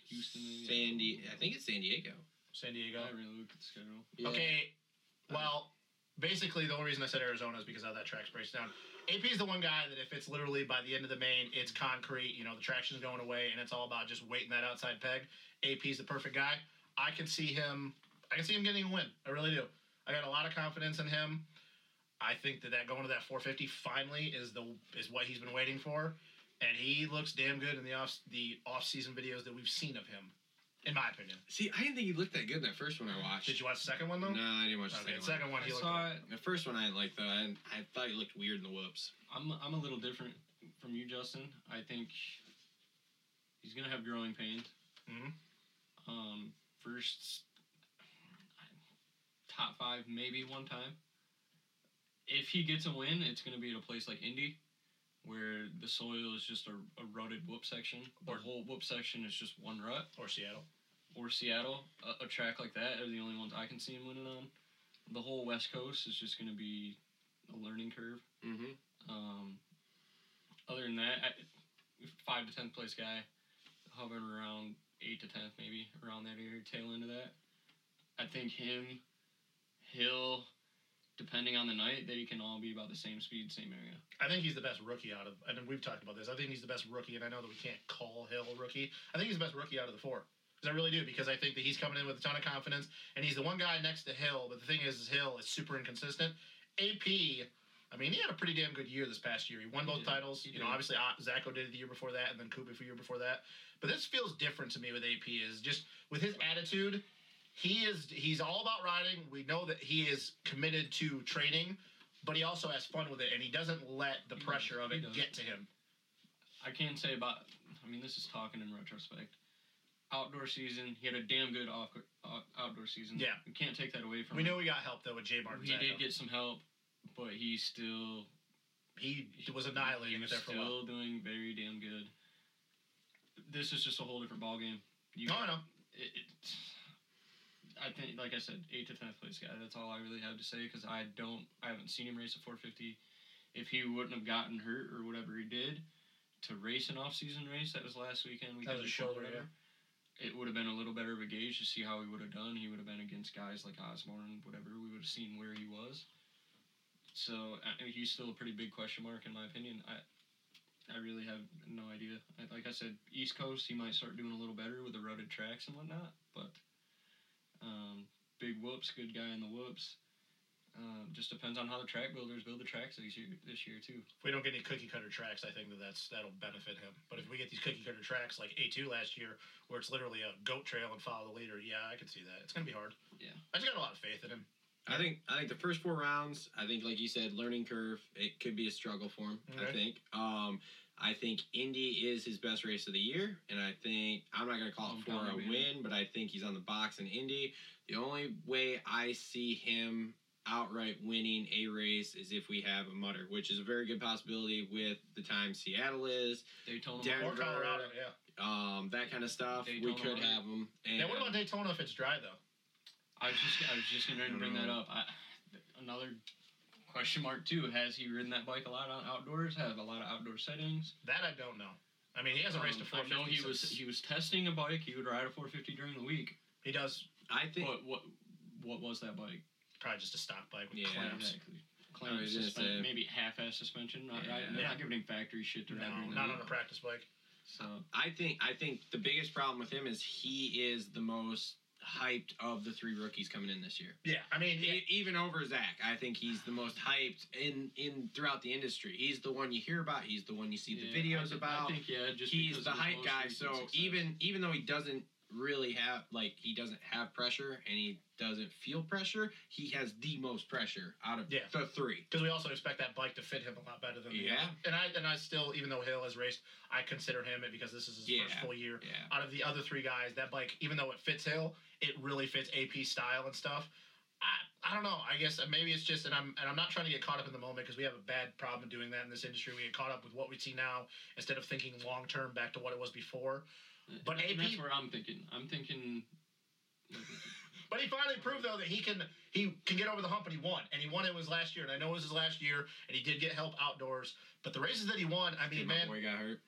Speaker 5: Houston, maybe.
Speaker 3: San Di- I think it's San Diego.
Speaker 4: San Diego?
Speaker 5: I haven't really looked at the schedule.
Speaker 3: Yeah.
Speaker 4: Okay. Well, basically, the only reason I said Arizona is because of how that track breaks down. AP is the one guy that if it's literally by the end of the main, it's concrete. You know, the traction's going away, and it's all about just waiting that outside peg. AP is the perfect guy. I can see him. I can see him getting a win. I really do. I got a lot of confidence in him. I think that that going to that 450 finally is the is what he's been waiting for, and he looks damn good in the off the off season videos that we've seen of him, in my opinion.
Speaker 3: See, I didn't think he looked that good in that first one I watched.
Speaker 4: Did you watch the second one though?
Speaker 3: No, I didn't watch the
Speaker 4: Okay,
Speaker 3: second,
Speaker 4: second one.
Speaker 5: I
Speaker 4: he looked
Speaker 5: saw it.
Speaker 3: one. The first one I liked though. I, I thought he looked weird in the whoops.
Speaker 5: I'm I'm a little different from you, Justin. I think he's gonna have growing pains.
Speaker 4: Mhm.
Speaker 5: Um, first top five, maybe one time. if he gets a win, it's going to be at a place like Indy, where the soil is just a, a rutted whoop section. The
Speaker 4: Or-
Speaker 5: whole whoop section is just one rut.
Speaker 4: or Seattle.
Speaker 5: Or Seattle, a, a track like that are the only ones I can see him winning on. The whole West Coast is just going to be a learning curve.
Speaker 3: Mm-hmm.
Speaker 5: Um, other than that, I, five to tenth place guy, hovering around eight to tenth, maybe around that area, tail end of that. I think him, Hill, depending on the night, they can all be about the same speed, same area.
Speaker 4: I think he's the best rookie out of, and we've talked about this. I think he's the best rookie, and I know that we can't call Hill a rookie. I think he's the best rookie out of the four. Because I really do, because I think that he's coming in with a ton of confidence, and he's the one guy next to Hill. But the thing is, is Hill is super inconsistent. AP, I mean, he had a pretty damn good year this past year. He won
Speaker 5: He
Speaker 4: both
Speaker 5: did.
Speaker 4: titles.
Speaker 5: He
Speaker 4: you know,
Speaker 5: did.
Speaker 4: obviously uh, Zacho did it the year before that, and then Cooper for the year before that. But this feels different to me with AP. Is just with his attitude, he is he's all about riding. We know that he is committed to training, but he also has fun with it, and he doesn't let the
Speaker 5: He does.
Speaker 4: pressure of
Speaker 5: He
Speaker 4: it
Speaker 5: does.
Speaker 4: get to him.
Speaker 5: I can say about, I mean, this is talking in retrospect. Outdoor season, he had a damn good off, uh, outdoor season.
Speaker 4: Yeah.
Speaker 5: we can't take that away from
Speaker 4: We
Speaker 5: him.
Speaker 4: know he got help though with J. Martin.
Speaker 5: he
Speaker 4: Zacho.
Speaker 5: did get some help, but he still
Speaker 4: he was annihilating
Speaker 5: He's
Speaker 4: it there for a
Speaker 5: still
Speaker 4: while.
Speaker 5: doing very damn good. This is just a whole different ballgame. You,
Speaker 4: No, Oh, I know.
Speaker 5: It, it, I think, like I said, eight to tenth place guy. That's all I really have to say because I don't, I haven't seen him race a 450. If he wouldn't have gotten hurt or whatever he did to race an off-season race that was last weekend,
Speaker 4: That
Speaker 5: weekend
Speaker 4: was a
Speaker 5: before,
Speaker 4: shoulder,
Speaker 5: whatever. It would have been a little better of a gauge to see how he would have done. He would have been against guys like Osborne, whatever. We would have seen where he was. So I mean, he's still a pretty big question mark in my opinion. I I really have no idea. I, like I said, East Coast he might start doing a little better with the rutted tracks and whatnot, but um, big whoops, good guy in the whoops. Um, just depends on how the track builders build the tracks this year. This year too.
Speaker 4: If we don't get any cookie cutter tracks, I think that that's that'll benefit him. But if we get these cookie cutter tracks like A two last year, where it's literally a goat trail and follow the leader, yeah, I can see that. It's gonna be hard.
Speaker 5: Yeah.
Speaker 4: I just got a lot of faith in him.
Speaker 3: I think I think the first four rounds, I think like you said, learning curve, it could be a struggle for him. I
Speaker 4: Okay.
Speaker 3: think. Um I think Indy is his best race of the year, and I think I'm not gonna call
Speaker 5: I'm
Speaker 3: it for
Speaker 5: telling
Speaker 3: a
Speaker 5: you, man.
Speaker 3: win, but I think he's on the box in Indy. The only way I see him outright winning a race is if we have a mutter, which is a very good possibility with the time Seattle is,
Speaker 5: Daytona.
Speaker 3: Derek-
Speaker 4: Or
Speaker 3: Denver.
Speaker 4: Colorado, yeah.
Speaker 3: um, that kind of stuff. we
Speaker 5: Daytona
Speaker 3: could
Speaker 5: mutter.
Speaker 3: have him. And
Speaker 4: Now what about Daytona if it's dry though?
Speaker 5: I was just I was just gonna bring that up. I, another question mark too. Has he ridden that bike a lot on outdoors? Have a lot of outdoor settings?
Speaker 4: That I don't know. I mean, he hasn't raced a
Speaker 5: Um, I
Speaker 4: 450.
Speaker 5: know he was
Speaker 4: since-
Speaker 5: he was testing a bike. He would ride a 450 during the week.
Speaker 4: he does
Speaker 3: I think
Speaker 5: But what what was that bike?
Speaker 4: probably just a stock bike with
Speaker 3: Yeah,
Speaker 4: clamps.
Speaker 5: Exactly.
Speaker 3: I
Speaker 5: Clamp
Speaker 3: was gonna say. uh,
Speaker 5: suspension, maybe half-ass suspension. Not,
Speaker 3: Yeah.
Speaker 5: I, they're
Speaker 4: Yeah.
Speaker 5: not giving him factory shit. They're
Speaker 4: No,
Speaker 5: not doing
Speaker 4: not
Speaker 5: that.
Speaker 4: on a practice bike.
Speaker 5: So
Speaker 3: I think I think the biggest problem with him is he is the most hyped of the three rookies coming in this year.
Speaker 4: Yeah, I mean,
Speaker 3: E- Even over Zach, I think he's the most hyped in in throughout the industry. He's the one you hear about. He's the one you see
Speaker 5: yeah,
Speaker 3: the videos
Speaker 5: I thi-
Speaker 3: about.
Speaker 5: I think yeah, just
Speaker 3: he's
Speaker 5: because
Speaker 3: the
Speaker 5: of his
Speaker 3: hype
Speaker 5: most
Speaker 3: guy.
Speaker 5: recent
Speaker 3: So
Speaker 5: success.
Speaker 3: even even though he doesn't really have like he doesn't have pressure and he doesn't feel pressure, he has the most pressure out of
Speaker 4: Yeah.
Speaker 3: the three.
Speaker 4: because we also expect that bike to fit him a lot better than the
Speaker 3: Yeah.
Speaker 4: other. And I and I still, even though Hill has raced, I consider him it because this is his first
Speaker 3: Yeah.
Speaker 4: full year.
Speaker 3: Yeah.
Speaker 4: Out of the other three guys, that bike, even though it fits Hill, it really fits AP style and stuff. I, I don't know. I guess maybe it's just, and I'm and I'm not trying to get caught up in the moment because we have a bad problem doing that in this industry. We get caught up with what we see now instead of thinking long term back to what it was before.
Speaker 3: Mm-hmm.
Speaker 4: but
Speaker 5: And
Speaker 4: AP
Speaker 5: that's where I'm thinking. I'm thinking.
Speaker 4: But he finally proved though that he can he can get over the hump and he won. And he won it was last year, and I know it was his last year, and he did get help outdoors. But the races that he won, I mean,
Speaker 3: my
Speaker 4: man,
Speaker 3: boy got hurt.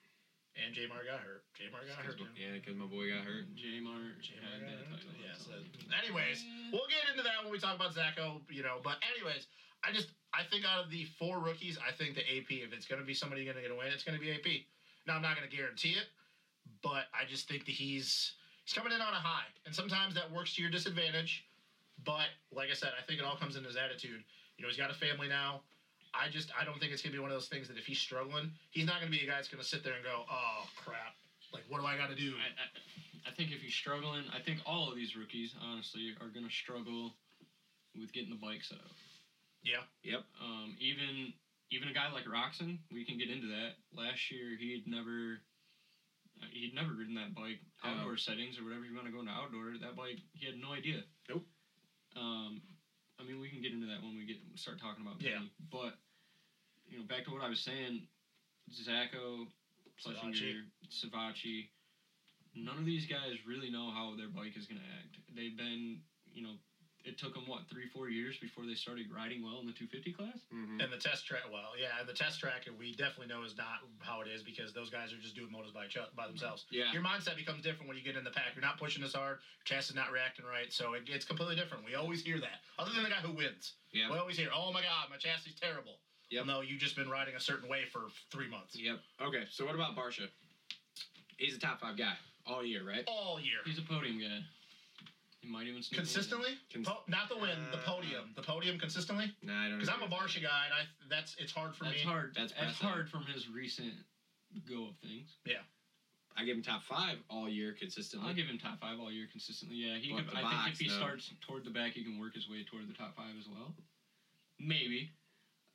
Speaker 4: and Jamar got hurt. Jamar got hurt. dude.
Speaker 3: Yeah, because my boy got hurt.
Speaker 5: Jamar
Speaker 4: Jamar
Speaker 5: had
Speaker 4: got
Speaker 5: that
Speaker 4: hurt.
Speaker 5: title.
Speaker 4: Yeah,
Speaker 5: that's
Speaker 4: so
Speaker 5: all.
Speaker 4: anyways, we'll get into that when we talk about Zacho, you know. But anyways, I just I think out of the four rookies, I think the AP, if it's gonna be somebody gonna get a win, it's gonna be AP. Now I'm not gonna guarantee it, but I just think that he's he's coming in on a high. And sometimes that works to your disadvantage. But like I said, I think it all comes in his attitude. You know, he's got a family now. I just I don't think it's gonna be one of those things that if he's struggling, he's not gonna be a guy that's gonna sit there and go, Oh crap. Like what do I gotta do?
Speaker 5: I, I, I think if he's struggling, I think all of these rookies, honestly, are going to struggle with getting the bike set up.
Speaker 4: Yeah.
Speaker 3: Yep.
Speaker 5: Um, even even a guy like Roxon, we can get into that. Last year, he'd never uh, he'd never ridden that bike
Speaker 3: Yeah.
Speaker 5: outdoor settings or whatever you want to go into outdoor. That bike, he had no idea.
Speaker 3: Nope.
Speaker 5: Um, I mean, we can get into that when we get start talking about
Speaker 4: Yeah.
Speaker 5: Benny. But you know, back to what I was saying, Zacco, Plessinger, Savachi, none of these guys really know how their bike is going to act. They've been, you know, it took them what three, four years before they started riding well in the 250 class.
Speaker 3: Mm-hmm.
Speaker 4: And the test track, well, yeah, and the test track, we definitely know is not how it is because those guys are just doing motos by, each oth- by themselves.
Speaker 3: Yeah.
Speaker 4: Your mindset becomes different when you get in the pack. You're not pushing as hard. Your chest is not reacting right. So it, it's completely different. We always hear that. Other than the guy who wins,
Speaker 3: Yeah.
Speaker 4: we always hear, "Oh my God, my chassis is terrible."
Speaker 3: Yep.
Speaker 4: No, you've just been riding a certain way for three months
Speaker 3: Yep. Okay. So what about Barsha? He's a top five guy all year, right?
Speaker 4: all
Speaker 5: *laughs*
Speaker 4: year,
Speaker 5: He's a podium guy. He might even sneak a win.
Speaker 4: consistently.
Speaker 3: Cons-
Speaker 5: Oh.
Speaker 4: Po- not the win, the
Speaker 3: Uh,
Speaker 4: podium, the podium consistently.
Speaker 3: Nah, I don't.
Speaker 4: Because I'm
Speaker 3: agree
Speaker 4: a
Speaker 3: with
Speaker 4: Barsha guy, and I that's it's hard for
Speaker 5: That's
Speaker 4: me.
Speaker 5: hard.
Speaker 3: That's
Speaker 5: That's,
Speaker 3: impressive.
Speaker 5: hard from his recent go of things.
Speaker 3: that. I give him top five all year consistently.
Speaker 5: I'll give him top five all year consistently. Yeah, he
Speaker 3: But
Speaker 5: could.
Speaker 3: the
Speaker 5: I think
Speaker 3: box,
Speaker 5: if he
Speaker 3: though.
Speaker 5: starts toward the back, he can work his way toward the top five as well. Maybe.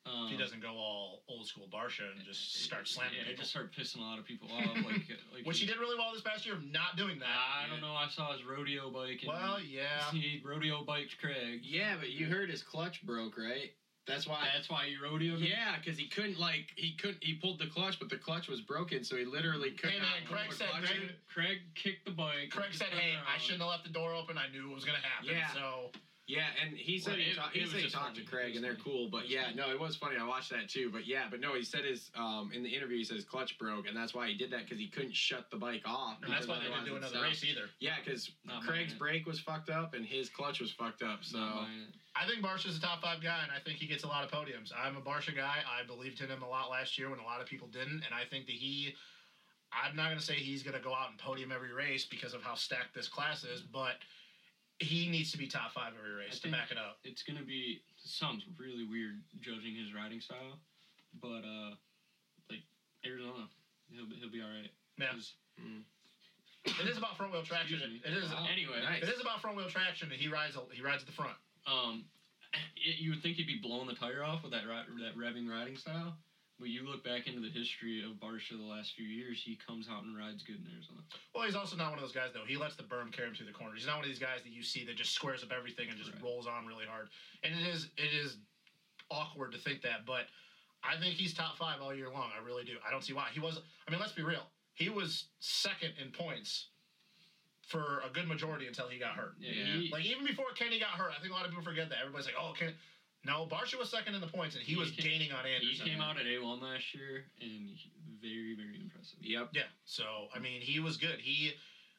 Speaker 5: Um,
Speaker 4: If he doesn't go all old school Barsha and just start slamming
Speaker 5: Yeah,
Speaker 4: people,
Speaker 5: just start pissing a lot of people off.
Speaker 4: *laughs*
Speaker 5: Like, like
Speaker 4: which he did really well this past year of not doing that.
Speaker 5: I
Speaker 3: Yeah.
Speaker 5: don't know. I saw his rodeo bike. And
Speaker 4: Well, yeah.
Speaker 5: He rodeo biked Craig.
Speaker 3: yeah, but you heard his clutch broke, right? That's why.
Speaker 5: That's why you rodeo.
Speaker 3: Yeah, because he couldn't like he couldn't he pulled the clutch, but the clutch was broken, so he literally could
Speaker 4: Hey,
Speaker 3: not.
Speaker 4: man, Craig
Speaker 3: pull the
Speaker 4: said,
Speaker 3: clutch in.
Speaker 4: dude.
Speaker 5: Craig kicked the bike.
Speaker 4: Craig said,
Speaker 5: turned
Speaker 4: "Hey, I
Speaker 5: around.
Speaker 4: shouldn't have left the door open. I knew it was gonna happen."
Speaker 3: Yeah.
Speaker 4: So
Speaker 3: Yeah, and he said
Speaker 5: Well,
Speaker 3: he,
Speaker 5: it-
Speaker 3: talked.
Speaker 5: it
Speaker 3: he
Speaker 5: was
Speaker 3: said he
Speaker 5: just
Speaker 3: talked to
Speaker 5: funny.
Speaker 3: Craig,
Speaker 5: It was
Speaker 3: and they're
Speaker 5: funny.
Speaker 3: cool.
Speaker 5: It
Speaker 3: But
Speaker 5: was
Speaker 3: yeah,
Speaker 5: funny.
Speaker 3: no, it was funny. I watched that too. But yeah, but no, he said his um in the interview he says clutch broke, and that's why he did that because he couldn't shut the bike off.
Speaker 4: and that's why they didn't
Speaker 3: otherwise
Speaker 4: do
Speaker 3: it
Speaker 4: another
Speaker 3: stopped.
Speaker 4: race either.
Speaker 3: Yeah, because
Speaker 5: Not
Speaker 3: Craig's
Speaker 5: mine.
Speaker 3: brake was fucked up and his clutch was fucked up. So
Speaker 5: Not buying it.
Speaker 4: I think Barsha's a top five guy, and I think he gets a lot of podiums. I'm a Barsha guy. I believed in him a lot last year when a lot of people didn't, and I think that he. I'm not gonna say he's gonna go out and podium every race because of how stacked this class is, but he needs to be top five every race to
Speaker 5: think-
Speaker 4: back it up.
Speaker 5: it's gonna be sounds really weird judging his riding style, but uh, like Arizona, he'll be- he'll be all right.
Speaker 4: Yeah.
Speaker 5: 'Cause-
Speaker 4: It is about front wheel traction.
Speaker 5: mm. Excuse me. Uh,
Speaker 4: It is.
Speaker 5: Wow. Anyway,
Speaker 3: Oh, Nice.
Speaker 4: It is about front wheel traction, and he rides. He rides at the front.
Speaker 5: um, it, you would think he'd be blowing the tire off with that ri- that revving riding style, but you look back into the history of Barsha the last few years, he comes out and rides good in Arizona.
Speaker 4: Well, he's also not one of those guys though. He lets the berm carry him through the corner. He's not one of these guys that you see that just squares up everything and just
Speaker 5: Right.
Speaker 4: rolls on really hard. And it is it is awkward to think that, but I think he's top five all year long. I really do. I don't see why he was. I mean, let's be real. He was second in points for a good majority until he got hurt.
Speaker 5: Yeah,
Speaker 3: Yeah.
Speaker 5: He,
Speaker 4: Like even before Kenny got hurt, I think a lot of people forget that. Everybody's like, "Oh, Kenny." No, Barsha was second in the points, and he,
Speaker 5: He
Speaker 4: was
Speaker 5: ca-
Speaker 4: gaining on
Speaker 5: he
Speaker 4: Anderson.
Speaker 5: came out at A one last year and he- very very impressive.
Speaker 3: yep.
Speaker 4: Yeah. So
Speaker 5: Mm.
Speaker 4: I mean, he was good. He,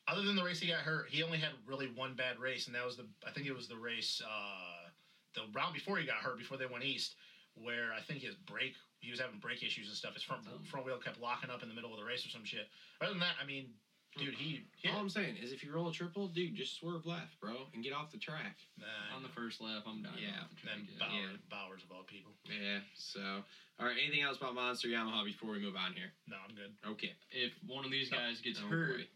Speaker 4: other than the race he got hurt, he only had really one bad race, and that was the I think it was the race uh, the round before he got hurt, before they went east, where I think his brake he was having brake issues and stuff. His front
Speaker 5: Oh.
Speaker 4: front wheel kept locking up in the middle of the race or some shit. Other than that, I mean, dude, he
Speaker 5: Mm-hmm.
Speaker 4: hit.
Speaker 3: All I'm saying is, if you roll a triple, dude, just swerve left, bro, and get off the track.
Speaker 4: Nah,
Speaker 5: On the first lap, I'm dying.
Speaker 3: Yeah,
Speaker 5: off the track,
Speaker 4: then
Speaker 5: yeah.
Speaker 4: Bauer,
Speaker 3: yeah.
Speaker 4: Bowers of all people.
Speaker 3: Yeah. So, all right. Anything else about Monster Yamaha before we move on here?
Speaker 4: No, I'm good.
Speaker 3: Okay.
Speaker 5: if one of these
Speaker 4: No.
Speaker 5: guys gets
Speaker 3: Oh,
Speaker 5: hurt,
Speaker 3: boy.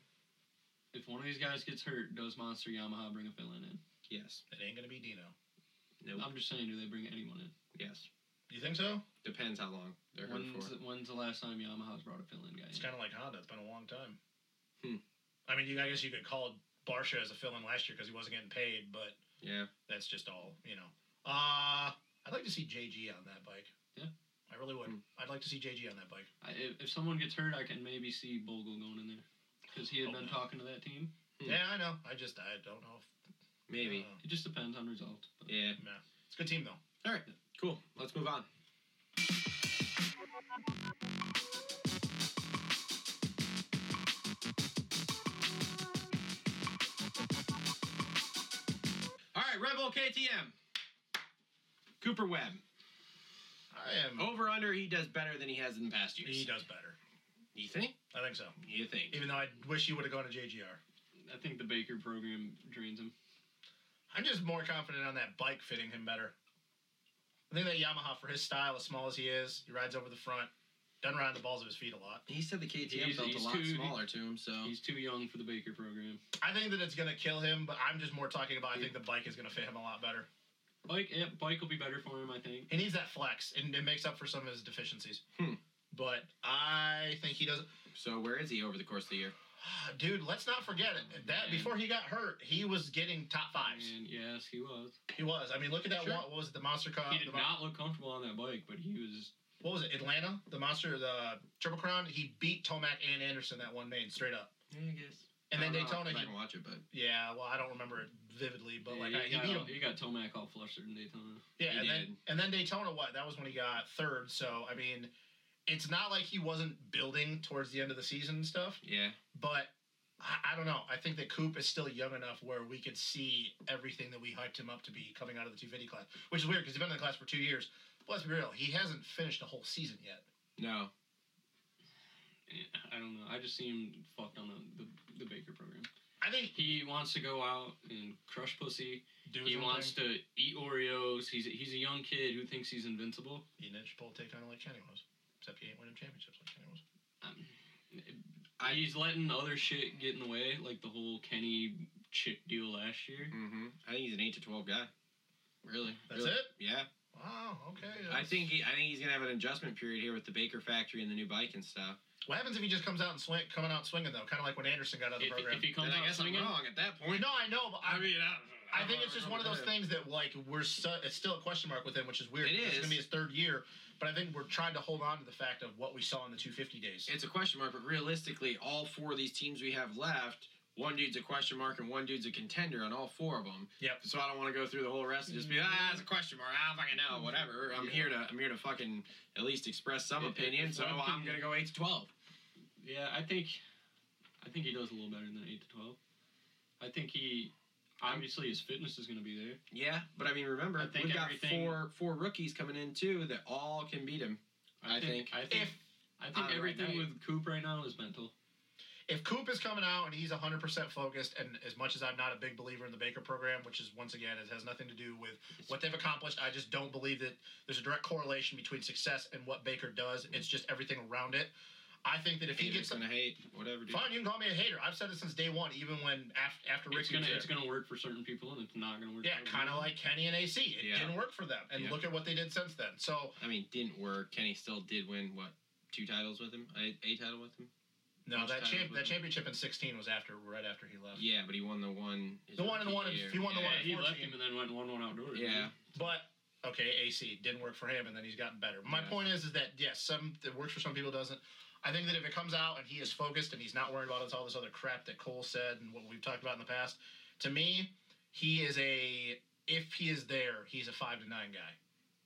Speaker 5: if one of these guys gets hurt, does Monster Yamaha bring a villain in?
Speaker 3: Yes.
Speaker 4: It ain't gonna be Dino.
Speaker 3: Nope.
Speaker 5: I'm just saying, do they bring anyone in?
Speaker 3: Yes.
Speaker 4: You think so?
Speaker 3: Depends how long they're hurt
Speaker 5: When's
Speaker 3: for.
Speaker 5: the, when's the last time Yamaha's brought a fill-in guy?
Speaker 4: It's
Speaker 5: In?
Speaker 4: kind of like Honda. It's been a long time.
Speaker 3: Hmm.
Speaker 4: I mean, you, I guess you could call Barsha as a fill-in last year because he wasn't getting paid, but
Speaker 3: Yeah.
Speaker 4: that's just all you know. Uh I'd like to see JG on that bike.
Speaker 5: Yeah.
Speaker 4: I really would.
Speaker 3: Mm.
Speaker 4: I'd like to see JG on that bike.
Speaker 5: I, if, if someone gets hurt, I can maybe see Bogle going in there because he had
Speaker 4: Oh,
Speaker 5: been
Speaker 4: no.
Speaker 5: talking to that team.
Speaker 3: Hmm.
Speaker 4: Yeah, I know. I just I don't know. If,
Speaker 3: Maybe.
Speaker 4: uh,
Speaker 5: It just depends on results. But
Speaker 3: Yeah.
Speaker 4: it's a good team though.
Speaker 3: All right. Cool. Let's move on. All right, Rebel KTM. Cooper Webb.
Speaker 4: I am.
Speaker 3: Over under, he does better than he has in the past years.
Speaker 4: he does better.
Speaker 3: You think?
Speaker 4: I think so.
Speaker 3: You think?
Speaker 4: Even though I wish he would have gone to JGR.
Speaker 5: I think the Baker program drains him.
Speaker 4: I'm just more confident on that bike fitting him better. I think that Yamaha, for his style, as small as he is, he rides over the front, doesn't ride on the balls of his feet a lot.
Speaker 3: He said the KTM
Speaker 5: He's-
Speaker 3: felt
Speaker 5: he's
Speaker 3: a lot
Speaker 5: too-
Speaker 3: smaller to him, so
Speaker 5: He's too young for the Baker program.
Speaker 4: I think that it's gonna kill him, but I'm just more talking about. I think the bike is gonna fit him a lot better.
Speaker 5: Bike, yeah, bike will be better for him, I think.
Speaker 4: He needs that flex, and it makes up for some of his deficiencies.
Speaker 3: Hmm.
Speaker 4: But I think he doesn't.
Speaker 3: so where is he over the course of the year?
Speaker 4: Dude, let's not forget it. That
Speaker 5: Man.
Speaker 4: before he got hurt, he was getting top fives.
Speaker 5: And yes, he was.
Speaker 4: He was. I mean, look at that.
Speaker 5: Hmm. Sure.
Speaker 4: What, what was it? The Monster Cup.
Speaker 5: He
Speaker 4: the
Speaker 5: did
Speaker 4: Mon-
Speaker 5: not look comfortable on that bike, but he was.
Speaker 4: What was it? Atlanta. The Monster. The Triple Crown. He beat Tomac and Anderson that one main straight up.
Speaker 5: Yeah, I guess.
Speaker 4: And
Speaker 3: I
Speaker 4: then
Speaker 3: don't know, I'll have to
Speaker 4: Daytona.
Speaker 3: go
Speaker 4: He,
Speaker 3: back and watch it, but
Speaker 4: yeah. Well, I don't remember it vividly, but
Speaker 5: yeah,
Speaker 4: like
Speaker 5: he,
Speaker 4: I, he
Speaker 5: got,
Speaker 4: beat him.
Speaker 5: all- he got Tomac all flustered in Daytona.
Speaker 4: Yeah,
Speaker 3: He
Speaker 4: and
Speaker 3: did.
Speaker 4: then and then Daytona. What? That was when he got third. So I mean, it's not like he wasn't building towards the end of the season and stuff.
Speaker 3: yeah,
Speaker 4: But I, I don't know. I think that Coop is still young enough where we could see everything that we hyped him up to be coming out of the 250 class, which is weird because he's been in the class for two years. But let's be real, he hasn't finished a whole season yet.
Speaker 3: no,
Speaker 5: Yeah, I don't know. I just see him fucked on the, the, the Baker program.
Speaker 4: I think
Speaker 5: He wants to go out and crush pussy.
Speaker 4: do
Speaker 5: He wants to eat Oreos. He's he's a young kid who thinks he's invincible.
Speaker 4: He ninja pole take kind of like Kenny was, except he ain't winning championships like Kenny was.
Speaker 5: Um, he's letting other shit get in the way, like the whole Kenny chick deal last year.
Speaker 3: hmm I think he's an eight to twelve guy. Really,
Speaker 4: That's
Speaker 3: Really.
Speaker 4: it.
Speaker 3: Yeah,
Speaker 4: Wow. Okay.
Speaker 3: I
Speaker 4: that's-
Speaker 3: think he, I think he's gonna have an adjustment period here with the Baker factory and the new bike and stuff.
Speaker 4: What happens if he just comes out and swing, coming out swinging though, kind of like when Anderson got out of the
Speaker 5: If,
Speaker 4: program.
Speaker 5: if he comes
Speaker 3: And I
Speaker 5: out
Speaker 3: guess I'm
Speaker 5: swinging,
Speaker 3: wrong at that point.
Speaker 4: No, I know, but I,
Speaker 3: mean,
Speaker 4: I think it's just one of those things that like we're so, it's still a question mark with him, which is weird.
Speaker 3: It
Speaker 4: because It's
Speaker 3: is.
Speaker 4: gonna be his third year, but I think we're trying to hold on to the fact of what we saw in the 250 days.
Speaker 3: It's a question mark, but realistically, all four of these teams we have left, one dude's a question mark and one dude's a contender on all four of them.
Speaker 4: Yep.
Speaker 3: So I don't want to go through the whole rest and just be ah, it's a question mark. I don't fucking know. Whatever. I'm
Speaker 5: Yeah.
Speaker 3: here to I'm here to fucking at least express some
Speaker 5: If- if-
Speaker 3: opinion.
Speaker 5: if
Speaker 3: So
Speaker 5: one
Speaker 3: I'm
Speaker 5: can-
Speaker 3: gonna go eight to twelve.
Speaker 5: yeah, I think, I think he does a little better than eight to twelve. I think he, obviously, his fitness is going to be there.
Speaker 3: Yeah, but I mean, remember
Speaker 5: I think
Speaker 3: we've got
Speaker 5: everything-
Speaker 3: four four rookies coming in too that all can beat him. I think-
Speaker 5: I think.
Speaker 4: If-
Speaker 5: I think
Speaker 3: on the right
Speaker 5: everything
Speaker 3: night.
Speaker 5: with Coop right now is mental.
Speaker 4: If Coop is coming out and he's 100 percent focused, and as much as I'm not a big believer in the Baker program, which is once again it has nothing to do with what they've accomplished, I just don't believe that there's a direct correlation between success and what Baker does. It's just everything around it. I think that if he
Speaker 3: Haters
Speaker 4: gets
Speaker 3: gonna hate whatever. Dude.
Speaker 4: Fine, you can call me a hater. I've said it since day one, even when after, after
Speaker 5: It's
Speaker 4: Ricky
Speaker 5: gonna
Speaker 4: was there.
Speaker 5: it's gonna work for certain people and it's not gonna work.
Speaker 4: Yeah,
Speaker 5: for everyone.
Speaker 4: kind of like Kenny and AC. It
Speaker 3: Yeah.
Speaker 4: didn't work for them, and
Speaker 3: Yeah.
Speaker 4: look at what they did since then. So
Speaker 3: I mean, didn't work. Kenny still did win what two titles with him? A, a title with him?
Speaker 4: no,
Speaker 3: Most
Speaker 4: that
Speaker 3: times
Speaker 4: champ-
Speaker 3: with
Speaker 4: that
Speaker 3: them.
Speaker 4: championship in '16 was after right after he left.
Speaker 3: Yeah, but he won the one. his
Speaker 4: The one and the
Speaker 3: rookie
Speaker 4: one in-
Speaker 3: year.
Speaker 4: he won the
Speaker 3: Yeah.
Speaker 4: one
Speaker 5: Yeah,
Speaker 4: in
Speaker 5: he left
Speaker 4: 14.
Speaker 5: him and then went one one outdoors.
Speaker 3: Yeah.
Speaker 4: But okay, AC didn't work for him, and then he's gotten better. My
Speaker 3: Yeah.
Speaker 4: point is, is that yes, some it works for some people, doesn't. I think that if it comes out and he is focused and he's not worried about all this other crap that Cole said and what we've talked about in the past, to me, he is a if he is there, he's a five to nine guy.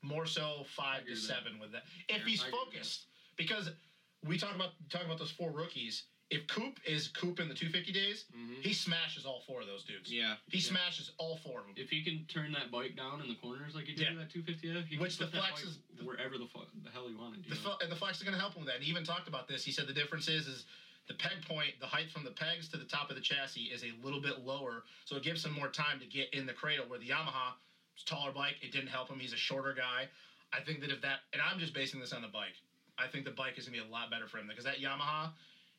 Speaker 4: More so five
Speaker 5: agree with
Speaker 4: to seven with that. If
Speaker 5: Yeah,
Speaker 4: he's
Speaker 5: I agree with
Speaker 4: focused, because we talk about talking about those four rookies. If Coop is Coop in the 250 days,
Speaker 3: Mhm.
Speaker 4: he smashes all four of those dudes.
Speaker 3: Yeah.
Speaker 4: He
Speaker 5: Yeah.
Speaker 4: smashes all four of them.
Speaker 5: If he can turn that bike down in the corners like he did
Speaker 4: Yeah.
Speaker 5: with that 250F, he
Speaker 4: Which
Speaker 5: can put
Speaker 4: the
Speaker 5: that
Speaker 4: flex
Speaker 5: bike
Speaker 4: is-
Speaker 5: wherever the, fu- the hell he wanted. You
Speaker 4: The
Speaker 5: know?
Speaker 4: fl- and the flex is going to help him with that. And he even talked about this. He said the difference is is the peg point, the height from the pegs to the top of the chassis is a little bit lower, so it gives him more time to get in the cradle. Where the Yamaha, it's a taller bike, it didn't help him. He's a shorter guy. I think that if that, and I'm just basing this on the bike. I think the bike is going to be a lot better for him because that Yamaha,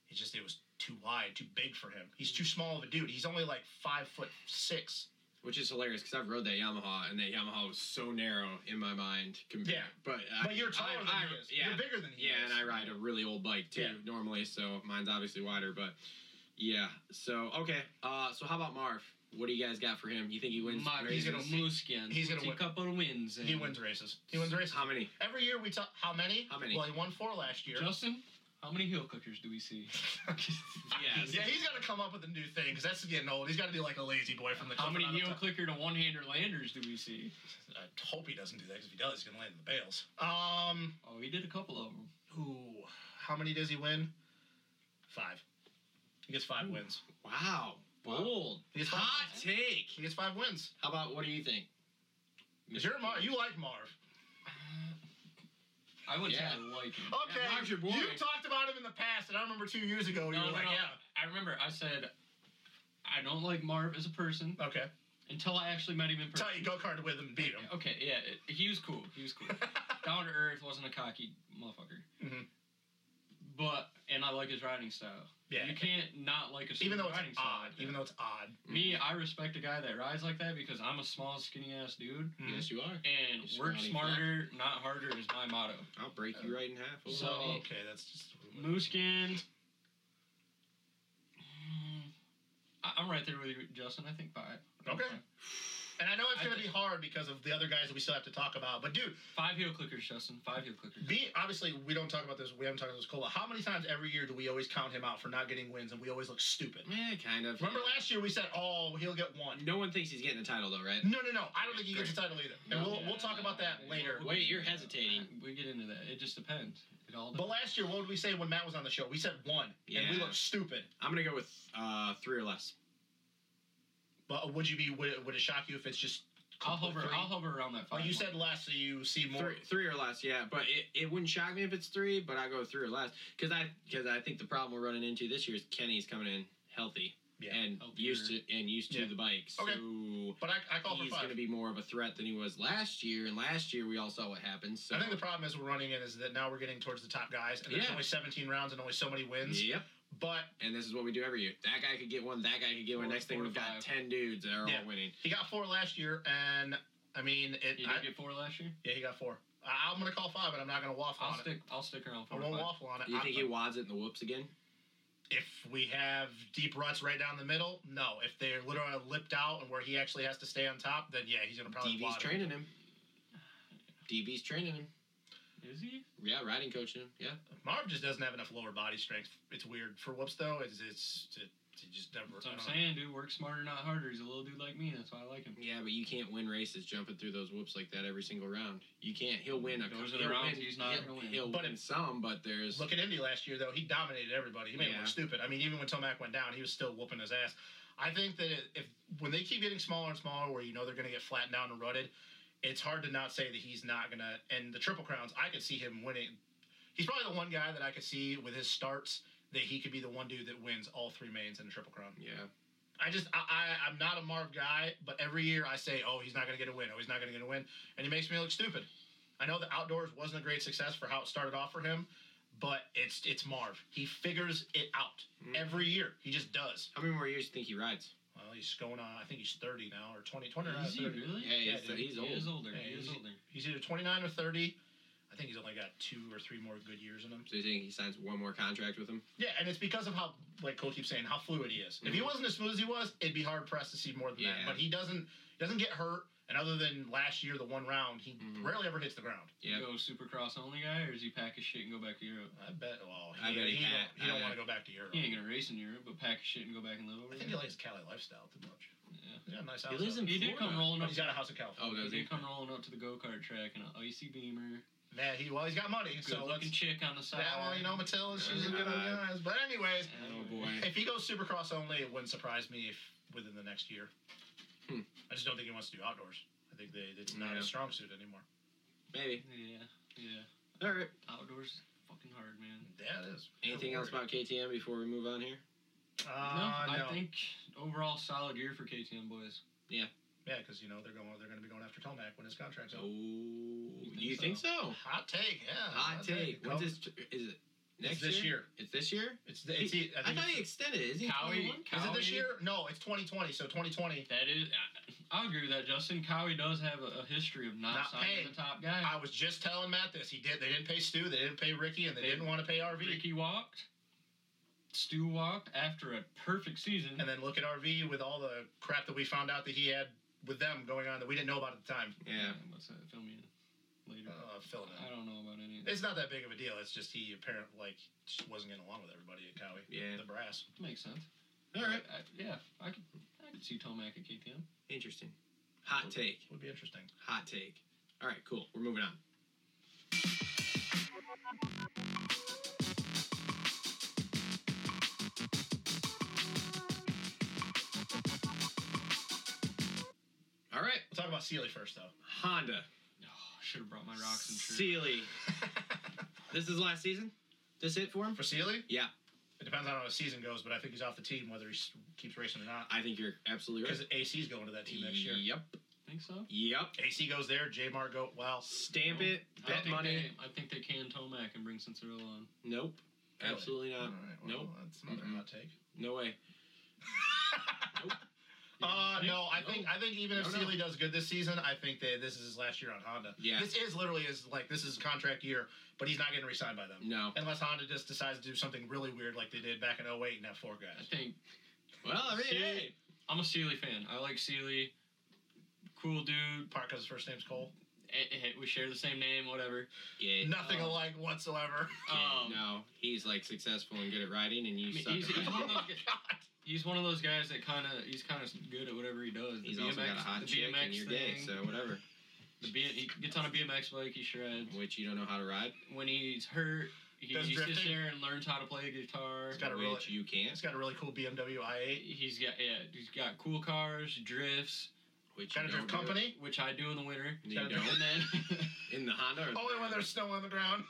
Speaker 4: it just it was too wide, too big for him. He's too small of a dude. He's only like five foot six.
Speaker 3: Which is hilarious because I've rode that Yamaha and that Yamaha was so narrow in my mind. Compared,
Speaker 4: Yeah.
Speaker 3: But uh, I-
Speaker 4: But you're taller
Speaker 3: I-
Speaker 4: than
Speaker 3: I-
Speaker 4: he is.
Speaker 3: Yeah.
Speaker 4: You're bigger than he
Speaker 3: yeah,
Speaker 4: is.
Speaker 3: and I ride a really old bike too
Speaker 4: Yeah.
Speaker 3: normally, so mine's obviously wider. But yeah. So okay. Uh, so how about Marv? What do you guys got for him? You think he wins?
Speaker 5: My
Speaker 3: races?
Speaker 5: he's gonna
Speaker 4: gonna-
Speaker 5: mooskin.
Speaker 4: he's gonna
Speaker 5: Take
Speaker 4: win.
Speaker 5: couple wins.
Speaker 4: He
Speaker 5: and-
Speaker 4: wins races. He wins races.
Speaker 3: How many?
Speaker 4: Every year we talk. How many?
Speaker 3: How many?
Speaker 4: Well, he won four last *laughs* year.
Speaker 5: Justin, how many heel cookers do we see?
Speaker 3: Yes.
Speaker 4: Yeah, he's got to come up with a new thing because that's getting old. He's got to do like a lazy boy from the.
Speaker 5: How
Speaker 4: comfort
Speaker 5: many
Speaker 4: out of
Speaker 5: heel
Speaker 4: t-
Speaker 5: clicker to one hander landers do we see?
Speaker 4: I hope he doesn't do that because if he does, he's gonna land in the bales. Um,
Speaker 5: Oh, he did a couple of them.
Speaker 4: ooh, how many does he win? Five. He gets five wins.
Speaker 3: Wow. Bold.
Speaker 4: He gets five.
Speaker 3: Hot take.
Speaker 4: He gets five wins.
Speaker 3: How about what do you think?
Speaker 4: Is your Marv? You like Marv?
Speaker 5: I wouldn't
Speaker 3: Yeah.
Speaker 5: say I like him.
Speaker 4: Okay.
Speaker 3: Marv's your boy.
Speaker 4: You talked about him in the past, and I remember two years ago you
Speaker 5: No,
Speaker 4: were
Speaker 5: no,
Speaker 4: like,
Speaker 5: no.
Speaker 4: yeah.
Speaker 5: I remember I said I don't like Marv as a person
Speaker 4: Okay.
Speaker 5: until I actually met him in person.
Speaker 4: Tell you go kart with him, and beat him.
Speaker 5: Okay, yeah, it- he was cool. He was cool. Down to earth, wasn't a cocky motherfucker.
Speaker 4: Mhm.
Speaker 5: But and I like his riding style.
Speaker 4: *laughs* yeah. *laughs*
Speaker 5: You can't not like a certain
Speaker 4: Even though it's
Speaker 5: riding style.
Speaker 4: odd. Even though it's odd.
Speaker 5: Me, I respect a guy that rides like that because I'm a small, skinny ass dude.
Speaker 3: Yes, you are.
Speaker 5: And
Speaker 3: You're
Speaker 5: work
Speaker 3: scrawny
Speaker 5: smarter, not harder is my motto.
Speaker 3: I'll break Oh, you right in half.
Speaker 5: So-
Speaker 4: okay, that's just
Speaker 5: Mooskin, Mm, I- I'm right there with you, Justin. I think five.
Speaker 4: Okay. And I know it's
Speaker 5: I
Speaker 4: going to
Speaker 5: thi-
Speaker 4: be hard because of the other guys that we still have to talk about. But dude,
Speaker 5: Five heel clickers, Justin. Five heel clickers.
Speaker 4: be obviously we don't talk about this. We haven't talked about this. Cola. How many times every year do we always count him out for not getting wins and we always look stupid?
Speaker 3: Yeah, kind of.
Speaker 4: Remember last year we said, oh, he'll get one.
Speaker 3: No one thinks he's getting a title though, right?
Speaker 4: No, no, no. I don't think he gets a title either. And
Speaker 5: No.
Speaker 4: we'll we'll talk about that
Speaker 5: Yeah.
Speaker 4: later.
Speaker 5: We'll-
Speaker 3: Wait, you're hesitating.
Speaker 5: We get into that. It just depends. It all
Speaker 4: But
Speaker 5: depends.
Speaker 4: last year, what did we say when Matt was on the show? We said one, and we
Speaker 3: Yeah.
Speaker 4: looked stupid.
Speaker 3: I'm gonna go with uh, three or less.
Speaker 4: But would you be would it, would it shock you if it's just?
Speaker 5: I'll hover.
Speaker 4: three?
Speaker 5: I'll hover around that
Speaker 4: Well,
Speaker 5: five.
Speaker 4: you
Speaker 5: mark.
Speaker 4: said less, so you see more.
Speaker 3: Three, three or less, yeah. But it, it wouldn't shock me if it's three, but I go three or less because I because I think the problem we're running into this year is Kenny's coming in healthy
Speaker 4: Yeah.
Speaker 3: and
Speaker 5: Healthier.
Speaker 3: used to and used to
Speaker 4: Yeah.
Speaker 3: the bike. So
Speaker 4: Okay. But I, I call for
Speaker 3: he's
Speaker 4: five.
Speaker 3: going to be more of a threat than he was last year, and last year we all saw what happened. So
Speaker 4: I think the problem is we're running in is that now we're getting towards the top guys, and there's
Speaker 3: Yeah.
Speaker 4: only 17 rounds and only so many wins.
Speaker 3: Yep,
Speaker 4: But
Speaker 3: and this is what we do every year. That guy could get one. That guy could get one.
Speaker 5: Four-
Speaker 3: Next thing
Speaker 5: four
Speaker 3: we've
Speaker 5: to
Speaker 3: got
Speaker 5: five.
Speaker 3: ten dudes that are
Speaker 4: Yeah.
Speaker 3: all winning.
Speaker 4: he got four last year, and I mean, it.
Speaker 5: You
Speaker 4: I-
Speaker 5: did get four last year.
Speaker 4: yeah, he got four. I, I'm gonna call five, and I'm not gonna waffle
Speaker 5: I'll
Speaker 4: on
Speaker 5: stick. I'll stick around
Speaker 4: it. I
Speaker 5: four. to
Speaker 4: won't
Speaker 5: five.
Speaker 4: waffle on it.
Speaker 3: Do you
Speaker 4: I-
Speaker 3: think he wads it in the whoops again?
Speaker 4: if we have deep ruts right down the middle, no. If they're literally lipped out and where he actually has to stay on top, then yeah, he's gonna probably.
Speaker 3: DB's
Speaker 4: wad it.
Speaker 3: training him. DB's training him.
Speaker 5: Is he?
Speaker 3: Yeah, riding coaching him. Yeah.
Speaker 4: Marv just doesn't have enough lower body strength. It's weird for whoops though. It's it's it, it just never.
Speaker 5: That's what
Speaker 4: I
Speaker 5: I'm
Speaker 4: don't know.
Speaker 5: saying, dude. Work smarter, not harder. He's a little dude like me. That's why I like him.
Speaker 3: Yeah, but you can't win races jumping through those whoops like that every single round. You can't. He'll win a
Speaker 5: Those
Speaker 3: cou-
Speaker 5: are the
Speaker 3: he'll
Speaker 5: rounds he's not
Speaker 3: he'll-
Speaker 5: gonna win.
Speaker 3: He'll
Speaker 4: But
Speaker 3: win
Speaker 4: it-
Speaker 3: some, but there's
Speaker 4: Look at Indy last year, though. He dominated everybody. He made him
Speaker 3: Yeah.
Speaker 4: look stupid. I mean, even when Tomac went down, he was still whooping his ass. I think that if when they keep getting smaller and smaller, where you know they're going to get flattened down and rutted, it's hard to not say that he's not going to. And the triple crowns, I could see him winning. He's probably the one guy that I could see with his starts that he could be the one dude that wins all three mains in the triple crown.
Speaker 3: yeah.
Speaker 4: I just I, I I'm not a Marv guy, but every year I say, oh, he's not gonna get a win. Oh, he's not gonna get a win, and he makes me look stupid. I know the outdoors wasn't a great success for how it started off for him, but it's it's Marv. He figures it out
Speaker 3: Mm.
Speaker 4: every year. He just does.
Speaker 3: How many more years do you think he rides?
Speaker 4: Well, he's going on. I think he's 30 now or 20, 20 or
Speaker 5: Is he
Speaker 4: 30.
Speaker 5: really?
Speaker 3: Yeah, he's,
Speaker 4: dude.
Speaker 3: he's old.
Speaker 5: He is older.
Speaker 4: Yeah,
Speaker 5: he is
Speaker 4: he's-
Speaker 5: older.
Speaker 4: He's either 29 or 30. I think he's only got two or three more good years in him.
Speaker 3: So you think he signs one more contract with him?
Speaker 4: Yeah, and it's because of how, like Cole keeps saying, how fluid he is. If he
Speaker 3: Mhm.
Speaker 4: wasn't as smooth as he was, it'd be hard pressed to see more than that.
Speaker 3: Yeah.
Speaker 4: But he doesn't he doesn't get hurt, and other than last year, the one round, he
Speaker 3: Mhm.
Speaker 4: rarely ever hits the ground.
Speaker 3: Yeah.
Speaker 5: Go supercross only guy, or is he pack his shit and go back to Europe?
Speaker 4: I bet. Well, he,
Speaker 3: I bet
Speaker 4: he,
Speaker 3: he
Speaker 4: don't-
Speaker 3: can't.
Speaker 4: he don't
Speaker 3: I-
Speaker 4: want to go back to Europe.
Speaker 5: He ain't gonna race in Europe, but pack his shit and go back and live over
Speaker 4: I
Speaker 5: there.
Speaker 4: think he likes the Cali lifestyle too much.
Speaker 5: Yeah.
Speaker 4: He's got a nice
Speaker 3: He
Speaker 4: house.
Speaker 3: lives
Speaker 4: out
Speaker 3: in
Speaker 5: He
Speaker 3: Florida.
Speaker 5: did come rolling
Speaker 4: there.
Speaker 5: up.
Speaker 4: He's got a house in California.
Speaker 3: Oh,
Speaker 5: he
Speaker 3: does he?
Speaker 5: did come rolling up to the go kart track in an icy beamer.
Speaker 4: Man, he well, he's got money,
Speaker 5: Good
Speaker 4: so let's.
Speaker 5: looking chick on the side.
Speaker 4: That one, you know, Matilda, she's a good on
Speaker 3: Uh,
Speaker 4: guys. But anyways,
Speaker 3: Oh boy.
Speaker 4: if he goes Supercross only, it wouldn't surprise me if within the next year.
Speaker 3: Hmm.
Speaker 4: I just don't think he wants to do outdoors. I think they, it's not
Speaker 3: Yeah.
Speaker 4: his strong suit anymore.
Speaker 3: Maybe.
Speaker 5: Yeah, yeah.
Speaker 3: All right.
Speaker 5: Outdoors, is fucking hard, man.
Speaker 4: Yeah, it is.
Speaker 3: Anything else about KTM before we move on here?
Speaker 4: Uh, no,
Speaker 5: I think overall solid year for KTM boys.
Speaker 4: Yeah, because you know they're going. They're going to be going after Tomac when his contract's
Speaker 3: Oh,
Speaker 4: up.
Speaker 5: think
Speaker 3: you
Speaker 5: so? Uh,
Speaker 3: think so?
Speaker 4: Hot take. Yeah.
Speaker 3: Hot take. When's
Speaker 4: It's
Speaker 3: his? tr- Is it next
Speaker 4: this year.
Speaker 3: It's this year.
Speaker 4: It's, the- it's
Speaker 3: He-
Speaker 4: I,
Speaker 3: I
Speaker 4: think
Speaker 3: thought he
Speaker 4: it's,
Speaker 3: extended. it. Is he
Speaker 5: Cowie-
Speaker 3: 21?
Speaker 4: is it this
Speaker 5: Cowie-
Speaker 4: year? No, it's 2020. So 2020.
Speaker 5: That is, I, I agree with that, Justin. Cowie does have a, a history of not,
Speaker 4: Not
Speaker 5: signing
Speaker 4: paying.
Speaker 5: the top guy.
Speaker 4: I was just telling Matt this. He did. They didn't pay Stu. They didn't pay Ricky, and they,
Speaker 5: They-
Speaker 4: didn't want to pay RV.
Speaker 5: Ricky walked. Stu walked after a perfect season.
Speaker 4: And then look at RV with all the crap that we found out that he had with them going on that we didn't know about at the time.
Speaker 3: Yeah.
Speaker 5: What's that? Film you later.
Speaker 4: Uh, Phil.
Speaker 5: I don't know about any. of that.
Speaker 4: It's not that big of a deal. It's just he apparently like just wasn't getting along with everybody at Cowie.
Speaker 3: Yeah.
Speaker 4: The brass.
Speaker 5: Makes sense.
Speaker 3: All right.
Speaker 5: I, yeah, I could, I could see Tomac at KTM.
Speaker 3: Interesting. Hot take.
Speaker 4: Would be interesting.
Speaker 3: Hot take. All right. Cool. We're moving on. All right.
Speaker 4: We'll talk about Sealy first though. *laughs*
Speaker 3: Honda.
Speaker 5: Oh, should have brought my rocks and shirt.
Speaker 3: Sealy. This is last season. This it for him?
Speaker 4: For Sealy?
Speaker 3: Yeah.
Speaker 4: It depends on how his season goes, but I think he's off the team whether he s- keeps racing or not.
Speaker 3: I think you're absolutely right.
Speaker 4: Because AC's going to that team next year.
Speaker 3: Yep.
Speaker 5: Think so?
Speaker 3: Yep.
Speaker 4: AC goes there, J Mar go well.
Speaker 3: Stamp
Speaker 5: No.
Speaker 3: it.
Speaker 5: I
Speaker 3: Bet
Speaker 5: think
Speaker 3: money.
Speaker 5: They, I think they can Tomac and bring Cincerillo on.
Speaker 3: Nope.
Speaker 4: Really?
Speaker 3: Absolutely not. nope.
Speaker 4: that's another
Speaker 3: Mm-mm.
Speaker 4: hot take.
Speaker 3: No way.
Speaker 4: Uh,
Speaker 5: You
Speaker 4: no, I
Speaker 5: No.
Speaker 4: think I think even
Speaker 3: No,
Speaker 4: if
Speaker 3: no.
Speaker 4: Sealy does good this season, I think that this is his last year on Honda.
Speaker 3: Yeah.
Speaker 4: This is literally his like this is his contract year, but he's not getting re-signed by them.
Speaker 3: No.
Speaker 4: Unless Honda just decides to do something really weird like they did back in 08 and have four
Speaker 5: I
Speaker 4: guys.
Speaker 5: think
Speaker 3: Well, I mean,
Speaker 5: See?
Speaker 3: hey.
Speaker 5: I'm a Sealy fan. I like Sealy. Cool dude.
Speaker 4: Parka's first name's Cole.
Speaker 5: Eh, eh, we share the same name, whatever.
Speaker 3: Gay.
Speaker 4: Nothing
Speaker 5: um,
Speaker 4: alike whatsoever. *laughs*
Speaker 5: Um,
Speaker 3: Oh, no, he's like successful and good at writing, and you
Speaker 5: I mean,
Speaker 3: suck. Oh
Speaker 5: he's, *laughs*
Speaker 3: at
Speaker 5: he's
Speaker 3: *laughs* writing.
Speaker 5: one of those, gu- he's one of those guys that kind of he's kind of good at whatever he does. The
Speaker 3: He's
Speaker 5: BMX,
Speaker 3: also got a hot
Speaker 5: the
Speaker 3: chick,
Speaker 5: BMX
Speaker 3: and you're
Speaker 5: thing.
Speaker 3: gay, so whatever.
Speaker 5: the B, he gets on a BMX bike. He shreds.
Speaker 3: Which you don't know how to ride,
Speaker 5: When he's hurt, he,
Speaker 4: Does
Speaker 5: he sits
Speaker 4: drifting.
Speaker 5: there and learns how to play guitar.
Speaker 4: He's got a really,
Speaker 3: which you can't,
Speaker 4: he's got a really cool BMW i8.
Speaker 5: He's got yeah, he's got cool cars, drifts,
Speaker 3: which
Speaker 4: Got
Speaker 3: you
Speaker 4: a
Speaker 3: don't
Speaker 4: drift
Speaker 3: do.
Speaker 4: company.
Speaker 5: which I do in the winter.
Speaker 3: And you
Speaker 4: Got a
Speaker 3: don't
Speaker 5: *laughs* And then
Speaker 3: in the Honda. or-
Speaker 4: Only when there's snow on the ground.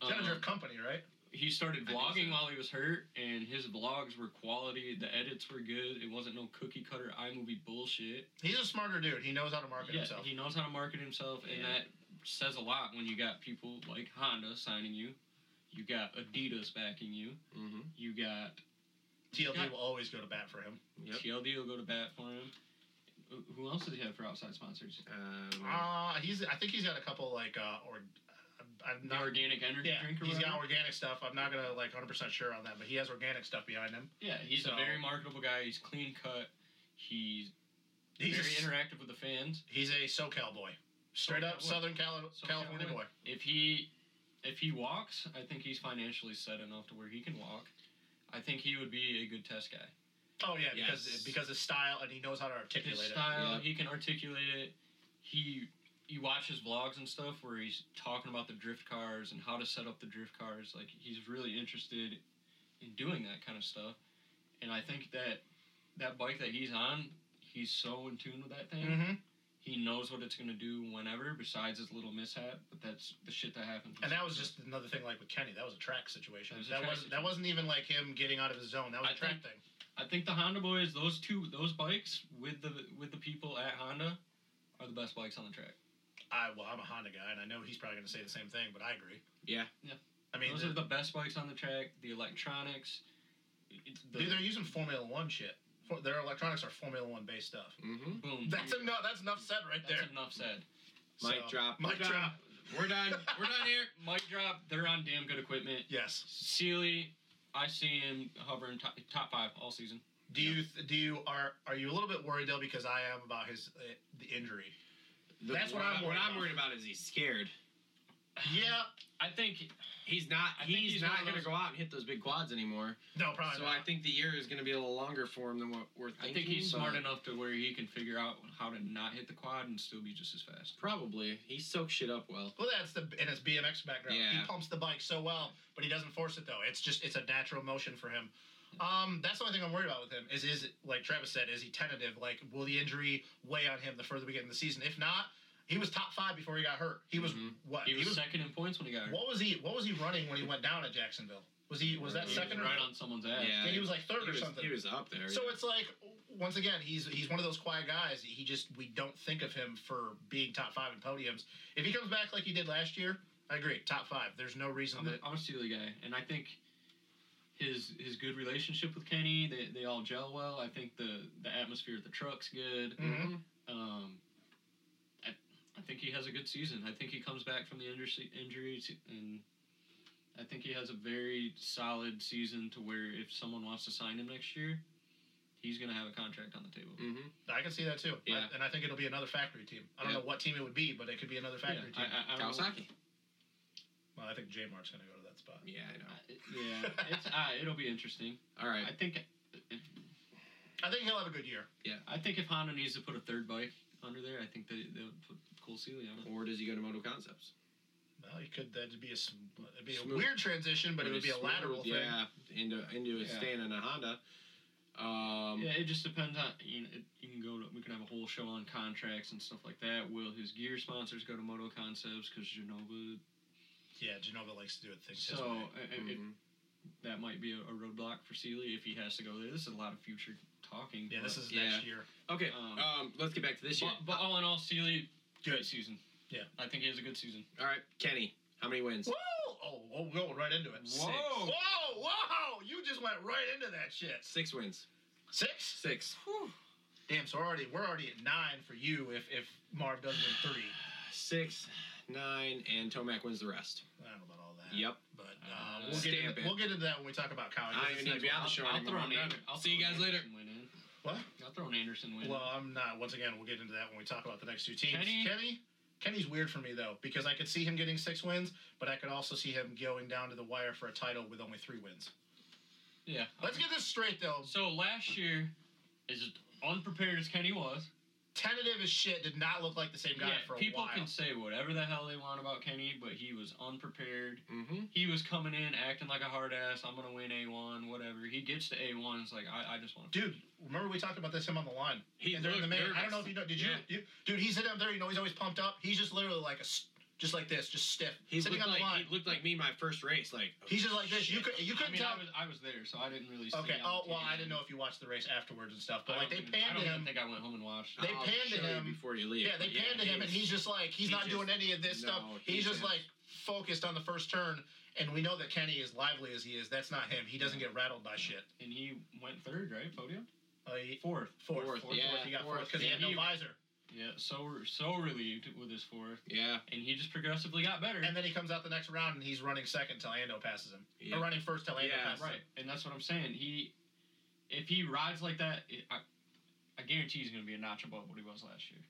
Speaker 4: Got a
Speaker 5: um,
Speaker 4: drift company, right?
Speaker 5: he started
Speaker 3: I think
Speaker 5: vlogging
Speaker 3: so.
Speaker 5: while he was hurt, and his vlogs were quality. The edits were good. It wasn't no cookie cutter iMovie bullshit.
Speaker 4: He's a smarter dude. He knows how to market
Speaker 5: yeah,
Speaker 4: himself.
Speaker 5: he knows how to market himself, and
Speaker 3: Yeah.
Speaker 5: that says a lot when you got people like Honda signing you. You got Adidas backing you.
Speaker 3: Mhm.
Speaker 5: You got
Speaker 4: TLD
Speaker 5: got-
Speaker 4: will always go to bat for him.
Speaker 3: Yep.
Speaker 5: TLD will go to bat for him. Who- Who else does he have for outside sponsors?
Speaker 3: Um,
Speaker 4: Uh, he's. I think he's got a couple like uh, or. I'm
Speaker 5: The
Speaker 4: not.
Speaker 5: organic energy
Speaker 4: Yeah,
Speaker 5: drink or
Speaker 4: he's got
Speaker 5: whatever?
Speaker 4: organic stuff. I'm not gonna like 100 percent sure on that, but he has organic stuff behind him.
Speaker 5: Yeah, he's
Speaker 4: So-
Speaker 5: a very marketable guy. He's clean cut. He's,
Speaker 4: He's
Speaker 5: very
Speaker 4: a, s-
Speaker 5: interactive with the fans.
Speaker 4: he's a SoCal boy, straight up
Speaker 5: SoCal boy.
Speaker 4: Southern Cali-
Speaker 5: SoCal
Speaker 4: California
Speaker 5: boy.
Speaker 4: boy.
Speaker 5: If he if he walks, I think he's financially set enough to where he can walk. I think he would be a good test guy.
Speaker 4: Oh yeah, because
Speaker 3: Yes.
Speaker 4: because his style and he knows how to articulate
Speaker 5: his
Speaker 4: it.
Speaker 5: style.
Speaker 3: Yeah.
Speaker 5: He can articulate it. He you watch his vlogs and stuff where he's talking about the drift cars and how to set up the drift cars. Like he's really interested in doing that kind of stuff. And I think that that bike that he's on, he's so in tune with that thing.
Speaker 4: Mm-hmm.
Speaker 5: He knows what it's gonna do whenever. Besides his little mishap, but that's the shit that happens. with
Speaker 4: And that was
Speaker 5: stuff.
Speaker 4: just another thing, like with Kenny, that was a track situation.
Speaker 5: It was a
Speaker 4: that
Speaker 5: track
Speaker 4: wasn't that
Speaker 5: situation.
Speaker 4: wasn't even like him getting out of his zone. That was
Speaker 5: I
Speaker 4: a track
Speaker 5: think-
Speaker 4: thing.
Speaker 5: I think the Honda boys, those two, those bikes with the with the people at Honda, are the best bikes on the track.
Speaker 4: I well, I'm a Honda guy, and I know he's probably gonna say the same thing, but I agree.
Speaker 3: Yeah.
Speaker 5: Yeah.
Speaker 4: I mean,
Speaker 5: Those
Speaker 4: the-
Speaker 5: are the best bikes on the track. The electronics. It's the
Speaker 4: dude, they're using Formula One shit. For, their electronics are Formula One based stuff.
Speaker 3: hmm
Speaker 5: boom.
Speaker 4: That's enough. That's enough said right
Speaker 5: Mm-hmm. That's
Speaker 4: there.
Speaker 5: enough said.
Speaker 3: Mic drop.
Speaker 4: Mic
Speaker 3: We're done.
Speaker 4: drop.
Speaker 3: We're done. We're done here.
Speaker 5: *laughs* Mic drop. They're on damn good equipment.
Speaker 4: Yes.
Speaker 5: Sealy, I see him hovering top, top five all season.
Speaker 4: Do you th- do you are are you a little bit worried though because I am about his uh, the injury?
Speaker 3: The-
Speaker 4: That's what I'm
Speaker 3: What
Speaker 4: worried
Speaker 3: I'm
Speaker 4: about.
Speaker 3: worried about is he's scared.
Speaker 4: Yeah.
Speaker 5: I think
Speaker 3: He's not.
Speaker 5: I think
Speaker 3: He's,
Speaker 5: he's one
Speaker 3: not
Speaker 5: of
Speaker 3: going to
Speaker 5: those-
Speaker 3: go out and hit those big quads anymore.
Speaker 4: No, probably.
Speaker 3: so
Speaker 4: not.
Speaker 3: I think the year is going to be a little longer for him than what we're thinking.
Speaker 5: I think he's
Speaker 3: but
Speaker 5: smart enough to where he can figure out how to not hit the quad and still be just as fast.
Speaker 3: Probably. He soaks shit up well.
Speaker 4: Well, that's the in his BMX background.
Speaker 3: Yeah.
Speaker 4: He pumps the bike so well, but he doesn't force it though. It's just it's a natural motion for him. Um, that's the only thing I'm worried about with him is is like Travis said, is he tentative? Like, will the injury weigh on him the further we get in the season? If not, he was top five before he got hurt. He was
Speaker 3: Mhm.
Speaker 4: what?
Speaker 5: He was, second in points when he got hurt.
Speaker 4: what was he? What was he running when he went down at Jacksonville? Was he was that
Speaker 5: He was
Speaker 4: second? or-
Speaker 5: right on someone's ass.
Speaker 4: Yeah, he was like third
Speaker 3: He
Speaker 4: or
Speaker 3: was,
Speaker 4: something.
Speaker 3: he was up there.
Speaker 4: So it's like once again, he's he's one of those quiet guys. He just we don't think of him for being top five in podiums. If he comes back like he did last year, I agree. Top five. There's no reason
Speaker 5: I'm a,
Speaker 4: that
Speaker 5: I'm a Sealy guy, and I think his his good relationship with Kenny, they, they all gel well. I think the the atmosphere at the truck's
Speaker 3: Mm.
Speaker 5: good.
Speaker 4: Mhm.
Speaker 5: Um, I, I think he has a good season. I think he comes back from the injury, injuries, and I think he has a very solid season to where if someone wants to sign him next year, he's gonna have a contract on the table.
Speaker 3: hmm
Speaker 4: I can see that too. I-
Speaker 3: Yeah.
Speaker 4: and I think it'll be another factory team. I don't
Speaker 3: Yeah.
Speaker 4: know what team it would be, but it could be another
Speaker 5: Yeah,
Speaker 4: factory
Speaker 5: I,
Speaker 4: team.
Speaker 5: I, I don't know.
Speaker 3: Kawasaki.
Speaker 4: well, I think J Mart's gonna go to that spot.
Speaker 3: Yeah, I know.
Speaker 5: I- Yeah, it's, uh, it'll be interesting.
Speaker 3: All right.
Speaker 5: I think uh,
Speaker 4: I think he'll have a good year.
Speaker 5: I think if Honda needs to put a third bike under there, I think they they'll put Cool Sealy on it.
Speaker 3: Or does he go to Moto Concepts?
Speaker 4: Well, he could that'd be a sm- it'd be a
Speaker 3: Smooth.
Speaker 4: weird transition, but it would be a
Speaker 3: Smooth,
Speaker 4: lateral thing.
Speaker 3: Yeah, into into a
Speaker 5: Yeah.
Speaker 3: stand in a Honda. Um,
Speaker 5: Yeah, it just depends on you. Know, it, you can go. To, we can have a whole show on contracts and stuff like that. Will his gear sponsors go to Moto Concepts because Genova?
Speaker 4: Yeah, Genova likes to do it things. his
Speaker 5: So
Speaker 4: way.
Speaker 5: I- I- it-
Speaker 3: mhm.
Speaker 5: that might be a, a roadblock for Sealy if he has to go there. This is a lot of future talking.
Speaker 4: yeah,
Speaker 5: but,
Speaker 4: this is uh,
Speaker 3: Yeah.
Speaker 4: next year.
Speaker 3: Okay. Um,
Speaker 5: um,
Speaker 3: let's get back to this year.
Speaker 5: But, but all in all, Sealy great season.
Speaker 4: uh, Yeah.
Speaker 5: I think he has a good season.
Speaker 3: All right, Kenny. How many wins?
Speaker 4: Whoa! Oh, whoa, we're going right into it.
Speaker 5: Whoa.
Speaker 4: Whoa! Whoa! You just went right into that shit.
Speaker 3: Six wins.
Speaker 4: Six.
Speaker 3: Six.
Speaker 4: Damn. So already we're already at nine for you. If if Marv does win three,
Speaker 3: Six, nine, and Tomac wins the rest.
Speaker 4: I don't know about all that.
Speaker 3: Yep.
Speaker 4: But
Speaker 5: Uh,
Speaker 4: uh, we'll, get
Speaker 3: stamp
Speaker 4: into,
Speaker 3: it.
Speaker 4: we'll get into that when we talk about Cowie.
Speaker 3: I don't
Speaker 4: It's
Speaker 3: even need to
Speaker 4: next
Speaker 3: be
Speaker 4: week.
Speaker 3: on the show
Speaker 5: I'll, I'll
Speaker 3: anymore.
Speaker 5: throw an
Speaker 3: I'm done.
Speaker 5: Ander- I'll
Speaker 6: See you
Speaker 5: throw an
Speaker 6: guys later.
Speaker 5: Anderson win in.
Speaker 4: What?
Speaker 5: I'll throw an Anderson win. in.
Speaker 4: Well, I'm not. Once again, we'll get into that when we talk about the next two teams.
Speaker 5: Kenny?
Speaker 4: Kenny? Kenny's weird for me, though, because I could see him getting six wins, but I could also see him going down to the wire for a title with only three wins.
Speaker 5: yeah.
Speaker 4: Let's get this straight, though.
Speaker 5: So last year, as unprepared as Kenny was,
Speaker 4: Tentative as shit did not look like the same guy
Speaker 5: yeah,
Speaker 4: for a
Speaker 5: people
Speaker 4: while.
Speaker 5: can say whatever the hell they want about Kenny, but he was unprepared.
Speaker 3: Mm-hmm.
Speaker 5: He was coming in acting like a hard ass. I'm gonna win A1, whatever. He gets to A1. It's like I, I just want to.
Speaker 4: Dude, remember we talked about this him on the line.
Speaker 3: He
Speaker 4: and during the
Speaker 3: looked
Speaker 4: main,
Speaker 3: nervous.
Speaker 4: I don't know if you know. Did you,
Speaker 5: Yeah.
Speaker 4: you- Dude, he's sitting up there. You know, he's always pumped up. He's just literally like a, s- just like this, just stiff.
Speaker 3: He
Speaker 4: sitting
Speaker 3: looked
Speaker 4: on the
Speaker 3: like
Speaker 4: line.
Speaker 3: he looked like me my first race. Like oh,
Speaker 4: He's just like this. You
Speaker 3: shit.
Speaker 4: could, you couldn't
Speaker 5: I mean,
Speaker 4: tell.
Speaker 5: I was, I was there, so I didn't really. See
Speaker 4: okay.
Speaker 5: on
Speaker 4: Oh
Speaker 5: the
Speaker 4: well, I
Speaker 5: TV.
Speaker 4: didn't know if you watched the race afterwards and stuff, but
Speaker 5: I don't
Speaker 4: like they
Speaker 5: even- I
Speaker 4: panned
Speaker 5: don't
Speaker 4: to
Speaker 5: even
Speaker 4: him.
Speaker 5: think I went home and watched.
Speaker 4: They
Speaker 3: I'll
Speaker 4: panned to
Speaker 3: show you
Speaker 4: him.
Speaker 3: before you leave.
Speaker 4: Yeah, they
Speaker 3: but
Speaker 4: panned to him, and he's just like
Speaker 3: he
Speaker 4: he's not
Speaker 3: just-
Speaker 4: doing any of this
Speaker 3: no,
Speaker 4: stuff.
Speaker 3: he
Speaker 4: He's just
Speaker 3: just-
Speaker 4: like focused on the first turn, and we know that Kenny, as lively as he is, that's not him. He doesn't get rattled by shit.
Speaker 5: and he went third, right? Podium.
Speaker 4: Uh, he,
Speaker 5: Fourth.
Speaker 4: fourth,
Speaker 3: Fourth,
Speaker 4: fourth, fourth,
Speaker 3: yeah,
Speaker 4: he got
Speaker 3: fourth,
Speaker 4: fourth because he
Speaker 5: yeah,
Speaker 4: had
Speaker 5: he-
Speaker 4: no visor.
Speaker 5: Yeah. So we're so relieved with his fourth,
Speaker 3: yeah.
Speaker 5: and he just progressively got better.
Speaker 4: And then he comes out the next round and he's running second till Ando passes him.
Speaker 3: Yeah.
Speaker 4: Or running first till Ando
Speaker 3: Yeah,
Speaker 4: passes
Speaker 5: Right,
Speaker 4: him.
Speaker 5: and that's what I'm saying. He, if he rides like that, it, I, I guarantee he's going to be a notch above what he was last year.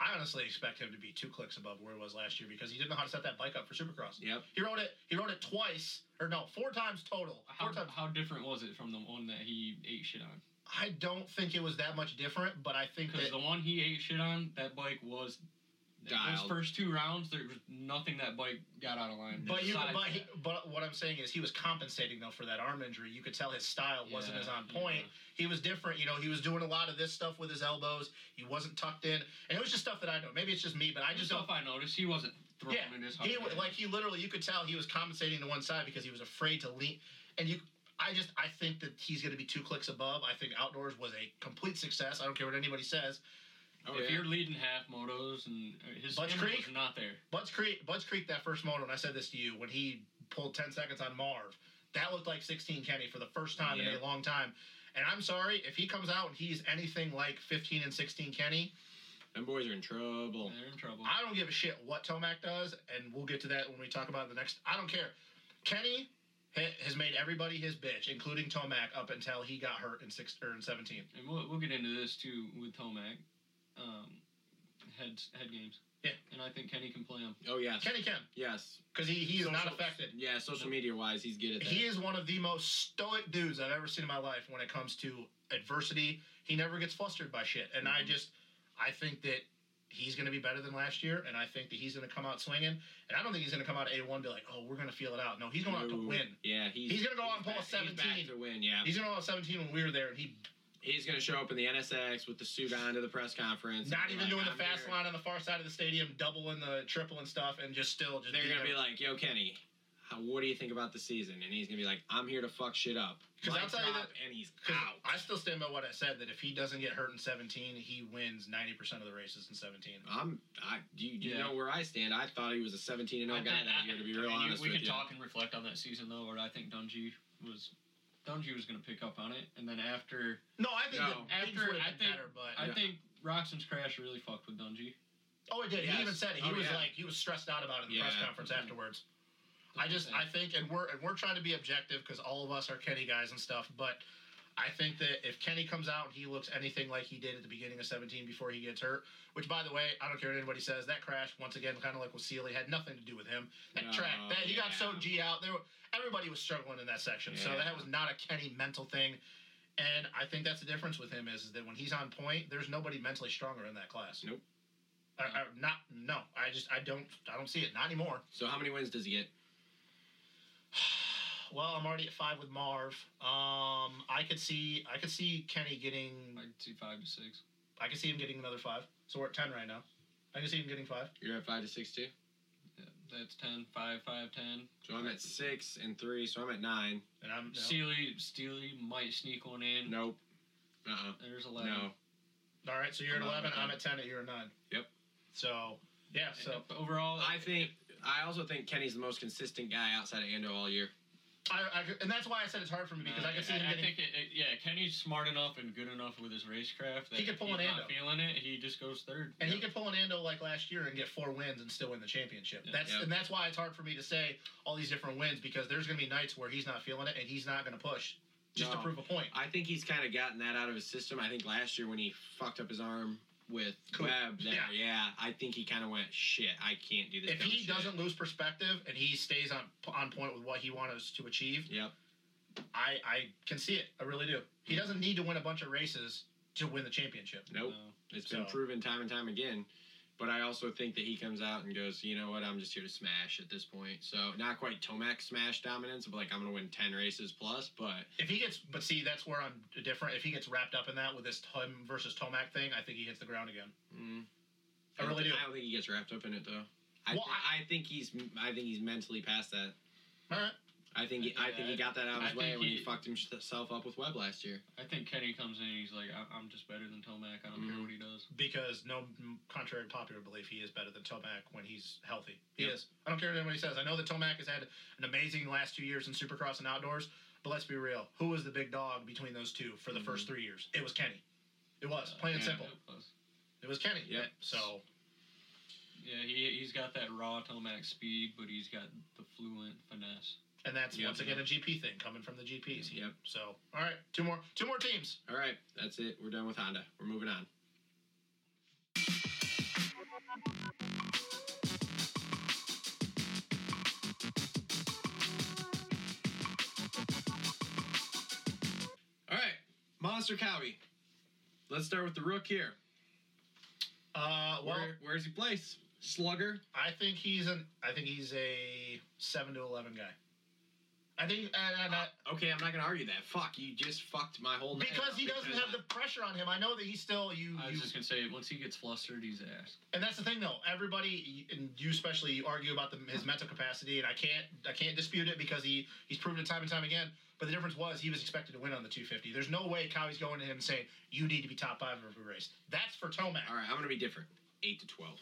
Speaker 4: I honestly expect him to be two clicks above where he was last year because he didn't know how to set that bike up for Supercross.
Speaker 3: Yep.
Speaker 4: He rode it. He rode it twice, or no, four times total.
Speaker 5: How,
Speaker 4: Four times.
Speaker 5: how different was it from the one that he ate shit on?
Speaker 4: I don't think it was that much different, but I think
Speaker 5: Because
Speaker 4: that
Speaker 5: the one he ate shit on, that bike was.
Speaker 3: Dialed.
Speaker 5: Those first two rounds, there was nothing that bike got out of line.
Speaker 4: But you,
Speaker 5: besides
Speaker 4: but, he,
Speaker 5: that.
Speaker 4: but what I'm saying is he was compensating though for that arm injury. You could tell his style wasn't
Speaker 5: Yeah,
Speaker 4: as on point. He was different. You know, he was doing a lot of this stuff with his elbows. He wasn't tucked in, and it was just stuff that I know. Maybe it's just me, but I
Speaker 5: I just
Speaker 4: just
Speaker 5: do
Speaker 4: don't.
Speaker 5: if I noticed he wasn't throwing
Speaker 4: Yeah,
Speaker 5: it as hard.
Speaker 4: He wa- like he literally, you could tell he was compensating to one side because he was afraid to lean. And you, I just, I think that he's going to be two clicks above. I think outdoors was a complete success. I don't care what anybody says.
Speaker 3: Oh,
Speaker 5: if
Speaker 3: yeah.
Speaker 5: you're leading half motos and uh, his
Speaker 4: Butch
Speaker 5: stamina
Speaker 4: Creek?
Speaker 5: was not there.
Speaker 4: Butts Creek, Butts Creek, that first moto, and I said this to you when he pulled 10 seconds on Marv, that looked like 16 Kenny for the first time in
Speaker 3: Yeah.
Speaker 4: a long time. And I'm sorry, if he comes out and he's anything like 15 and 16 Kenny,
Speaker 3: Them boys are in trouble.
Speaker 5: They're in trouble.
Speaker 4: I don't give a shit what Tomac does, and we'll get to that when we talk about the next. I don't care. Kenny ha- has made everybody his bitch, including Tomac, up until he got hurt in six or in 17.
Speaker 5: and we'll, we'll get into this too with Tomac, um, head head games.
Speaker 4: Yeah.
Speaker 5: and I think Kenny can play him.
Speaker 3: Oh yes,
Speaker 4: Kenny can,
Speaker 3: yes,
Speaker 4: because he, he's
Speaker 3: So-
Speaker 4: not
Speaker 3: so-
Speaker 4: affected.
Speaker 3: yeah. Social media wise, he's good at that.
Speaker 4: He is one of the most stoic dudes I've ever seen in my life when it comes to adversity. He never gets flustered by shit. And
Speaker 3: Mm-hmm.
Speaker 4: I just, I think that he's going to be better than last year. And I think that he's going to come out swinging. And I don't think he's going to come out A1 and be like, oh, we're going to feel it out. No, he's going out to
Speaker 3: Ooh.
Speaker 4: win.
Speaker 3: Yeah, he's
Speaker 4: He's gonna go out and pull a
Speaker 3: back- He's
Speaker 4: 17.
Speaker 3: back to win. Yeah,
Speaker 4: He's going to go out 17 when we were there. And he
Speaker 3: he's gonna show up in the NSX with the suit on to the press conference. and
Speaker 4: not
Speaker 3: be
Speaker 4: even
Speaker 3: like,
Speaker 4: doing the
Speaker 3: "I'm
Speaker 4: fast
Speaker 3: here."
Speaker 4: line on the far side of the stadium, doubling the triple and stuff, and just still just
Speaker 3: They're
Speaker 4: beating
Speaker 3: gonna be
Speaker 4: everybody.
Speaker 3: like, "Yo, Kenny, how, what do you think about the season?" And he's gonna be like, "I'm here to fuck shit up."
Speaker 4: 'Cause I'll
Speaker 3: Mic
Speaker 4: tell you
Speaker 3: drop,
Speaker 4: that-
Speaker 3: and he's
Speaker 4: 'Cause
Speaker 3: out.
Speaker 4: I still stand by what I said that if he doesn't get hurt in 17, he wins 90% of the races in 17.
Speaker 3: I'm. I do. You, you
Speaker 5: Yeah.
Speaker 3: know where I stand. I thought he was a 17 and 0
Speaker 5: I
Speaker 3: guy
Speaker 5: think-
Speaker 3: that year. To be
Speaker 5: I
Speaker 3: real
Speaker 5: mean, you-
Speaker 3: honest
Speaker 5: we
Speaker 3: with
Speaker 5: can
Speaker 3: you.
Speaker 5: talk and reflect on that season though, where I think Dungy was Dungy was going to pick up on it, and then after
Speaker 4: No, I think
Speaker 3: No.
Speaker 4: that
Speaker 5: After- I
Speaker 4: after I
Speaker 5: think-
Speaker 4: better, but
Speaker 5: I
Speaker 3: Yeah.
Speaker 5: think Roxon's crash really fucked with Dungy.
Speaker 4: Oh, it did.
Speaker 3: Yes.
Speaker 4: He even said it. He
Speaker 3: Oh,
Speaker 4: was
Speaker 3: yeah.
Speaker 4: like he was stressed out about it in the press
Speaker 3: Yeah. Mm-hmm.
Speaker 4: conference
Speaker 5: Mhm.
Speaker 4: afterwards. I just I think and we're and we're trying to be objective because all of us are Kenny guys and stuff, but I think that if Kenny comes out and he looks anything like he did at the beginning of 17 before he gets hurt, which by the way, I don't care what anybody says, that crash once again kind of like with Sealy had nothing to do with him. That
Speaker 3: No,
Speaker 4: track that he got so
Speaker 3: yeah.
Speaker 4: G out there, were- everybody was struggling in that section, so
Speaker 3: Yeah.
Speaker 4: that was not a Kenny mental thing. And I think that's the difference with him is, is that when he's on point, there's nobody mentally stronger in that class.
Speaker 3: Nope.
Speaker 4: I, I, not no. I just I don't I don't see it not anymore.
Speaker 3: So how many wins does he get?
Speaker 4: Well, I'm already at five with Marv. Um, I could see I could see Kenny getting
Speaker 5: I could see five to six.
Speaker 4: I could see him getting another five. So we're at ten right now. I can see him getting five.
Speaker 3: You're at five to six too.
Speaker 5: Yeah, that's ten, five, five, ten.
Speaker 3: So I'm at six and three. So I'm at nine.
Speaker 4: And I'm you know,
Speaker 5: Steely Steely might sneak one in.
Speaker 3: Nope. Uh.
Speaker 5: There's
Speaker 3: uh
Speaker 5: eleven.
Speaker 3: No.
Speaker 4: all right. So you're at
Speaker 3: I'm not
Speaker 4: eleven.
Speaker 3: at
Speaker 4: I'm
Speaker 3: nine.
Speaker 4: at ten. At you're at nine.
Speaker 3: Yep.
Speaker 4: So yeah. So
Speaker 5: So overall,
Speaker 3: I think. I also think Kenny's the most consistent guy outside of Ando all year.
Speaker 4: I, I could- and that's why I said it's hard for me because I
Speaker 5: can
Speaker 4: could see him
Speaker 5: Uh, I,
Speaker 4: getting.
Speaker 5: think it, it- yeah, Kenny's smart enough and good enough with his racecraft that
Speaker 4: He could pull
Speaker 5: he's
Speaker 4: an
Speaker 5: not
Speaker 4: Ando.
Speaker 5: feeling it. He just goes third.
Speaker 4: and
Speaker 5: Yeah.
Speaker 4: he could pull an Ando like last year and get four wins and still win the championship.
Speaker 5: Yeah.
Speaker 4: That's
Speaker 3: Yeah.
Speaker 4: and that's why it's hard for me to say all these different wins because there's going to be nights where he's not feeling it and he's not going to push just
Speaker 3: No.
Speaker 4: to prove a point.
Speaker 3: I think he's kind of gotten that out of his system. I think last year when he fucked up his arm with
Speaker 4: Cool.
Speaker 3: Webb, there, yeah.
Speaker 4: Yeah.
Speaker 3: I think he kind of went shit. I can't do this.
Speaker 4: If
Speaker 3: dumb
Speaker 4: he
Speaker 3: shit."
Speaker 4: doesn't lose perspective and he stays on on point with what he wants to achieve,
Speaker 3: yep,
Speaker 4: I I can see it. I really do. He doesn't need to win a bunch of races to win the championship.
Speaker 3: nope.
Speaker 5: No.
Speaker 3: It's been
Speaker 4: Uh, So-
Speaker 3: proven time and time again. But I also think that he comes out and goes, you know what, I'm just here to smash at this point. So not quite Tomac smash dominance, but like I'm gonna win ten races plus. But
Speaker 4: If he gets, but see, that's where I'm different. If he gets wrapped up in that with this him versus Tomac thing, I think he hits the ground again.
Speaker 3: mm,
Speaker 4: I
Speaker 3: don't
Speaker 4: really
Speaker 3: thi-
Speaker 4: do.
Speaker 3: I don't think he gets wrapped up in it though. I,
Speaker 4: Well,
Speaker 3: thi- I, think he's I think he's mentally past that.
Speaker 4: All right.
Speaker 3: I think he,
Speaker 5: I
Speaker 3: I
Speaker 5: think-
Speaker 3: think he got that out of
Speaker 5: I
Speaker 3: his way
Speaker 5: think
Speaker 3: when he
Speaker 5: he-
Speaker 3: fucked himself up with Webb last year.
Speaker 5: I think Kenny comes in and he's like, I- I'm just better than Tomac. I don't
Speaker 3: Mhm.
Speaker 4: Mm-hmm.
Speaker 5: care what he does.
Speaker 4: Because no, contrary to popular belief, he is better than Tomac when he's healthy. He
Speaker 3: Yeah.
Speaker 4: is. I don't care what anybody says. I know that Tomac has had an amazing last two years in Supercross and outdoors, but let's be real. Who was the big dog between those two for the first three years? It was Kenny. It was
Speaker 5: Uh,
Speaker 4: plain and
Speaker 5: yeah,
Speaker 4: simple.
Speaker 5: it was.
Speaker 4: It was Kenny.
Speaker 3: Yep.
Speaker 4: So
Speaker 5: Yeah, he he's got that raw Tomac speed, but he's got the fluent finesse.
Speaker 4: And that's
Speaker 3: Yeah.
Speaker 4: once again a GP thing coming from the GPs.
Speaker 3: Yep.
Speaker 4: So, all right, two more, two more teams.
Speaker 3: All right, that's it. We're done with Honda. We're moving on. All right, Monster Cowie. Let's start with the rook here.
Speaker 4: Uh, well,
Speaker 3: Where, where's he placed? Slugger.
Speaker 4: I think he's an, I think he's a seven to eleven guy. I think, and, and I,
Speaker 3: okay, I'm not gonna argue that. Fuck, you just fucked my whole. night
Speaker 4: because
Speaker 3: up
Speaker 4: he doesn't
Speaker 3: because
Speaker 4: have the pressure on him. I know that he's still you.
Speaker 5: I
Speaker 4: you
Speaker 5: was just gonna say, once he gets flustered, he's ass.
Speaker 4: and that's the thing though. Everybody, and you especially, you argue about the, his mental capacity, and I can't, I can't dispute it because he he's proven it time and time again. But the difference was he was expected to win on the 250. There's no way Cowie's going to him saying you need to be top five of every race. That's for Tomac.
Speaker 3: All right, I'm gonna be different. Eight to twelve.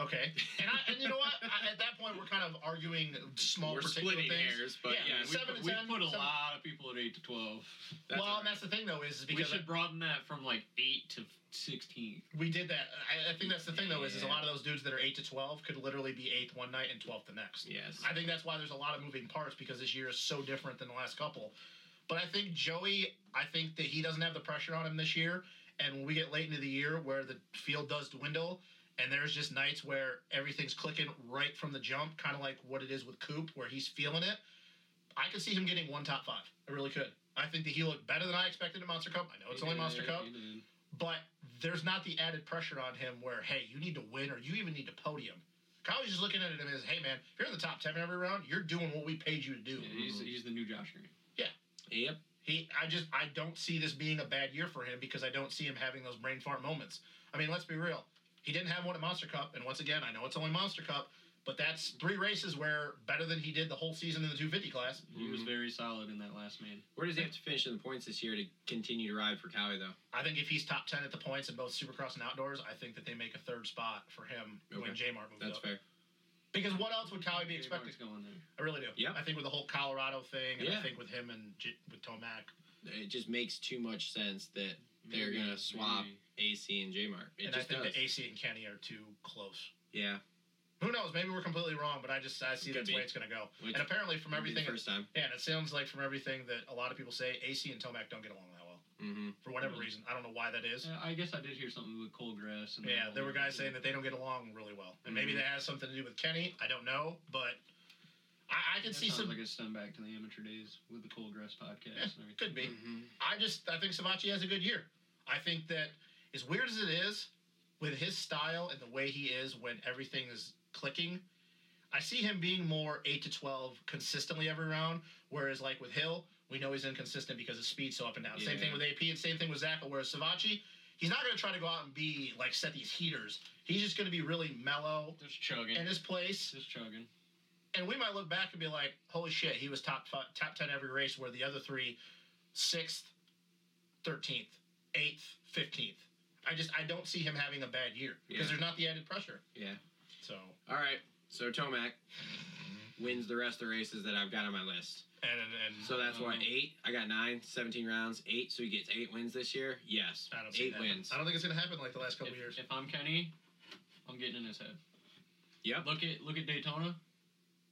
Speaker 4: Okay, and I, and you know what? I, at that point, we're kind of arguing small
Speaker 3: We're
Speaker 4: particular
Speaker 3: splitting
Speaker 4: things.
Speaker 3: hairs, but
Speaker 4: Yeah,
Speaker 3: yeah,
Speaker 5: we,
Speaker 4: seven
Speaker 5: put,
Speaker 4: to
Speaker 5: we
Speaker 4: ten,
Speaker 5: put a
Speaker 4: seven-
Speaker 5: lot of people at eight to
Speaker 4: *laughs*
Speaker 5: twelve.
Speaker 3: that's all
Speaker 4: well,
Speaker 3: right.
Speaker 4: and that's the thing though is
Speaker 5: we
Speaker 4: because
Speaker 5: should broaden that from like eight to sixteen.
Speaker 4: we did that. I, I think that's the thing though is, is a
Speaker 3: Yeah.
Speaker 4: lot of those dudes that are eight to twelve could literally be eighth one night and twelfth the next.
Speaker 3: yes.
Speaker 4: I think that's why there's a lot of moving parts because this year is so different than the last couple. But I think Joey, I think that he doesn't have the pressure on him this year. And when we get late into the year where the field does dwindle and there's just nights where everything's clicking right from the jump, kind of like what it is with Coop, where he's feeling it, I could see him getting one top five. I really could. I think that he looked better than I expected at Monster Cup. I know Oh, it's only Monster Cup, but there's not the added pressure on him where, hey, you need to win or you even need to podium. Kylie's just looking at him as, hey, man, if you're in the top 10 every round, you're doing what we paid you to do.
Speaker 5: Yeah, he's,
Speaker 3: Mm-hmm.
Speaker 5: he's the new Josh Green.
Speaker 3: Yep.
Speaker 4: He, I just, I don't see this being a bad year for him because I don't see him having those brain fart moments. I mean, let's be real. He didn't have one at Monster Cup, and once again, I know it's only Monster Cup, but that's three races where better than he did the whole season in the 250 class.
Speaker 5: He
Speaker 3: Mm-hmm.
Speaker 5: was very solid in that last man.
Speaker 3: Where does he have to finish in the points this year to continue to ride for Cowie though?
Speaker 4: I think if he's top 10 at the points in both Supercross and Outdoors, I think that they make a third spot for him when
Speaker 3: Okay.
Speaker 4: J-Mart moves
Speaker 3: That's
Speaker 4: up.
Speaker 3: fair.
Speaker 4: Because what else would Kylie be
Speaker 5: J-Mark's
Speaker 4: expected?
Speaker 5: going there.
Speaker 4: I really do.
Speaker 3: Yeah.
Speaker 4: I think with the whole Colorado thing, and
Speaker 3: Yeah.
Speaker 4: I think with him and J- with Tomac.
Speaker 3: It just makes too much sense that They're
Speaker 5: Maybe-
Speaker 3: gonna swap.
Speaker 5: maybe.
Speaker 3: AC and J Mark. It
Speaker 4: and I
Speaker 3: just
Speaker 4: think
Speaker 3: does.
Speaker 4: that AC and Kenny are too close.
Speaker 3: yeah.
Speaker 4: Who knows? Maybe we're completely wrong, but I just I see
Speaker 3: Could
Speaker 4: that's
Speaker 3: be.
Speaker 4: the way it's going to go.
Speaker 3: Which
Speaker 4: and apparently, from
Speaker 3: would be the
Speaker 4: everything,
Speaker 3: first time.
Speaker 4: yeah, and it sounds like from everything that a lot of people say, AC and Tomac don't get along that well
Speaker 3: Mm-hmm.
Speaker 4: for whatever
Speaker 5: Really?
Speaker 4: reason. I don't know why that is.
Speaker 5: Uh, I guess I did hear something with cold grass. And
Speaker 4: Yeah,
Speaker 5: all
Speaker 4: there were
Speaker 5: that.
Speaker 4: guys saying that they don't get along really well, and maybe
Speaker 3: Mhm.
Speaker 4: that has something to do with Kenny. I don't know, but I, I can
Speaker 5: That
Speaker 4: see
Speaker 5: sounds
Speaker 4: some.
Speaker 5: like a stem back to the amateur days with the cold grass podcast.
Speaker 4: Yeah,
Speaker 5: and everything.
Speaker 4: could
Speaker 3: Mm-hmm.
Speaker 4: be. I just I think Savachi has a good year. I think that as weird as it is, with his style and the way he is when everything is clicking, I see him being more eight to twelve consistently every round. Whereas like with Hill, we know he's inconsistent because his speed's so up and down. Same
Speaker 3: Yeah.
Speaker 4: thing with AP and same thing with Zaka. Whereas Savachi, he's not going to try to go out and be like set these heaters. He's just going to be really mellow
Speaker 5: Just chugging.
Speaker 4: in his place
Speaker 5: just chugging.
Speaker 4: and we might look back and be like, "Holy shit, he was top five, top ten every race," where the other three, sixth, thirteenth, eighth, fifteenth. I just I don't see him having a bad year because
Speaker 3: Yeah.
Speaker 4: there's not the added pressure.
Speaker 3: Yeah.
Speaker 4: So
Speaker 3: All right. So Tomac. wins the rest of the races that I've got on my list.
Speaker 4: And and, and
Speaker 3: So that's why
Speaker 4: Oh.
Speaker 5: Um,
Speaker 3: eight. I got nine, 17 rounds, eight. So he gets eight wins this year. Yes,
Speaker 4: I don't see
Speaker 3: eight
Speaker 4: that.
Speaker 3: wins.
Speaker 4: I don't think it's gonna happen like the last couple
Speaker 5: If,
Speaker 4: years.
Speaker 5: if I'm Kenny, I'm getting in his head.
Speaker 3: Yep.
Speaker 5: Look at look at Daytona.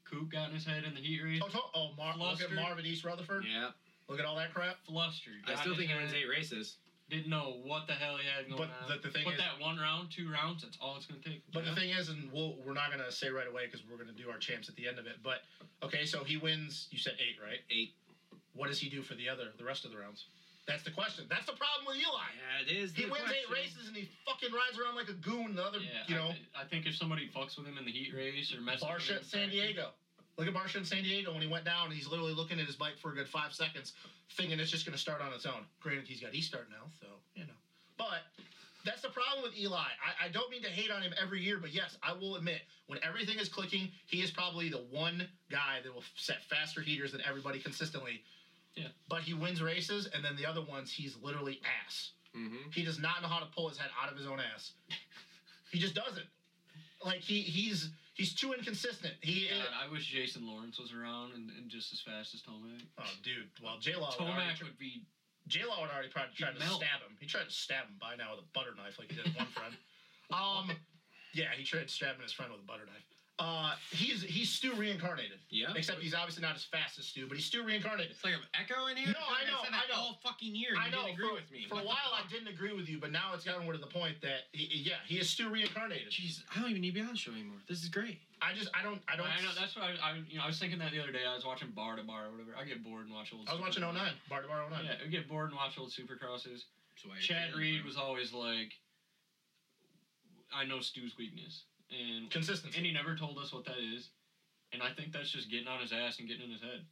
Speaker 5: Coop got in his head in the heat race.
Speaker 4: Oh, to- oh Mar- look at
Speaker 5: Flustered.
Speaker 4: Marvin East Rutherford.
Speaker 3: Yeah,
Speaker 4: Look at all that crap.
Speaker 5: Flustered.
Speaker 3: I
Speaker 5: got
Speaker 3: still
Speaker 5: in
Speaker 3: think he
Speaker 5: his
Speaker 3: wins
Speaker 5: head,
Speaker 3: eight races.
Speaker 5: Didn't know what the hell he had going
Speaker 4: But
Speaker 5: on.
Speaker 4: the- the thing
Speaker 5: but
Speaker 4: is-
Speaker 5: that one round, two rounds, that's all it's gonna take.
Speaker 4: But
Speaker 5: Yeah.
Speaker 4: the thing is, and we'll, we're not gonna say right away because we're gonna do our champs at the end of it. But okay, so he wins. You said eight, right?
Speaker 3: Eight.
Speaker 4: What does he do for the other, the rest of the rounds? That's the question. That's the problem with Eli.
Speaker 3: Yeah, it is.
Speaker 4: He
Speaker 3: the
Speaker 4: wins eight
Speaker 3: question.
Speaker 4: races and he fucking rides around like a goon. The other,
Speaker 5: yeah,
Speaker 4: you know,
Speaker 5: I, thi- I think if somebody fucks with him in the heat race or messes with him,
Speaker 4: Barsha
Speaker 5: in
Speaker 4: at San
Speaker 5: practice-
Speaker 4: Diego. Look at Barsha in San Diego when he went down. He's literally looking at his bike for a good five seconds, thinking it's just going to start on its own. Granted, he's got e-start now, so you know. But that's the problem with Eli. I, I don't mean to hate on him every year, but yes, I will admit when everything is clicking, he is probably the one guy that will set faster heaters than everybody consistently.
Speaker 5: Yeah.
Speaker 4: But he wins races, and then the other ones, he's literally ass.
Speaker 3: Mhm.
Speaker 4: He does not know how to pull his head out of his own ass. he just doesn't. Like he he's he's too inconsistent. He
Speaker 5: God, I wish Jason Lawrence was around and, and just as fast as Tomac.
Speaker 4: oh dude, well J Law would already,
Speaker 5: Tomac would be
Speaker 4: J Law would already probably tried to
Speaker 5: melt.
Speaker 4: stab him. He tried to stab him by now with a butter knife, like he did one friend. Um, yeah, he tried stabbing his friend with a butter knife. Uh, he's he's Stu reincarnated,
Speaker 3: Yeah.
Speaker 4: except he's obviously not as fast as Stu, but he's Stu reincarnated.
Speaker 3: It's like an echo in here.
Speaker 4: No, I
Speaker 3: feel like
Speaker 4: know,
Speaker 3: said that
Speaker 4: I know.
Speaker 3: All fucking year. You
Speaker 4: I know.
Speaker 3: Didn't agree
Speaker 4: for,
Speaker 3: with me.
Speaker 4: for
Speaker 3: What the
Speaker 4: a while, I
Speaker 3: fuck?
Speaker 4: didn't agree with you, but now it's gotten to the point that he, yeah, he is Stu reincarnated.
Speaker 3: Jeez, I don't even need to be on the show anymore. This is great.
Speaker 4: I just I don't I
Speaker 5: I
Speaker 4: don't.
Speaker 5: know that's what I, I you know I was thinking that the other day. I was watching Bar to Bar or whatever. I get bored and watch old.
Speaker 4: I was watching
Speaker 5: Supercross.
Speaker 4: 09, Bar to Bar 09.
Speaker 5: Yeah, I get bored and watch old supercrosses.
Speaker 3: So I-
Speaker 5: Chad Reed was always like, I know Stu's weakness, and
Speaker 4: Consistency.
Speaker 5: and he never told us what that is. And I think that's just getting on his ass and getting in his head.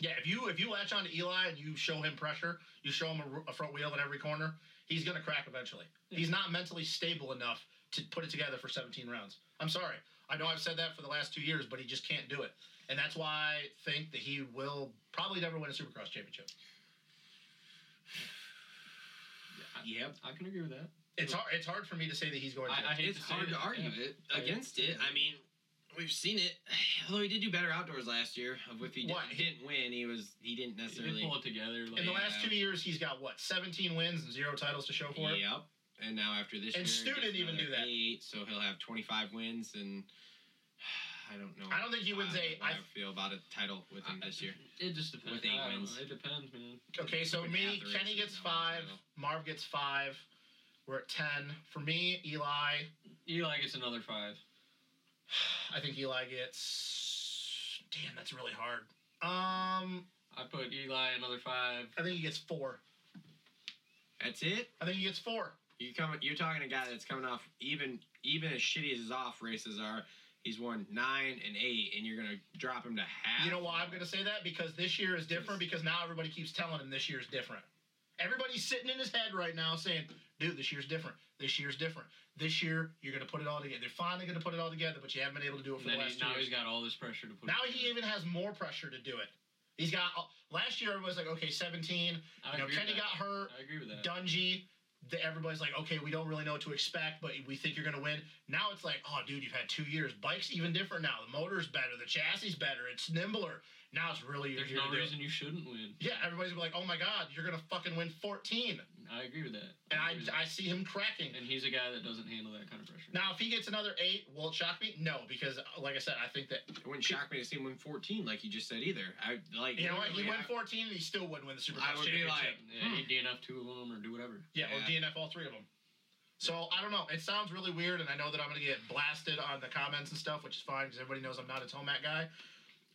Speaker 4: Yeah, if you if you latch on to Eli and you show him pressure, you show him a r- a, front wheel at every corner, he's gonna crack eventually.
Speaker 5: Yeah.
Speaker 4: He's not mentally stable enough to put it together for 17 rounds. I'm sorry. I know I've said that for the last two years, but he just can't do it, and that's why I think that he will probably never win a Supercross championship.
Speaker 3: Yep.
Speaker 5: I can agree with that.
Speaker 4: It's hard. It's hard for me to say that he's going to.
Speaker 5: I, I hate
Speaker 3: It's
Speaker 5: to say
Speaker 3: hard
Speaker 5: it,
Speaker 3: to argue
Speaker 5: yeah.
Speaker 3: it against it. I mean, we've seen it. *sighs* Although he did do better outdoors last year. Of if he did,
Speaker 4: What?
Speaker 3: didn't win, he was he didn't
Speaker 5: If They
Speaker 3: necessarily.
Speaker 5: pull it together. Like,
Speaker 4: In the
Speaker 3: Yeah.
Speaker 4: last two years, he's got what 17 wins and zero titles to show for it.
Speaker 3: Yep. And now after this year,
Speaker 4: And
Speaker 3: he
Speaker 4: Stu
Speaker 3: gets
Speaker 4: didn't even
Speaker 3: another
Speaker 4: do that.
Speaker 3: Eight, so he'll have 25 wins, and *sighs* I don't know.
Speaker 4: I don't think he wins
Speaker 3: how-
Speaker 4: a-
Speaker 3: how I,
Speaker 4: I-
Speaker 3: feel about a title with him this year.
Speaker 5: it just depends.
Speaker 3: With eight
Speaker 5: I don't
Speaker 3: wins.
Speaker 5: know. It depends, man.
Speaker 4: Okay, so
Speaker 3: Like
Speaker 4: me,
Speaker 3: half the
Speaker 4: Kenny
Speaker 3: races
Speaker 4: gets
Speaker 3: now,
Speaker 4: five,
Speaker 3: so.
Speaker 4: Marv gets five. We're at ten. For me, Eli, *sighs*
Speaker 5: Eli gets another five.
Speaker 4: I think Eli gets. Damn, that's really hard. Um,
Speaker 5: I put Eli another five.
Speaker 4: I think he gets four.
Speaker 3: That's it.
Speaker 4: I think he gets four.
Speaker 3: You coming? You're talking to a guy that's coming off even even as shitty as his off races are. He's won nine and eight, and you're gonna drop him to half.
Speaker 4: You know why I'm going to say that? Because this year is different. Because now everybody keeps telling him this year's different. Everybody's sitting in his head right now saying, "Dude, this year's different. This year's different. This year you're going to put it all together. They're finally going to put it all together, but you haven't been able to do it
Speaker 5: And
Speaker 4: for
Speaker 5: then
Speaker 4: the
Speaker 5: he,
Speaker 4: last two
Speaker 5: now
Speaker 4: years.
Speaker 5: he's got all this pressure to put.
Speaker 4: now
Speaker 5: it
Speaker 4: he
Speaker 5: together.
Speaker 4: even has more pressure to do it. He's got uh, last year everybody's like, okay, 17.
Speaker 5: I
Speaker 4: You know,
Speaker 5: agree
Speaker 4: Kenny
Speaker 5: with that.
Speaker 4: got hurt.
Speaker 5: I agree with that.
Speaker 4: Dungy. The, everybody's like, okay, we don't really know what to expect, but we think you're going to win. Now it's like, oh, dude, you've had two years. Bike's even different now. The motor's better. The chassis better. It's nimbler. Now it's really your
Speaker 5: There's
Speaker 4: year
Speaker 5: no
Speaker 4: to do it.
Speaker 5: reason you shouldn't win.
Speaker 4: Yeah, everybody's gonna be like, oh my god, you're going to fucking win 14.
Speaker 5: I agree with that.
Speaker 4: And
Speaker 5: agree with
Speaker 4: I, I
Speaker 5: that.
Speaker 4: see him cracking.
Speaker 5: and he's a guy that doesn't handle that kind of pressure.
Speaker 4: Now, if he gets another eight, will it shock me? No, because uh, like I said, I think that
Speaker 3: It wouldn't shock me to see him win 14, like you just said either. I like.
Speaker 4: you know what, he
Speaker 3: literally,
Speaker 4: went
Speaker 3: I-
Speaker 4: 14 and he still wouldn't win the Super
Speaker 3: I
Speaker 4: Bowl
Speaker 3: would be
Speaker 4: championship.
Speaker 3: like,
Speaker 4: Hmm.
Speaker 5: yeah, you DNF two of them or do whatever.
Speaker 4: yeah, or
Speaker 3: yeah.
Speaker 4: DNF all three of them. So I don't know. It sounds really weird, and I know that I'm gonna get blasted on the comments and stuff, which is fine because everybody knows I'm not a Tomac guy.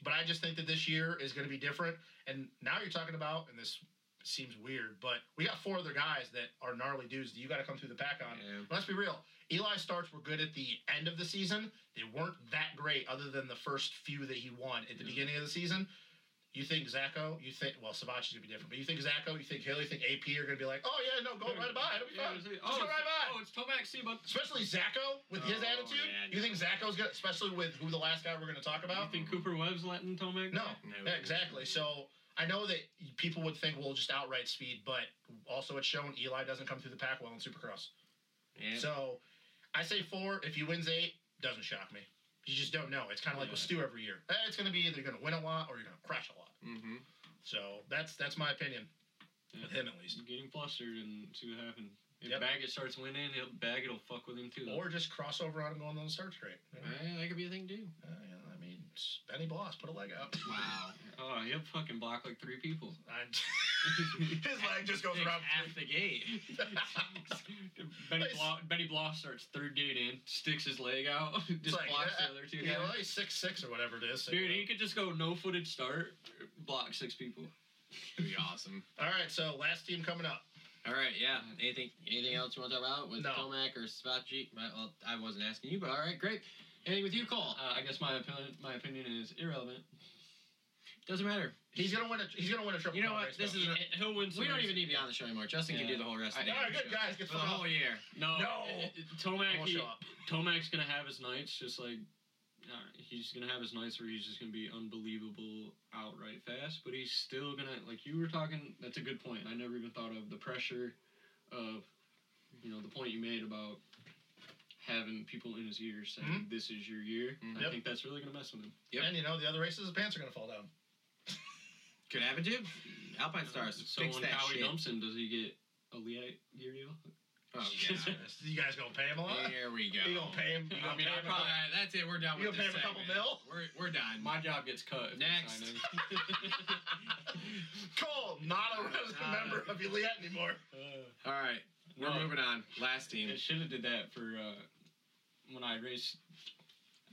Speaker 4: But I just think that this year is gonna be different. And now you're talking about, and this seems weird, but we got four other guys that are gnarly dudes that you got to come through the pack on.
Speaker 3: Yeah.
Speaker 4: Let's be real. Eli starts were good at the end of the season. They weren't that great, other than the first few that he won at the
Speaker 5: Yeah.
Speaker 4: beginning of the season. You think Zacho? You think well, Savach is gonna be different, but you think Zacho? You think Hill? You think AP are gonna be like, oh yeah, no, go right by, it'll be fine.
Speaker 5: Yeah, it's-
Speaker 4: Just
Speaker 5: oh,
Speaker 4: go right by.
Speaker 5: oh, it's Tomac. See you, bud.
Speaker 4: Especially Zacho with his
Speaker 3: Oh,
Speaker 4: attitude.
Speaker 3: yeah,
Speaker 4: You
Speaker 3: no.
Speaker 4: think Zacho's gonna, especially with who the last guy we're gonna talk
Speaker 5: You
Speaker 4: about?
Speaker 5: think Cooper Webb's letting Tomac?
Speaker 4: No,
Speaker 3: No.
Speaker 4: Yeah, exactly. So I know that people would think we'll just outright speed, but also it's shown Eli doesn't come through the pack well in Supercross.
Speaker 3: Yeah.
Speaker 4: So I say four. If he wins eight, doesn't shock me. You just don't know. It's kind of like with
Speaker 5: Yeah.
Speaker 4: Stu every year. Eh, It's going to be either going to win a lot or you're going to crash a lot.
Speaker 3: Mm-hmm.
Speaker 4: So that's that's my opinion
Speaker 5: Yeah.
Speaker 4: with him at least.
Speaker 5: Just get him flustered and see what happens. If
Speaker 4: Yep.
Speaker 5: Baggett starts winning, he'll, Baggett will fuck with him too.
Speaker 4: Or just cross over on him going on the search rate. You know?
Speaker 3: that could be a thing too.
Speaker 4: Uh, yeah, I mean, it's Benny Bloss put a leg out.
Speaker 3: Wow.
Speaker 5: oh, he'll fucking block like
Speaker 3: *laughs*
Speaker 5: three people.
Speaker 4: *laughs* I- his leg just goes
Speaker 3: Like, *laughs*
Speaker 4: around.
Speaker 3: half the gate.
Speaker 5: Benny,
Speaker 4: Nice.
Speaker 5: Blo- Benny Bloss starts third gate in, sticks his leg out, *laughs* just
Speaker 4: like,
Speaker 5: blocks
Speaker 4: yeah,
Speaker 5: the other two
Speaker 4: *laughs* Yeah,
Speaker 5: guys.
Speaker 4: well, he's six six or whatever it is. so, you
Speaker 5: Dude,
Speaker 4: know.
Speaker 5: he could just go no footed start, block six people.
Speaker 3: That'd be awesome.
Speaker 4: All right, so last team coming up.
Speaker 3: All right, yeah. Anything anything else you want to talk about with
Speaker 4: No.
Speaker 3: Tomac or Spatchi? Well, I wasn't asking you, but all right, great. Anything with you, Cole?
Speaker 5: Uh, I guess my opinion, my opinion is irrelevant.
Speaker 3: Doesn't matter.
Speaker 4: He's gonna win a. He's gonna win a triple.
Speaker 3: You know
Speaker 4: crown
Speaker 3: what?
Speaker 4: race,
Speaker 3: This
Speaker 4: though.
Speaker 3: is-
Speaker 5: He- He'll win. some
Speaker 3: We don't
Speaker 5: races.
Speaker 3: even need to be on the show anymore. Justin can
Speaker 5: Yeah.
Speaker 3: do the whole rest
Speaker 5: I-
Speaker 3: of the
Speaker 4: All right,
Speaker 3: damn
Speaker 4: good
Speaker 3: show.
Speaker 4: guys, get
Speaker 3: For the
Speaker 4: fucked
Speaker 3: whole
Speaker 4: up.
Speaker 3: year.
Speaker 5: No,
Speaker 4: No.
Speaker 5: it- it-
Speaker 4: I
Speaker 5: Tomac.
Speaker 4: won't
Speaker 5: He,
Speaker 4: show up.
Speaker 5: Tomac's gonna have his nights, just like uh, he's gonna have his nights where he's just gonna be unbelievable outright fast. But he's still gonna, like you were talking. That's a good point. I never even thought of the pressure of, you know, the point you made about having people in his ear saying
Speaker 4: Mhm.
Speaker 5: this is your year.
Speaker 3: Mhm.
Speaker 5: I
Speaker 4: Yep.
Speaker 5: think that's really gonna mess with him.
Speaker 3: Yep.
Speaker 4: And you know the other races, his pants are gonna fall down.
Speaker 3: Could happen too. Alpine Stars.
Speaker 5: So
Speaker 3: fix
Speaker 5: when
Speaker 3: that
Speaker 5: Howie
Speaker 3: shit.
Speaker 5: dumps him, does he get a Leite year deal?
Speaker 3: Oh,
Speaker 5: Shit.
Speaker 4: *laughs*
Speaker 3: yeah.
Speaker 4: You guys gonna pay him a lot?
Speaker 3: Here we go.
Speaker 4: You gonna pay him? You
Speaker 5: I
Speaker 4: gonna
Speaker 5: mean,
Speaker 4: pay
Speaker 5: I
Speaker 4: him a
Speaker 3: All
Speaker 5: probably-
Speaker 3: right, uh, that's it. We're done
Speaker 4: You
Speaker 3: with
Speaker 4: gonna
Speaker 3: this
Speaker 4: pay him a couple
Speaker 3: segment.
Speaker 4: mil?
Speaker 3: We're, we're done.
Speaker 5: My job gets cut. If we
Speaker 3: Next.
Speaker 5: sign him. *laughs*
Speaker 4: couple- Cole, not a resident
Speaker 3: Uh,
Speaker 4: member of Elite anymore.
Speaker 3: *laughs*
Speaker 5: Uh,
Speaker 3: All right, we're
Speaker 5: No.
Speaker 3: moving on. Last team. *laughs*
Speaker 5: It should have did that for uh, when I raced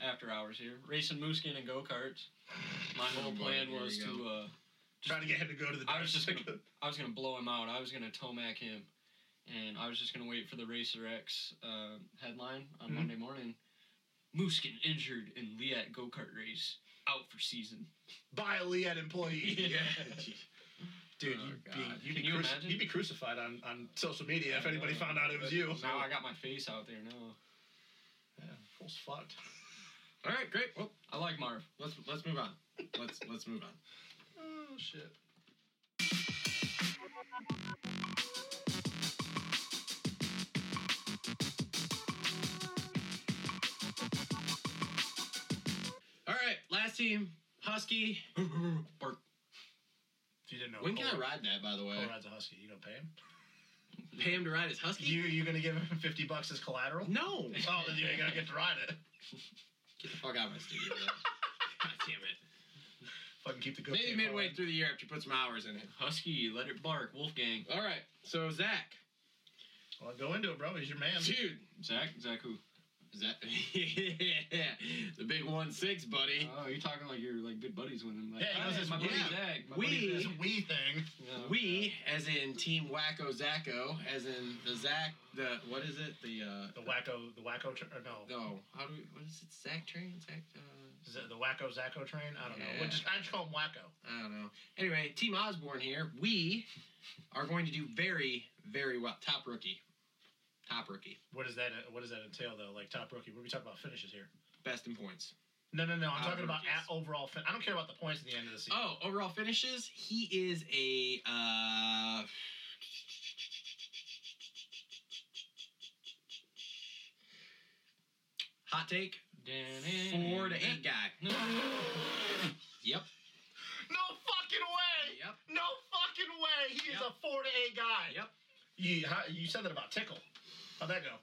Speaker 5: after hours here, racing Mooskin and go karts. My
Speaker 3: Oh
Speaker 5: whole
Speaker 3: boy,
Speaker 5: plan
Speaker 3: here
Speaker 5: was
Speaker 3: we
Speaker 5: to uh,
Speaker 4: Trying to get him to go to the.
Speaker 5: I was just
Speaker 4: gonna.
Speaker 5: gonna- I was gonna blow him out. I was gonna tomac him, and I was just gonna wait for the Racer X uh, headline on
Speaker 4: Mhm.
Speaker 5: Monday morning. Mooskin injured in Liat go kart race, out for season.
Speaker 4: *laughs* Buy a Liat
Speaker 5: *laughs*
Speaker 4: employee. Dude,
Speaker 3: Oh,
Speaker 4: you'd,
Speaker 3: God.
Speaker 4: be, you'd,
Speaker 5: Can
Speaker 4: be
Speaker 5: you
Speaker 4: cruci-
Speaker 5: imagine?
Speaker 4: you'd be crucified on, on social media if
Speaker 5: I
Speaker 4: anybody
Speaker 5: know.
Speaker 4: found out it was you.
Speaker 5: uh, Now I got my face out there. Now
Speaker 4: *laughs* Yeah, Cole's fucked.
Speaker 3: All right, great. Well,
Speaker 5: I like Marv.
Speaker 3: let's let's move on. Let's let's move on.
Speaker 4: Oh shit.
Speaker 3: All right, last team. Husky.
Speaker 5: Bark.
Speaker 4: If you didn't know,
Speaker 3: When can I
Speaker 4: Cole-
Speaker 3: ride that? By the way,
Speaker 4: Cole rides a husky. You gonna pay him?
Speaker 3: pay him to ride his Husky.
Speaker 4: You you gonna give him *laughs* fifty bucks as collateral?
Speaker 3: No.
Speaker 4: *laughs* Oh, then you ain't gonna get to ride it.
Speaker 3: Get the fuck out of my studio. though. *laughs* God damn it.
Speaker 4: Fucking keep the good.
Speaker 3: Maybe
Speaker 4: tape
Speaker 3: midway
Speaker 4: on.
Speaker 3: through the year after you put some hours in it.
Speaker 5: Husky, let it bark. Wolfgang.
Speaker 3: All right, so Zach.
Speaker 4: Well, go into it, bro. He's
Speaker 5: *laughs*
Speaker 4: your man.
Speaker 3: Dude.
Speaker 5: Zach. Zach who?
Speaker 3: Zach. *laughs* yeah. The big one six, buddy.
Speaker 5: Oh, you're talking like you're like good buddies with him. Like,
Speaker 4: Yeah, he knows
Speaker 5: "Hey,
Speaker 4: his
Speaker 5: my buddy
Speaker 3: yeah.
Speaker 5: Zach. My
Speaker 3: We-
Speaker 5: buddy
Speaker 4: It's
Speaker 5: Zach."
Speaker 4: a wee thing.
Speaker 5: Yeah.
Speaker 3: Uh, We, as in Team Wacko Zacko, as in the Zach, the what is it? The uh,
Speaker 4: The wacko, the wacko, tr or no,
Speaker 3: no, how do we, what is it? Zach train? Zach? Uh,
Speaker 4: Z- the wacko Zacko train. I don't know.
Speaker 3: Yeah.
Speaker 4: What, just, I just call him wacko.
Speaker 3: I don't know. Anyway, Team Osborne here. We are going to do very, very well. Top rookie, top rookie,
Speaker 4: What does that? What does that entail though? Like top rookie. What are we talking about finishes here?
Speaker 3: best in points.
Speaker 4: No, no, no. I'm
Speaker 3: Out
Speaker 4: talking about
Speaker 3: rookies.
Speaker 4: at overall. Fin- I don't care about the points at the end of the season.
Speaker 3: Oh, overall finishes. He is a uh, hot take. Four to eight guy.
Speaker 5: No.
Speaker 3: Yep.
Speaker 4: No fucking way.
Speaker 3: Yep.
Speaker 4: No fucking way. He is
Speaker 3: Yep.
Speaker 4: a four to eight guy.
Speaker 3: Yep.
Speaker 4: You how, you said that about Tickle. How'd that go?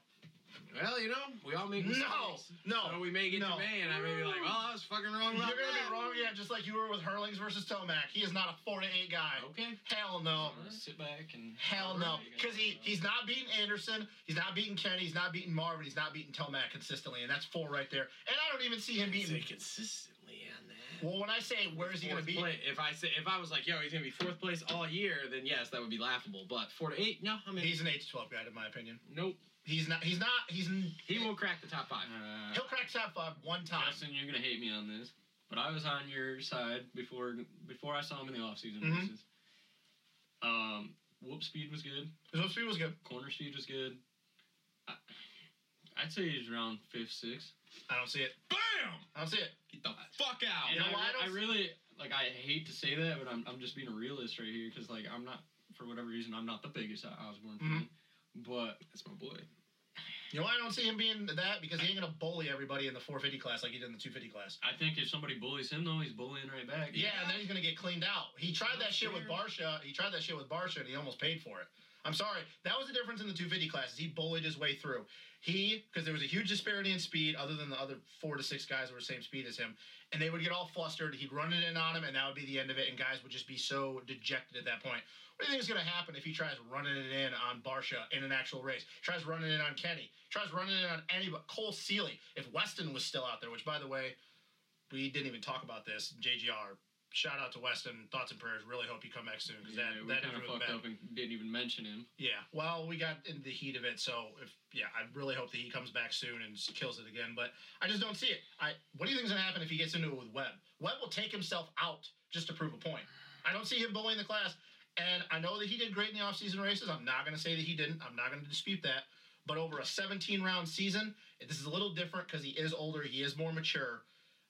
Speaker 3: Well, you know, we all make mistakes.
Speaker 4: No, no.
Speaker 3: So we may get to
Speaker 4: no.
Speaker 3: May, and I may be like, well, I was fucking wrong
Speaker 4: You're
Speaker 3: about
Speaker 4: gonna
Speaker 3: that.
Speaker 4: be wrong again, just like you were with Hurlings versus Tomac. He is not a four to eight guy.
Speaker 3: Okay.
Speaker 4: Hell no.
Speaker 5: Alright, Sit back and.
Speaker 4: Hell no, because he, he's not beating Anderson, he's not beating Kenny, he's not beating Marvin, he's not beating Tomac consistently, and that's four right there. And I don't even see him beating.
Speaker 3: consistently on that.
Speaker 4: Well, when I say where is he going to
Speaker 3: Fourth
Speaker 4: be?
Speaker 3: place- If I say if I was like, yo, he's gonna be fourth place all year, then yes, that would be laughable. But four to eight, no, I mean,
Speaker 4: He's an eight to twelve guy, in my opinion.
Speaker 3: nope.
Speaker 4: He's not. He's not. He's. n-
Speaker 3: He will crack the top five.
Speaker 5: Uh,
Speaker 4: He'll crack top five one time.
Speaker 5: Justin, you're gonna hate me on this, but I was on your side before before I saw him in the off season
Speaker 4: Mhm.
Speaker 5: races. Um, whoop speed was good.
Speaker 4: His up speed was good.
Speaker 5: Corner speed was good. I, I'd say he's around fifth, sixth.
Speaker 4: I don't see it.
Speaker 3: Bam!
Speaker 4: I don't see it.
Speaker 3: Get the fuck out.
Speaker 5: And
Speaker 4: know
Speaker 5: I,
Speaker 4: why I
Speaker 5: re-
Speaker 4: don't
Speaker 5: I
Speaker 4: s-
Speaker 5: really like. I hate to say that, but I'm, I'm just being a realist right here because like I'm
Speaker 4: Mm-hmm.
Speaker 5: not for whatever reason I'm not the biggest Osborne fan, but
Speaker 3: That's my boy.
Speaker 4: You know why I don't see him being that? Because he ain't gonna bully everybody in the 450 class like he did in the 250 class.
Speaker 5: I think if somebody bullies him though, he's bullying right back.
Speaker 4: Yeah, and then he's gonna get cleaned out. He tried that shit with Barsha. He tried that shit with Barsha, and he almost paid for it. I'm sorry. That was the difference in the 250 classes. He bullied his way through. He because there was a huge disparity in speed, other than the other four to six guys were the same speed as him, and they would get all flustered. He'd run it in on him, and that would be the end of it. And guys would just be so dejected at that point. What do you think is gonna happen if he tries running it in on Barsha in an actual race? Tries running it on Kenny. Tries running it on anybody. Cole Seeley. If Weston was still out there, which by the way, we didn't even talk about this. JGR, shout out to Weston. Thoughts and prayers. Really hope you come back soon because
Speaker 5: Yeah, we
Speaker 4: that that
Speaker 5: kind
Speaker 4: is
Speaker 5: of
Speaker 4: really
Speaker 5: fucked
Speaker 4: bad.
Speaker 5: up and didn't even mention him.
Speaker 4: Yeah. Well, we got in the heat of it, so if yeah, I really hope that he comes back soon and s- kills it again. But I just don't see it. I what do you think is gonna happen if he gets into it with Webb? Webb will take himself out just to prove a point. I don't see him bullying the class. And I know that he did great in the offseason races. I'm not gonna say that he didn't. I'm not gonna dispute that. But over a 17 round season, this is a little different because he is older, he is more mature.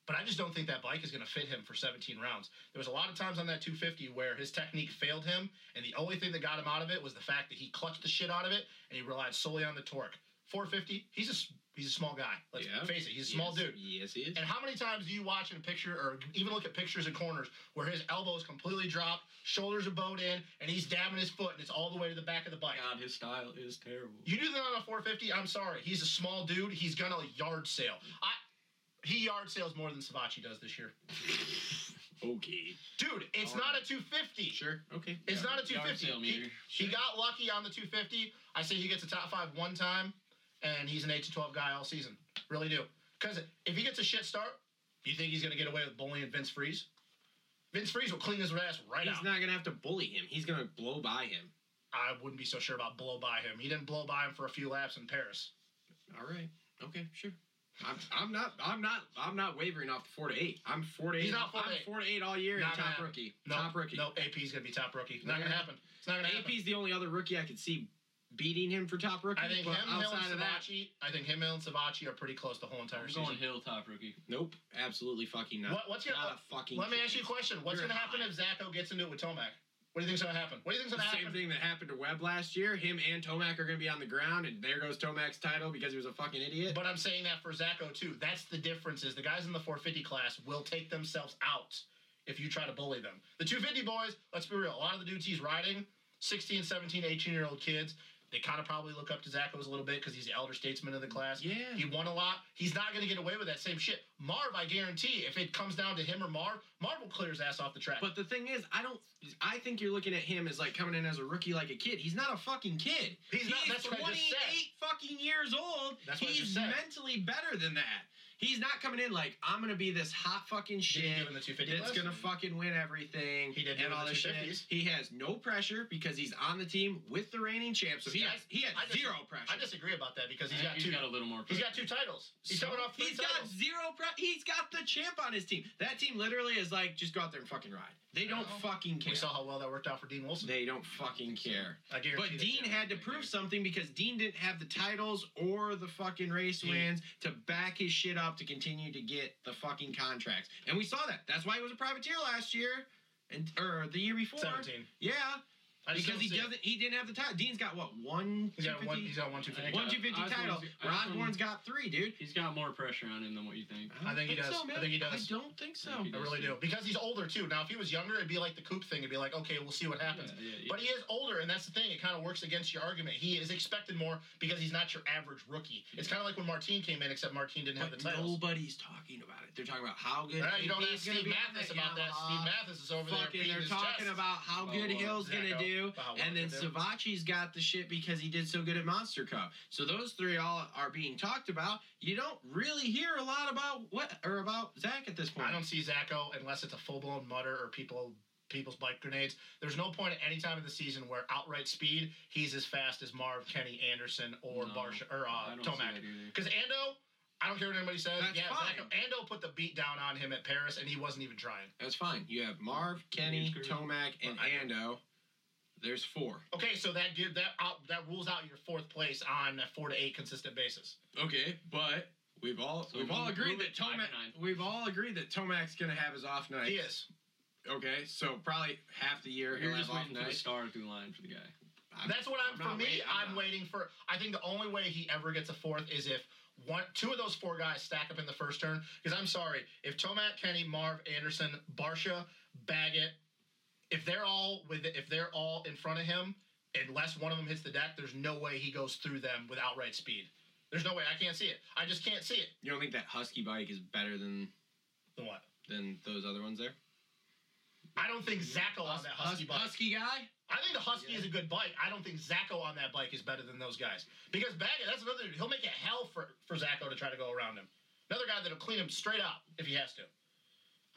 Speaker 4: But I just don't think that bike is going to fit him for 17 rounds. There was a lot of times on that 250 where his technique failed him, and the only thing that got him out of it was the fact that he clutched the shit out of it and he relied solely on the torque. 450, he's a s- he's a small guy. Let's
Speaker 3: Yeah.
Speaker 4: face it, he's a small
Speaker 3: Yes,
Speaker 4: dude.
Speaker 3: Yes, he is.
Speaker 4: And how many times do you watch in a picture or even look at pictures of corners where his elbows completely dropped, shoulders are bowed in, and he's dabbing his foot and it's all the way to the back of the bike?
Speaker 5: God, his style is terrible.
Speaker 4: You do that on a 450. I'm sorry. He's a small dude. He's gonna yard sale. I he yard sales more than Savachi does this
Speaker 5: *laughs*
Speaker 4: year.
Speaker 3: Okay.
Speaker 4: Dude, it's
Speaker 3: All
Speaker 4: not
Speaker 3: right.
Speaker 4: a 250.
Speaker 3: Sure. Okay.
Speaker 4: It's
Speaker 5: Yeah,
Speaker 4: not a
Speaker 5: yard
Speaker 4: 250.
Speaker 5: sale
Speaker 4: He,
Speaker 5: meter.
Speaker 4: he got lucky on the 250. I say he gets a top five one time, and he's an 8 to 12 guy all season. Really do. Because if he gets a shit start, you think he's gonna get away with bullying Vince Freeze? Vince Freeze will clean his ass right
Speaker 3: He's
Speaker 4: out.
Speaker 3: not gonna have to bully him. He's gonna blow by him.
Speaker 4: I wouldn't be so sure about blow by him. He didn't blow by him for a few laps in Paris.
Speaker 3: All right. Okay. Sure. I'm, I'm not. I'm not. I'm not wavering off the four to eight. I'm four to eight.
Speaker 4: He's not four to
Speaker 3: I'm
Speaker 4: eight.
Speaker 3: four to eight all year.
Speaker 4: Not
Speaker 3: and
Speaker 4: gonna
Speaker 3: top
Speaker 4: happen.
Speaker 3: rookie.
Speaker 4: No,
Speaker 3: Top rookie.
Speaker 4: No, AP's gonna be top rookie. It's
Speaker 3: Not
Speaker 4: not gonna
Speaker 3: gonna
Speaker 4: happen. It's not gonna happen.
Speaker 3: AP's the only other rookie I could see beating him for top rookie.
Speaker 4: I think him,
Speaker 3: but
Speaker 4: Hill,
Speaker 3: outside
Speaker 4: and
Speaker 3: of that,
Speaker 4: Savachi. I think him, Hill, and Savachi are pretty close the whole entire
Speaker 5: I'm
Speaker 4: season.
Speaker 5: going Hill top rookie.
Speaker 3: nope. Absolutely fucking not.
Speaker 4: What, what's gonna?
Speaker 3: Not a fucking.
Speaker 4: let me
Speaker 3: chance.
Speaker 4: ask you a question. What's
Speaker 3: You're
Speaker 4: gonna happen
Speaker 3: high.
Speaker 4: if Zacho gets into it with Tomac? What do you think's gonna happen? What do you think's
Speaker 3: The
Speaker 4: gonna
Speaker 3: same
Speaker 4: happen?
Speaker 3: thing that happened to Webb last year. Him and Tomac are going to be on the ground, and there goes Tomac's title because he was a fucking idiot.
Speaker 4: But I'm saying that for Zacho too. That's the difference. Is the guys in the 450 class will take themselves out if you try to bully them. The 250 boys. Let's be real. A lot of the dudes he's riding, 16, 17, 18 year old kids. They kind of probably look up to Zacho's a little bit because he's the elder statesman of the class.
Speaker 3: yeah.
Speaker 4: He won a lot. He's not going to get away with that same shit. Marv, I guarantee, if it comes down to him or Marv, Marv will clear his ass off the track.
Speaker 3: But the thing is, I don't. I think you're looking at him as like coming in as a rookie, like a kid. He's not a fucking kid.
Speaker 4: he's not. That's what I just said.
Speaker 3: fucking years old.
Speaker 4: That's what I
Speaker 3: He's
Speaker 4: just said.
Speaker 3: mentally better than that. He's not coming in like I'm gonna be this hot fucking
Speaker 4: Did he
Speaker 3: shit
Speaker 4: give him the 250
Speaker 3: that's
Speaker 4: class?
Speaker 3: gonna fucking win everything.
Speaker 4: He did
Speaker 3: and
Speaker 4: do
Speaker 3: all
Speaker 4: the
Speaker 3: this shit.
Speaker 4: 250s.
Speaker 3: He has no pressure because he's on the team with the reigning champ, so he
Speaker 4: See, I-
Speaker 3: has he has
Speaker 4: I just-
Speaker 3: zero pressure.
Speaker 4: I disagree about that because he's
Speaker 5: Yeah,
Speaker 4: got
Speaker 5: a
Speaker 4: two.
Speaker 5: little more.
Speaker 4: He's got two titles. He's
Speaker 3: So,
Speaker 4: coming off three
Speaker 3: he's
Speaker 4: titles.
Speaker 3: got zero pre- he's got the champ on his team. That team literally is like just go out there and fucking ride. They don't
Speaker 4: Well,
Speaker 3: fucking care.
Speaker 4: We saw how well that worked out for Dean Wilson.
Speaker 3: They don't fucking care.
Speaker 4: I guarantee.
Speaker 3: But
Speaker 4: that
Speaker 3: Dean
Speaker 4: they-
Speaker 3: had to prove something because Dean didn't have the titles or the fucking race
Speaker 4: He-
Speaker 3: wins to back his shit up to continue to get the fucking contracts. And we saw that. That's why he was a privateer last year and or the year before.
Speaker 4: seventeen.
Speaker 3: Yeah,
Speaker 4: I just
Speaker 3: because
Speaker 4: don't
Speaker 3: he
Speaker 4: see it.
Speaker 3: doesn't he didn't have the title. Dean's got what? One
Speaker 4: He's got one. He's got one two
Speaker 5: I
Speaker 4: fifty.
Speaker 5: think-
Speaker 3: one 250
Speaker 5: Osborne's-
Speaker 3: title. Where
Speaker 5: Osborne-
Speaker 3: Osborne's got 3, dude.
Speaker 5: He's got more pressure on him than what you think.
Speaker 4: I think he
Speaker 3: don't
Speaker 4: does.
Speaker 3: So,
Speaker 4: I
Speaker 3: man.
Speaker 4: think he does.
Speaker 3: I don't think so.
Speaker 5: I think he
Speaker 4: I
Speaker 5: does.
Speaker 4: really do because he's older too. Now, if he was younger, it'd be like the Coop thing. It'd be like, okay, we'll see what happens.
Speaker 5: Yeah, yeah, yeah.
Speaker 4: But he is older, and that's the thing. It kind of works against your argument. He is expected more because he's not your average rookie. It's kind of like when Martine came in, except Martine didn't have the
Speaker 3: But
Speaker 4: titles.
Speaker 3: nobody's talking about it. They're talking about how good.
Speaker 4: Yeah, you don't
Speaker 3: AP
Speaker 4: ask
Speaker 3: is gonna
Speaker 4: Steve
Speaker 3: be on
Speaker 4: Mathis
Speaker 3: that,
Speaker 4: about
Speaker 3: yeah,
Speaker 4: that.
Speaker 3: blah,
Speaker 4: Steve Mathis is over there
Speaker 3: Fucking,
Speaker 4: beating
Speaker 3: they're
Speaker 4: his
Speaker 3: talking
Speaker 4: chest.
Speaker 3: about how
Speaker 5: About
Speaker 3: good
Speaker 5: what
Speaker 3: Hill's gonna
Speaker 4: Zacho-
Speaker 3: do,
Speaker 4: about what
Speaker 3: and then
Speaker 4: they're doing.
Speaker 3: Savachi's got the shit because he did so good at Monster Cup. So those three all are being talked about. You don't really hear a lot about what or about Zach at this
Speaker 5: Hmm.
Speaker 3: point.
Speaker 4: I don't see Zacho unless it's a full blown mutter or people people's bike grenades. There's no point at any time of the season where outright speed he's as fast as Marv, Kenny, Anderson, or
Speaker 5: No,
Speaker 4: Barsha or
Speaker 5: I
Speaker 4: uh,
Speaker 5: don't see
Speaker 4: Tomac.
Speaker 5: that either.
Speaker 4: Because Ando, I don't care what anybody says.
Speaker 3: That's
Speaker 4: yeah,
Speaker 3: fine.
Speaker 4: Zacho, Ando put the beat down on him at Paris, and he wasn't even trying.
Speaker 3: That's fine. You have Marv, Kenny,
Speaker 5: Screw.
Speaker 3: Tomac, and
Speaker 4: Well, I-
Speaker 3: Ando. There's four.
Speaker 4: Okay, so that give that out that rules out your fourth place on a four to eight consistent basis.
Speaker 3: Okay, but we've all
Speaker 5: So
Speaker 3: we've all
Speaker 5: move-
Speaker 3: agreed
Speaker 5: move
Speaker 3: that
Speaker 5: it five
Speaker 3: Tomac
Speaker 5: to nine.
Speaker 3: we've all agreed that Tomac's gonna have his off night.
Speaker 4: He is.
Speaker 3: Okay, so probably half the year
Speaker 5: You're
Speaker 3: he'll
Speaker 5: just
Speaker 3: have off
Speaker 5: waiting for the
Speaker 3: nights.
Speaker 5: star through line for the guy.
Speaker 3: I'm-
Speaker 4: That's what I'm,
Speaker 3: I'm
Speaker 4: for
Speaker 3: not
Speaker 4: me.
Speaker 3: wait-
Speaker 4: I'm,
Speaker 3: not-
Speaker 4: waiting for. I think the only way he ever gets a fourth is if one, two of those four guys stack up in the first turn. Because I'm sorry, if Tomac, Kenny, Marv, Anderson, Barsha, Baggett, if they're all with, if they're all in front of him, unless one of them hits the deck, there's no way he goes through them with outright speed. There's no way. I can't see it. I just can't see it.
Speaker 3: You don't think that husky bike is better than
Speaker 4: The what?
Speaker 3: than those other ones there?
Speaker 4: I don't think Zacho on that husky
Speaker 3: Hus-
Speaker 4: bike.
Speaker 3: husky guy.
Speaker 4: I think the Husky
Speaker 5: Yeah.
Speaker 4: is a good bike. I don't think Zacho on that bike is better than those guys. Because Baggett, that's another dude. He'll make it hell for, for Zacho to try to go around him. Another guy that'll clean him straight up if he has to.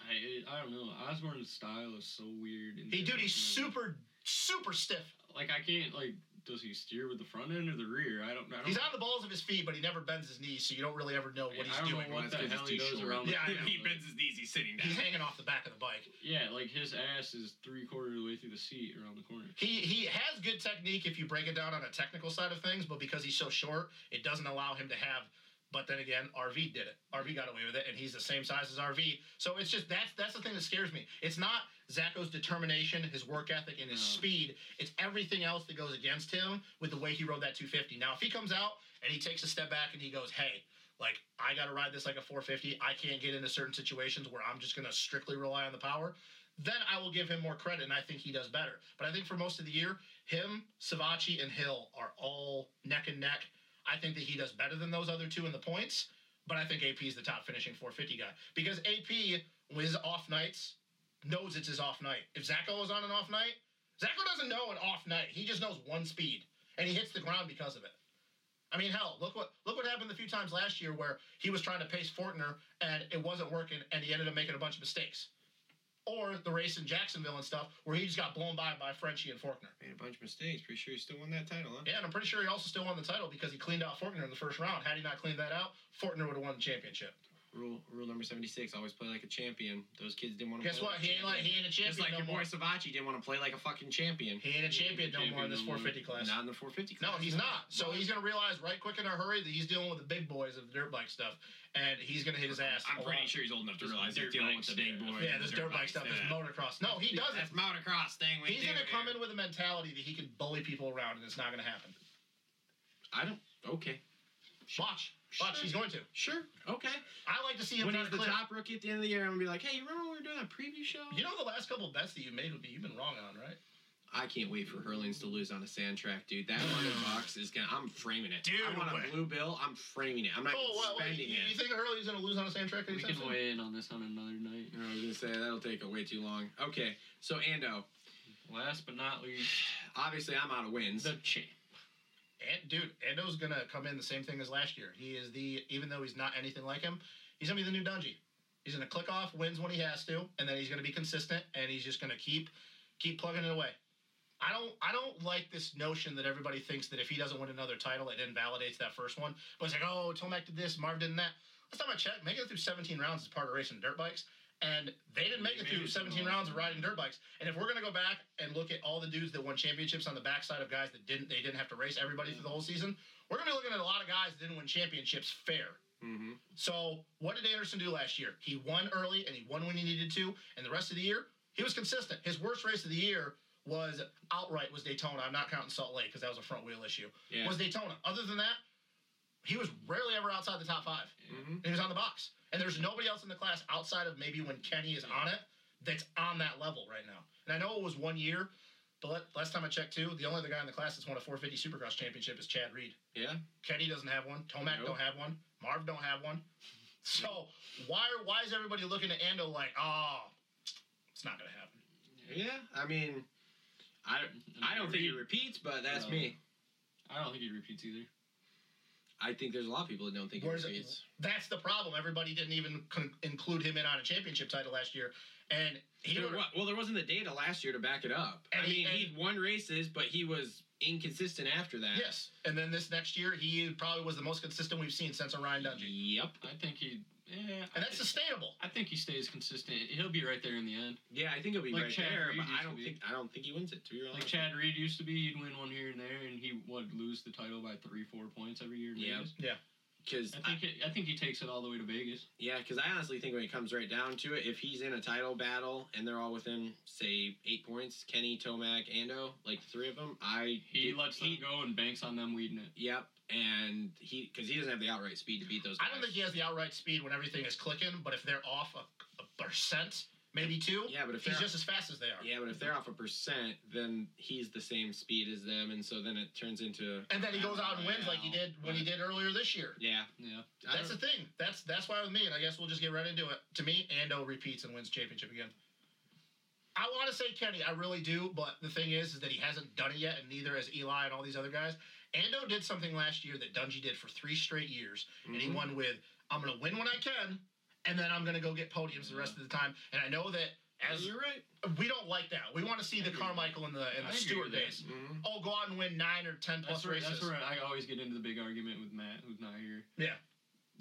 Speaker 5: I it, I don't know. Osborne's style is so weird. and
Speaker 4: He dude,
Speaker 5: different
Speaker 4: he's
Speaker 5: from everyone.
Speaker 4: super, super stiff.
Speaker 5: Like I can't like. Does he steer with the front end or the rear? I don't. I don't.
Speaker 4: He's on the balls of his feet, but he never bends his knees, so you don't really ever know
Speaker 5: I-
Speaker 4: what
Speaker 5: I
Speaker 4: he's
Speaker 5: don't
Speaker 4: doing.
Speaker 5: know what the hell he goes around.
Speaker 4: Yeah, I
Speaker 5: the
Speaker 4: know.
Speaker 5: thing,
Speaker 3: he
Speaker 5: like-
Speaker 3: bends his knees. He's sitting down.
Speaker 4: He's hanging off the back of the bike.
Speaker 5: Yeah, like his ass is three quarter of the way through the seat around the corner.
Speaker 4: He he has good technique if you break it down on a technical side of things, but because he's so short, it doesn't allow him to have. But then again, RV did it. RV got away with it, and he's the same size as RV. So it's just that's that's the thing that scares me. It's not Zacho's determination, his work ethic, and his
Speaker 5: No.
Speaker 4: speed. It's everything else that goes against him with the way he rode that 250. Now, if he comes out and he takes a step back and he goes, "Hey, like I got to ride this like a 450. I can't get into certain situations where I'm just going to strictly rely on the power." then I will give him more credit, and I think he does better. But I think for most of the year, him, Savachi, and Hill are all neck and neck. I think that he does better than those other two in the points, but I think AP is the top finishing 450 guy because AP, with his off nights, knows it's his off night. If Zacho is on an off night, Zacho doesn't know an off night. He just knows one speed, and he hits the ground because of it. I mean, hell, look what look what happened the few times last year where he was trying to pace Fortner and it wasn't working, and he ended up making a bunch of mistakes or the race in Jacksonville and stuff, where he just got blown by by Frenchie and Faulkner.
Speaker 3: Made a bunch of mistakes. Pretty sure he still won that title, huh?
Speaker 4: Yeah, and I'm pretty sure he also still won the title because he cleaned out Faulkner in the first round. Had he not cleaned that out, Faulkner would have won the championship.
Speaker 3: Rule rule number seventy six: always play like a champion. Those kids didn't want to.
Speaker 4: Guess what? He ain't like he ain't a champion
Speaker 3: Just like
Speaker 4: no
Speaker 3: your boy
Speaker 4: more.
Speaker 3: Savachi didn't want to play like a fucking champion.
Speaker 4: He ain't a champion no
Speaker 5: Champion
Speaker 4: more in this
Speaker 5: no more.
Speaker 4: 450 class.
Speaker 3: Not in the four fifty.
Speaker 4: No, he's not. So he's gonna realize right quick in a hurry that he's dealing with the big boys of the dirt bike stuff, and he's gonna hit his ass.
Speaker 3: I'm
Speaker 4: a
Speaker 3: pretty
Speaker 4: lot.
Speaker 3: sure he's old enough to
Speaker 5: Just
Speaker 3: realize he's
Speaker 5: dirt
Speaker 3: dealing with
Speaker 5: bikes,
Speaker 3: the big
Speaker 5: yeah.
Speaker 3: boy.
Speaker 4: Yeah, this dirt bike stuff, this motocross. No, he doesn't.
Speaker 3: That's motocross thing. We
Speaker 4: He's
Speaker 3: do
Speaker 4: gonna come
Speaker 3: here.
Speaker 4: in with a mentality that he can bully people around, and it's not gonna happen.
Speaker 3: I don't. Okay.
Speaker 4: Watch, watch.
Speaker 3: Sure.
Speaker 4: He's going to.
Speaker 3: Sure. Okay.
Speaker 4: I like to see him
Speaker 3: when
Speaker 4: try
Speaker 3: he's
Speaker 4: to
Speaker 3: the
Speaker 4: clear-
Speaker 3: top rookie at the end of the year, I'm gonna be like, hey, you remember when we were doing that preview show?
Speaker 4: You know the last couple bets that you made would be you've been wrong on, right?
Speaker 3: I can't wait for Hurlings to lose on a sand track, dude. That hundred
Speaker 4: *sighs*
Speaker 3: bucks is gonna. I'm framing it.
Speaker 4: Dude,
Speaker 3: I want
Speaker 4: what?
Speaker 3: a blue bill. I'm framing it. I'm not even spending
Speaker 4: Oh, You, you
Speaker 3: it.
Speaker 4: think Hurley's gonna lose on a sand track?
Speaker 5: We
Speaker 4: anytime
Speaker 5: can
Speaker 4: soon?
Speaker 5: weigh in on this on another night.
Speaker 3: I was gonna say that'll take way too long. Okay, so Ando,
Speaker 5: Last but not least, *laughs*
Speaker 3: obviously I'm out of wins.
Speaker 5: the champ.
Speaker 4: And dude, Ando's gonna come in the same thing as last year. He is the even though he's not anything like him, he's gonna be the new Dungy. He's gonna click off, wins when he has to, and then he's gonna be consistent, and he's just gonna keep keep plugging it away. I don't I don't like this notion that everybody thinks that if he doesn't win another title, it invalidates that first one. But it's like, oh, Tomac did this, Marv didn't that. Last time I checked, making it through 17 rounds is part of racing dirt bikes. And they didn't make it
Speaker 5: Maybe
Speaker 4: through
Speaker 5: it's
Speaker 4: 17
Speaker 5: not.
Speaker 4: rounds of riding dirt bikes. And if we're gonna go back and look at all the dudes that won championships on the backside of guys that didn't, they didn't have to race everybody through the whole season. We're gonna be looking at a lot of guys that didn't win championships fair.
Speaker 3: Mm-hmm.
Speaker 4: So what did Anderson do last year? He won early and he won when he needed to, and the rest of the year he was consistent. His worst race of the year was outright was Daytona. I'm not counting Salt Lake because that was a front wheel issue.
Speaker 3: Yeah.
Speaker 4: Was Daytona. Other than that, he was rarely ever outside the top five.
Speaker 3: hmm
Speaker 4: And he was on the box, and there's nobody else in the class outside of maybe when Kenny is on it that's on that level right now. And I know it was one year, but let, last time I checked too, the only other guy in the class that's won a 450 Supercross championship is Chad Reed.
Speaker 3: Yeah.
Speaker 4: Kenny doesn't have one. Tomac
Speaker 3: Nope.
Speaker 4: don't have one. Marv don't have one. So why why is everybody looking at Ando like, oh, it's not gonna happen?
Speaker 3: Yeah. I mean, I I don't think he repeats, but that's
Speaker 5: No.
Speaker 3: me.
Speaker 5: I don't think he repeats either.
Speaker 3: I think there's a lot of people that don't think he
Speaker 4: Where's it-
Speaker 3: repeats.
Speaker 4: That's the problem. Everybody didn't even con- include him in on a championship title last year, and he
Speaker 3: There
Speaker 4: would've-
Speaker 3: wa- well, there wasn't the data last year to back it up.
Speaker 4: And
Speaker 3: I
Speaker 4: he-
Speaker 3: mean,
Speaker 4: and-
Speaker 3: he'd won races, but he was inconsistent after that.
Speaker 4: yes. And then this next year, he probably was the most consistent we've seen since Orion Dungey,
Speaker 3: Yep.
Speaker 5: I think he. Yeah. I
Speaker 4: and that's
Speaker 5: thi-
Speaker 4: sustainable.
Speaker 5: I think he stays consistent. He'll be right there in the end.
Speaker 3: Yeah, I think it'll be
Speaker 5: Like
Speaker 3: right
Speaker 5: Chad
Speaker 3: there,
Speaker 5: Reed
Speaker 3: but
Speaker 5: used
Speaker 3: I
Speaker 5: to
Speaker 3: don't
Speaker 5: be.
Speaker 3: think I don't think he wins it. To be honest,
Speaker 5: Like Chad Reed used to be, he'd win one here and there, and he would lose the title by three, four points every year.
Speaker 3: Yeah.
Speaker 5: maybe.
Speaker 4: Yeah.
Speaker 3: Because
Speaker 5: I think it, I think he takes it all the way to Vegas.
Speaker 3: yeah, because I honestly think when it comes right down to it, if he's in a title battle and they're all within say eight points, Kenny, Tomac, Ando, like the three of them, I
Speaker 5: He lets them go and banks on them weeding it.
Speaker 3: Yep, and he because he doesn't have the outright speed to beat those. Guys.
Speaker 4: I don't think he has the outright speed when everything is clicking, but if they're off a, a percent, maybe two,
Speaker 3: Yeah, but if
Speaker 4: he's
Speaker 3: they're-
Speaker 4: just as fast as they are.
Speaker 3: Yeah, but if they're off a percent, then he's the same speed as them, and so then it turns into
Speaker 4: And then he goes out and wins like he did when he did earlier this year.
Speaker 3: yeah.
Speaker 5: Yeah.
Speaker 3: I
Speaker 4: That's the
Speaker 3: don't-
Speaker 4: thing. That's that's why with me, and I guess we'll just get right into it. To me, Ando repeats and wins championship again. I want to say Kenny, I really do, but the thing is, is that he hasn't done it yet, and neither has Eli and all these other guys. Ando did something last year that Dungy did for three straight years, and he
Speaker 5: Mm-hmm.
Speaker 3: Mhm.
Speaker 4: won with "I'm gonna win when I can," and then I'm gonna go get podiums the rest of
Speaker 5: Mm-hmm.
Speaker 4: the time. And I know that as
Speaker 3: you're right.
Speaker 4: we don't like that, we want to see the
Speaker 5: agree.
Speaker 4: Carmichael and the and
Speaker 5: I
Speaker 4: the
Speaker 5: agree
Speaker 4: Stewart
Speaker 5: with that.
Speaker 4: base.
Speaker 3: hmm
Speaker 4: Oh, go out and win nine or ten plus
Speaker 5: That's where,
Speaker 4: races.
Speaker 5: that's where I always get into the big argument with Matt, who's not here.
Speaker 4: Yeah.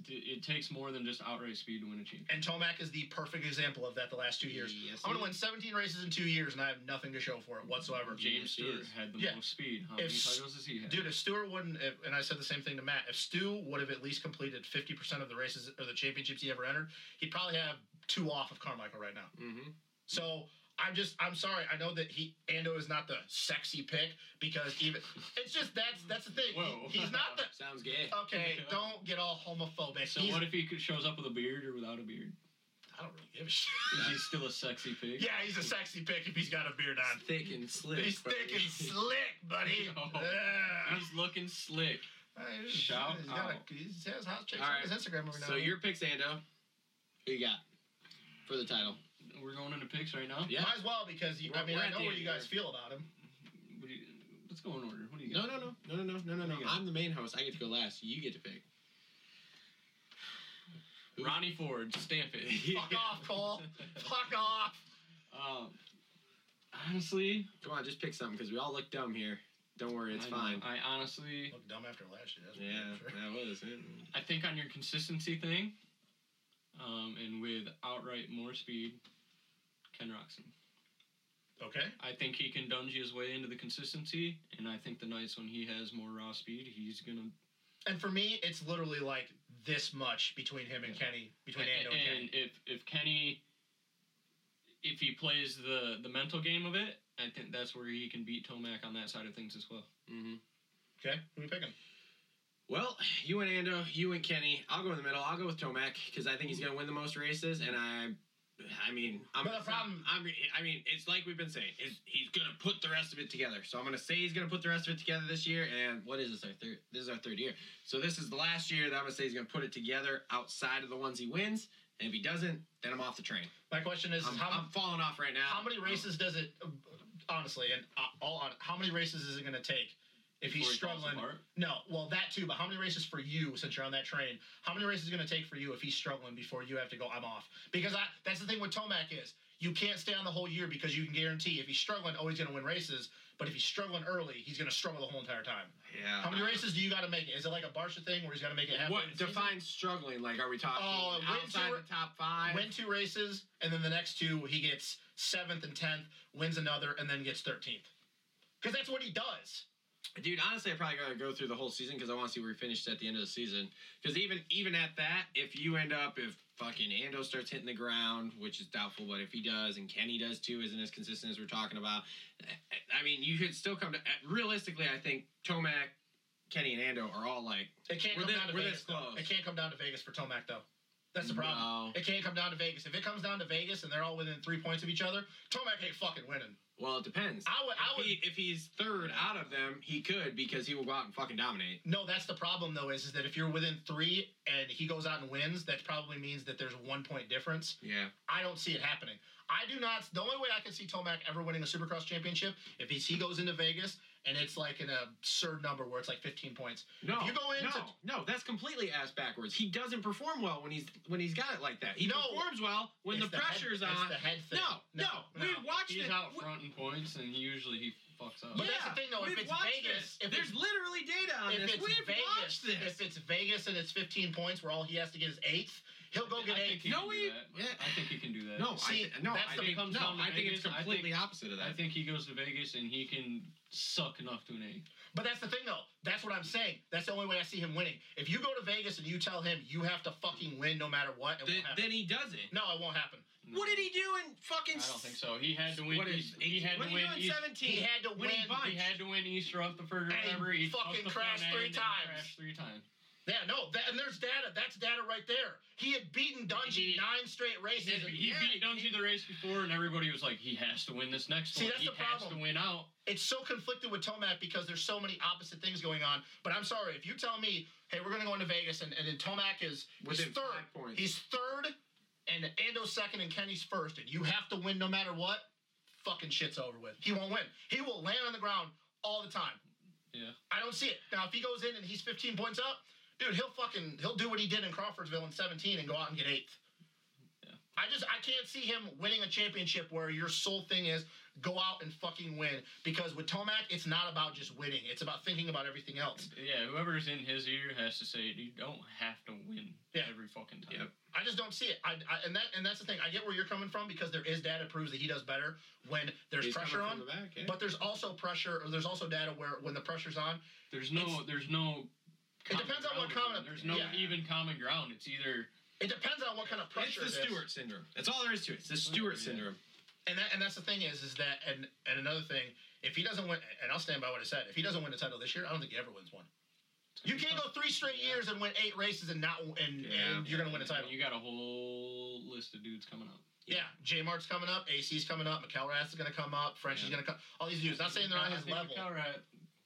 Speaker 5: D- It takes more than just outright speed to win a championship.
Speaker 4: And Tomac is the perfect example of that the last two years.
Speaker 3: Yes,
Speaker 4: I'm gonna
Speaker 3: he
Speaker 4: win 17 races in two years, and I have nothing to show for it whatsoever.
Speaker 5: James
Speaker 3: he
Speaker 5: Stewart
Speaker 3: is.
Speaker 5: had the
Speaker 4: Yeah.
Speaker 5: most speed. How
Speaker 4: If
Speaker 5: many
Speaker 4: s-
Speaker 5: titles does he have?
Speaker 4: Dude, if Stewart wouldn't, if, and I said the same thing to Matt, if Stu would have at least completed 50% of the races or the championships he ever entered, he'd probably have two off of Carmichael right now.
Speaker 3: Mhm.
Speaker 4: So I'm just, I'm sorry. I know that he Ando is not the sexy pick because even it's just that's that's the thing. He-
Speaker 5: Whoa.
Speaker 4: he's not the.
Speaker 3: Sounds gay.
Speaker 4: Okay,
Speaker 5: *laughs*
Speaker 3: *laughs*
Speaker 4: don't get all homophobic.
Speaker 5: So
Speaker 4: He's-
Speaker 5: what if he could- shows up with a beard or without a beard?
Speaker 4: I don't really give a shit.
Speaker 5: Is
Speaker 4: *laughs*
Speaker 5: he still a sexy pig?
Speaker 4: Yeah, he's a sexy pick if he's got a beard on.
Speaker 3: He's thick and slick.
Speaker 4: He's thick
Speaker 3: *laughs*
Speaker 4: and slick, buddy.
Speaker 5: *laughs* No.
Speaker 4: Yeah.
Speaker 5: He's looking slick.
Speaker 4: Hey, he's-
Speaker 5: Shout
Speaker 4: he's got a-
Speaker 5: out.
Speaker 4: he's- he has hot chicks
Speaker 3: Oh. All
Speaker 4: on
Speaker 3: right.
Speaker 4: his Instagram every now
Speaker 3: So
Speaker 4: and
Speaker 3: your picks, Ando. Who you got for the title?
Speaker 5: We're going into picks right now.
Speaker 4: then.
Speaker 3: Yeah.
Speaker 4: Might as well because you, I
Speaker 3: We're-
Speaker 4: mean
Speaker 3: we're
Speaker 4: I
Speaker 3: at
Speaker 4: know
Speaker 3: the
Speaker 4: what
Speaker 3: end
Speaker 4: you
Speaker 3: here.
Speaker 4: guys feel about
Speaker 3: *laughs*
Speaker 4: him.
Speaker 5: What do you, let's go in order. What do you
Speaker 3: No,
Speaker 5: got?
Speaker 3: no, no, no, no, no, no, no.
Speaker 5: Who you got?
Speaker 3: I'm the main host. I get to go last. You get to pick.
Speaker 5: Ronnie Ford, stamp *laughs* it.
Speaker 4: Fuck
Speaker 3: *laughs*
Speaker 4: off, Cole. Fuck off.
Speaker 5: um, honestly,
Speaker 3: Come on, just pick something because we all look dumb here. Don't worry, it's
Speaker 5: I-
Speaker 3: fine.
Speaker 5: I honestly,
Speaker 4: Look dumb after last year. That's for
Speaker 3: Yeah,
Speaker 5: *laughs*
Speaker 4: damn sure.
Speaker 3: that was it.
Speaker 5: I think on your consistency thing, um, and with outright more speed, Ken Roxon.
Speaker 4: Okay.
Speaker 5: I think he can dunge his way into the consistency, and I think the nights when he has more raw speed, he's gonna.
Speaker 4: And for me, it's literally like this much between him and Kenny, between
Speaker 5: and
Speaker 4: Ando and Kenny.
Speaker 5: if if Kenny, if he plays the the mental game of it, I think that's where he can beat Tomac on that side of things as well.
Speaker 3: hmm
Speaker 4: Okay, who are we picking?
Speaker 3: Well, you and Ando, you and Kenny. I'll go in the middle. I'll go with Tomac because I think he's going to win the most races, and I, I mean, I'm.
Speaker 4: But the problem-
Speaker 3: I'm. I mean, it's like we've been saying. Is he's going to put the rest of it together? So I'm going to say he's going to put the rest of it together this year. And what is this? Our third. This is our third year. So this is the last year that I'm going to say he's going to put it together outside of the ones he wins. And if he doesn't, then I'm off the train.
Speaker 4: My question is, is
Speaker 3: I'm,
Speaker 4: how,
Speaker 3: I'm falling off right now.
Speaker 4: how many races does it, honestly, and uh, all on, how many races is it going to take if he's
Speaker 5: Before he falls
Speaker 4: struggling
Speaker 5: apart.
Speaker 4: No, well that too, but how many races for you since you're on that train? How many races is it gonna take for you if he's struggling before you have to go, I'm off? Because I that's the thing with Tomac is you can't stay on the whole year because you can guarantee if he's struggling, oh he's gonna win races, but if he's struggling early, he's gonna struggle the whole entire time.
Speaker 3: Yeah.
Speaker 4: How many races do you gotta make it? Is it like a Barsha thing where he's gotta make it halfway?
Speaker 3: What
Speaker 4: in the season?
Speaker 3: defines struggling? Like, are we talking
Speaker 4: Oh, win
Speaker 3: outside
Speaker 4: two-
Speaker 3: the top five?
Speaker 4: win two races, and then the next two he gets seventh and tenth, wins another, and then gets thirteenth. Because that's what he does.
Speaker 3: Dude, honestly, I probably gotta go through the whole season because I want to see where we finished at the end of the season. Because even even at that, if you end up if fucking Ando starts hitting the ground, which is doubtful, but if he does and Kenny does too, isn't as consistent as we're talking about. I- I mean, you could still come to realistically. I think Tomac, Kenny, and Ando are all like
Speaker 4: It can't
Speaker 3: We're
Speaker 4: come
Speaker 3: this-
Speaker 4: down to
Speaker 3: we're
Speaker 4: Vegas.
Speaker 3: this
Speaker 4: though.
Speaker 3: close.
Speaker 4: It can't come down to Vegas for Tomac though. That's the problem.
Speaker 3: No.
Speaker 4: It can't come down to Vegas. If it comes down to Vegas and they're all within three points of each other, Tomac ain't fucking winning.
Speaker 3: Well, it depends.
Speaker 4: I would. I
Speaker 3: If,
Speaker 4: would.
Speaker 3: he, if he's third out of them, he could because he will go out and fucking dominate.
Speaker 4: no, that's the problem though. Is is that if you're within three and he goes out and wins, that probably means that there's one point difference.
Speaker 3: Yeah.
Speaker 4: I don't see it happening. I do not. The only way I can see Tomac ever winning a Supercross championship if he's, he goes into Vegas and it's like an absurd number where it's like 15 points.
Speaker 3: No,
Speaker 4: If you go into-
Speaker 3: no, no, that's completely ass backwards. He doesn't perform well when he's when he's got it like that. He
Speaker 4: No.
Speaker 3: performs well when
Speaker 4: It's
Speaker 3: the pressure's
Speaker 4: head,
Speaker 3: on.
Speaker 4: It's the head thing.
Speaker 3: No, no, we watched
Speaker 5: He's
Speaker 3: it.
Speaker 5: out front in points, and usually he fucks up.
Speaker 4: But that's the thing, though, if
Speaker 3: we've
Speaker 4: it's
Speaker 3: watched this.
Speaker 4: Vegas, if
Speaker 3: there's literally data on
Speaker 4: If
Speaker 3: this.
Speaker 4: it's
Speaker 3: We've
Speaker 4: Vegas,
Speaker 3: watched this.
Speaker 4: if it's Vegas and it's 15 points, where all he has to get is eighth, he'll go get
Speaker 5: I think
Speaker 4: eighth.
Speaker 5: he
Speaker 3: No,
Speaker 5: can do
Speaker 3: we-
Speaker 5: that.
Speaker 3: yeah.
Speaker 5: I think he can do
Speaker 3: *laughs*
Speaker 5: that.
Speaker 3: no,
Speaker 4: See,
Speaker 3: I, thi- no,
Speaker 4: that's
Speaker 3: I
Speaker 4: the
Speaker 3: think,
Speaker 4: comes
Speaker 3: no,
Speaker 5: down to
Speaker 3: I think it's
Speaker 5: Vegas. I think-
Speaker 3: completely opposite of that.
Speaker 5: I think he goes to Vegas and he can suck enough to an egg.
Speaker 4: But that's the thing, though. That's what I'm saying. That's the only way I see him winning. If you go to Vegas and you tell him you have to fucking win no matter what, it
Speaker 3: Th-
Speaker 4: won't happen.
Speaker 3: then he does it.
Speaker 4: no, it won't happen.
Speaker 5: No.
Speaker 3: What did he do in fucking?
Speaker 5: I don't think so. He had to win.
Speaker 3: What is
Speaker 5: East- he had
Speaker 3: what
Speaker 5: to
Speaker 3: did he
Speaker 5: win.
Speaker 3: do in
Speaker 5: East-
Speaker 3: seventeen?
Speaker 4: He had to
Speaker 3: When
Speaker 4: win.
Speaker 3: he bunched.
Speaker 5: He had to win Easter off the first or
Speaker 4: And he
Speaker 5: whatever. He
Speaker 4: fucking
Speaker 5: fucked the
Speaker 4: crashed
Speaker 5: front
Speaker 4: three
Speaker 5: end and he
Speaker 4: times.
Speaker 5: Crashed three times.
Speaker 4: yeah, no, that, and there's data. That's data right there. He had beaten Dungy
Speaker 5: He-
Speaker 4: nine straight
Speaker 5: He,
Speaker 4: races.
Speaker 5: he beat Dungey the race before, and everybody was like, "He has to win this next
Speaker 4: See,
Speaker 5: one.
Speaker 4: that's
Speaker 5: he
Speaker 4: the
Speaker 5: has
Speaker 4: problem.
Speaker 5: to win out."
Speaker 4: it's so conflicted with Tomac because there's so many opposite things going on. But I'm sorry, if you tell me, hey, we're gonna go into Vegas and, and then Tomac is he's
Speaker 3: Within
Speaker 4: third.
Speaker 3: five points.
Speaker 4: He's third and Ando's second and Kenny's first, and you have to win no matter what, fucking shit's over with. He won't win. He will land on the ground all the time.
Speaker 5: Yeah.
Speaker 4: I don't see it. Now if he goes in and he's 15 points up, dude, he'll fucking he'll do what he did in Crawfordsville in 17 and go out and get eighth.
Speaker 5: Yeah.
Speaker 4: I just I can't see him winning a championship where your sole thing is go out and fucking win. Because with Tomac, it's not about just winning; it's about thinking about everything else.
Speaker 5: Yeah, whoever's in his ear has to say, "You don't have to win
Speaker 4: Yeah.
Speaker 5: every fucking time."
Speaker 3: Yep.
Speaker 4: I just don't see it. I, I and that and that's the thing. I get where you're coming from because there is data that proves that he does better when there's
Speaker 3: He's
Speaker 4: pressure
Speaker 3: coming
Speaker 4: on.
Speaker 3: from the back, yeah.
Speaker 4: But there's also pressure, or there's also data where when the pressure's on,
Speaker 5: There's no.
Speaker 4: It's-
Speaker 5: there's no.
Speaker 4: It
Speaker 5: common
Speaker 4: depends on what
Speaker 5: ground
Speaker 4: common-
Speaker 5: again. There's no
Speaker 4: yeah.
Speaker 5: even common ground. It's either
Speaker 4: it depends on what kind of
Speaker 3: it's
Speaker 4: pressure.
Speaker 3: the
Speaker 4: it is.
Speaker 3: Stewart syndrome. That's all there is to it. It's the
Speaker 5: Yeah.
Speaker 3: Stewart syndrome.
Speaker 4: And that and that's the thing is is that and and another thing, if he doesn't win, and I'll stand by what I said, if he doesn't win the title this year, I don't think he ever wins one. You can't go three straight
Speaker 5: Yeah.
Speaker 4: years and win eight races and not and,
Speaker 3: Yeah.
Speaker 4: and you're gonna win a title.
Speaker 5: You got a whole list of dudes coming up.
Speaker 4: Yeah, J Mart's coming up, AC's coming up, McElrath is gonna come up, French is
Speaker 5: Yeah.
Speaker 4: gonna come. All these dudes. Not saying they're on his level.
Speaker 5: All right,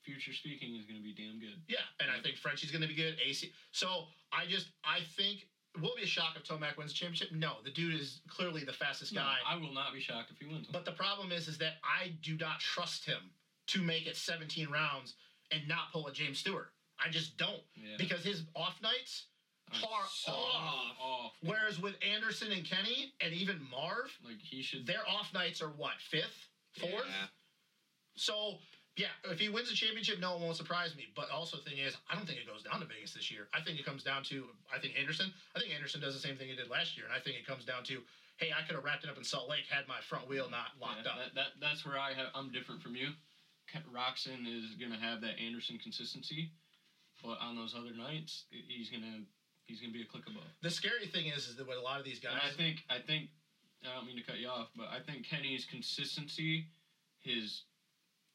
Speaker 5: future speaking is going to be damn good.
Speaker 4: Yeah, and
Speaker 5: Mm.
Speaker 4: I think Frenchie's going to be good. AC. So I just I think it will be a shock if Tomac wins the championship. No, the dude is clearly the fastest guy.
Speaker 5: I will not be shocked if he wins. one.
Speaker 4: But the problem is, is that I do not trust him to make it 17 rounds and not pull a James Stewart. I just don't
Speaker 5: yeah.
Speaker 4: because his off nights
Speaker 5: I'm
Speaker 4: are off.
Speaker 5: off.
Speaker 4: Whereas with Anderson and Kenny and even Marv,
Speaker 5: Like he should.
Speaker 4: their off nights are what fifth, fourth.
Speaker 3: Yeah.
Speaker 4: So yeah, if he wins the championship, no, it won't surprise me. But also, the thing is, I don't think it goes down to Vegas this year. I think it comes down to I think Anderson. I think Anderson does the same thing he did last year, and I think it comes down to hey, I could have wrapped it up in Salt Lake had my front wheel not locked
Speaker 5: yeah,
Speaker 4: up.
Speaker 5: That, that that's where I have. I'm different from you. Ke- Roxon is going to have that Anderson consistency, but on those other nights, i- he's going to he's going to be a click above.
Speaker 4: The scary thing is, is that with a lot of these
Speaker 5: And I
Speaker 4: guys,
Speaker 5: think I think I don't mean to cut you off, but I think Kenny's consistency, his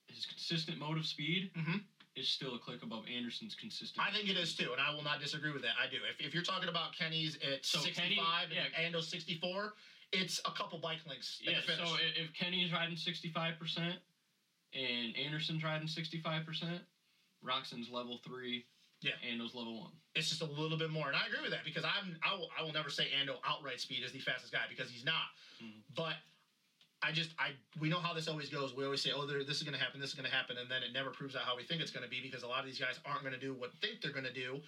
Speaker 5: his consistent mode of speed,
Speaker 4: Mhm.
Speaker 5: is still a click above Anderson's consistent.
Speaker 4: I think it is too, and I will not disagree with that. I do. If, if you're talking about Kenny's at
Speaker 5: So
Speaker 4: 65
Speaker 5: Kenny-
Speaker 4: and Ando 64, it's a couple bike links at
Speaker 5: Yeah.
Speaker 4: the finish.
Speaker 5: So i- if Kenny's riding sixty five percent, and Anderson's riding sixty five percent, Roxon's level three.
Speaker 4: Yeah.
Speaker 5: Ando's level one.
Speaker 4: it's just a little bit more. And I agree with that because I'm I will, I will never say Ando outright speed is the fastest guy because he's not.
Speaker 5: Mhm.
Speaker 4: But I just I we know how this always goes. We always say, oh, there, this is going to happen, this is going to happen, and then it never proves out how we think it's going to be because a lot of these guys aren't going to do what think they're going to do.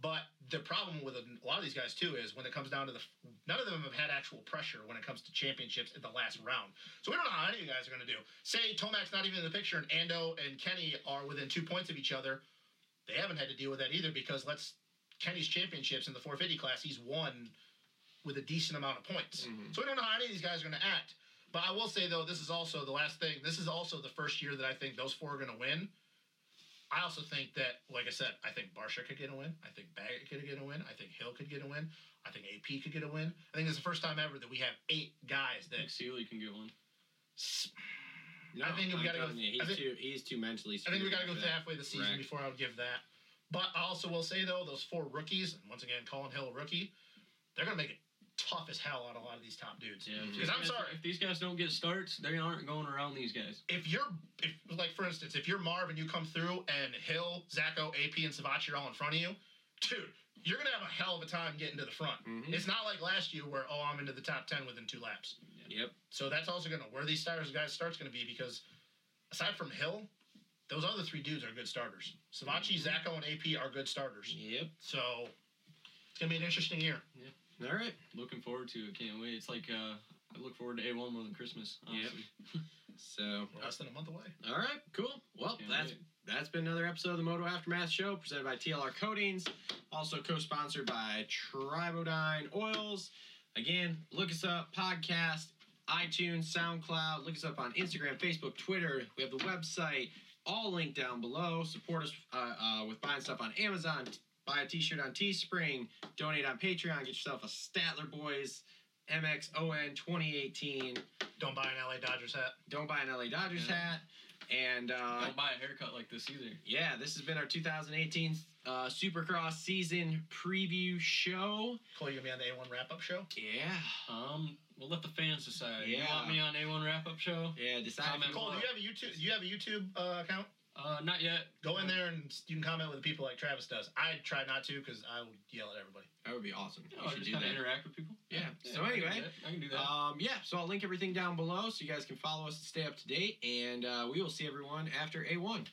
Speaker 4: But the problem with a lot of these guys too is when it comes down to the none of them have had actual pressure when it comes to championships in the last round. So we don't know how any of you guys are going to do. Say Tomac's not even in the picture, and Ando and Kenny are within two points of each other. They haven't had to deal with that either because let's Kenny's championships in the 450 class, he's won with a decent amount of points.
Speaker 3: Mhm.
Speaker 4: So we don't know how any of these guys are going to act. But I will say though, this is also the last thing. This is also the first year that I think those four are going to win. I also think that, like I said, I think Barsha could get a win. I think Baggett could get a win. I think Hill could get a win. I think AP could get a win. I think it's the first time ever that we have eight guys
Speaker 5: I think
Speaker 4: that.
Speaker 5: Sealy can get one.
Speaker 3: No,
Speaker 4: I think we
Speaker 3: I'm
Speaker 4: gotta go-
Speaker 3: telling you,
Speaker 4: I
Speaker 3: he's
Speaker 4: think-
Speaker 3: too he's too mentally.
Speaker 4: I think we got to
Speaker 3: screwed after
Speaker 4: go through halfway of the season
Speaker 3: Right.
Speaker 4: before I would give that. But I also will say though, those four rookies, and once again, Colin Hill, a rookie, they're going to make it tough as hell on a lot of these top dudes.
Speaker 5: Yeah, if
Speaker 4: Because
Speaker 5: these
Speaker 4: I'm
Speaker 5: guys-
Speaker 4: sorry.
Speaker 5: If these guys don't get starts, they aren't going around these guys.
Speaker 4: if you're if like for instance, if you're Marv and you come through and Hill, Zacho, AP, and Savachi are all in front of you, dude, you're gonna have a hell of a time getting to the front.
Speaker 3: Mhm.
Speaker 4: It's not like last year where oh I'm into the top ten within two laps.
Speaker 3: Yep.
Speaker 4: So that's also gonna where these starters guys starts gonna be because aside from Hill, those other three dudes are good starters. Savachi, Zacho, and AP are good starters.
Speaker 3: Yep.
Speaker 4: So it's gonna be an interesting year.
Speaker 3: All right.
Speaker 5: Looking forward to it. Can't wait. It's like uh, I look forward to A1 more than Christmas.
Speaker 3: Yep.
Speaker 5: Honestly.
Speaker 3: So,
Speaker 4: We're less than a month away.
Speaker 3: all right, cool. Well,
Speaker 5: Can't
Speaker 3: that's
Speaker 5: wait.
Speaker 3: that's been another episode of the Moto Aftermath Show, presented by TLR Coatings, also co-sponsored by Tribodine Oils. Again, look us up, podcast, iTunes, SoundCloud. Look us up on Instagram, Facebook, Twitter. We have the website, all linked down below. Support us uh, uh, with buying stuff on Amazon, t- buy a T-shirt on Teespring, donate on Patreon, get yourself a Statler Boys MXON 2018.
Speaker 4: Don't buy an LA Dodgers hat.
Speaker 3: Don't buy an LA Dodgers
Speaker 5: Yeah.
Speaker 3: hat. And uh,
Speaker 5: Don't buy a haircut like this either.
Speaker 3: yeah, this has been our 2018 uh, Supercross season preview show.
Speaker 4: Cole, you gonna be on the A1 wrap up show?
Speaker 3: Yeah.
Speaker 5: Um, we'll let the fans decide. You
Speaker 3: Yeah.
Speaker 5: want me on A1 wrap up show?
Speaker 3: Yeah, decide. if
Speaker 5: Comment
Speaker 3: you
Speaker 4: Cole, do
Speaker 3: want-
Speaker 4: you have a YouTube? Do you have a YouTube uh, account?
Speaker 5: Uh, not yet.
Speaker 4: Go in there and you can comment with the people like Travis does. I try not to because I would yell at everybody.
Speaker 3: That would be awesome.
Speaker 5: Oh,
Speaker 3: you
Speaker 5: just
Speaker 3: should do
Speaker 5: kind of
Speaker 3: that.
Speaker 5: interact with people.
Speaker 3: Yeah. So
Speaker 5: I can do
Speaker 3: anyway,
Speaker 5: that. I can do that.
Speaker 3: Um, yeah, so I'll link uh, everything down below so you guys can follow us and stay up to date. And uh, we will see everyone after A1.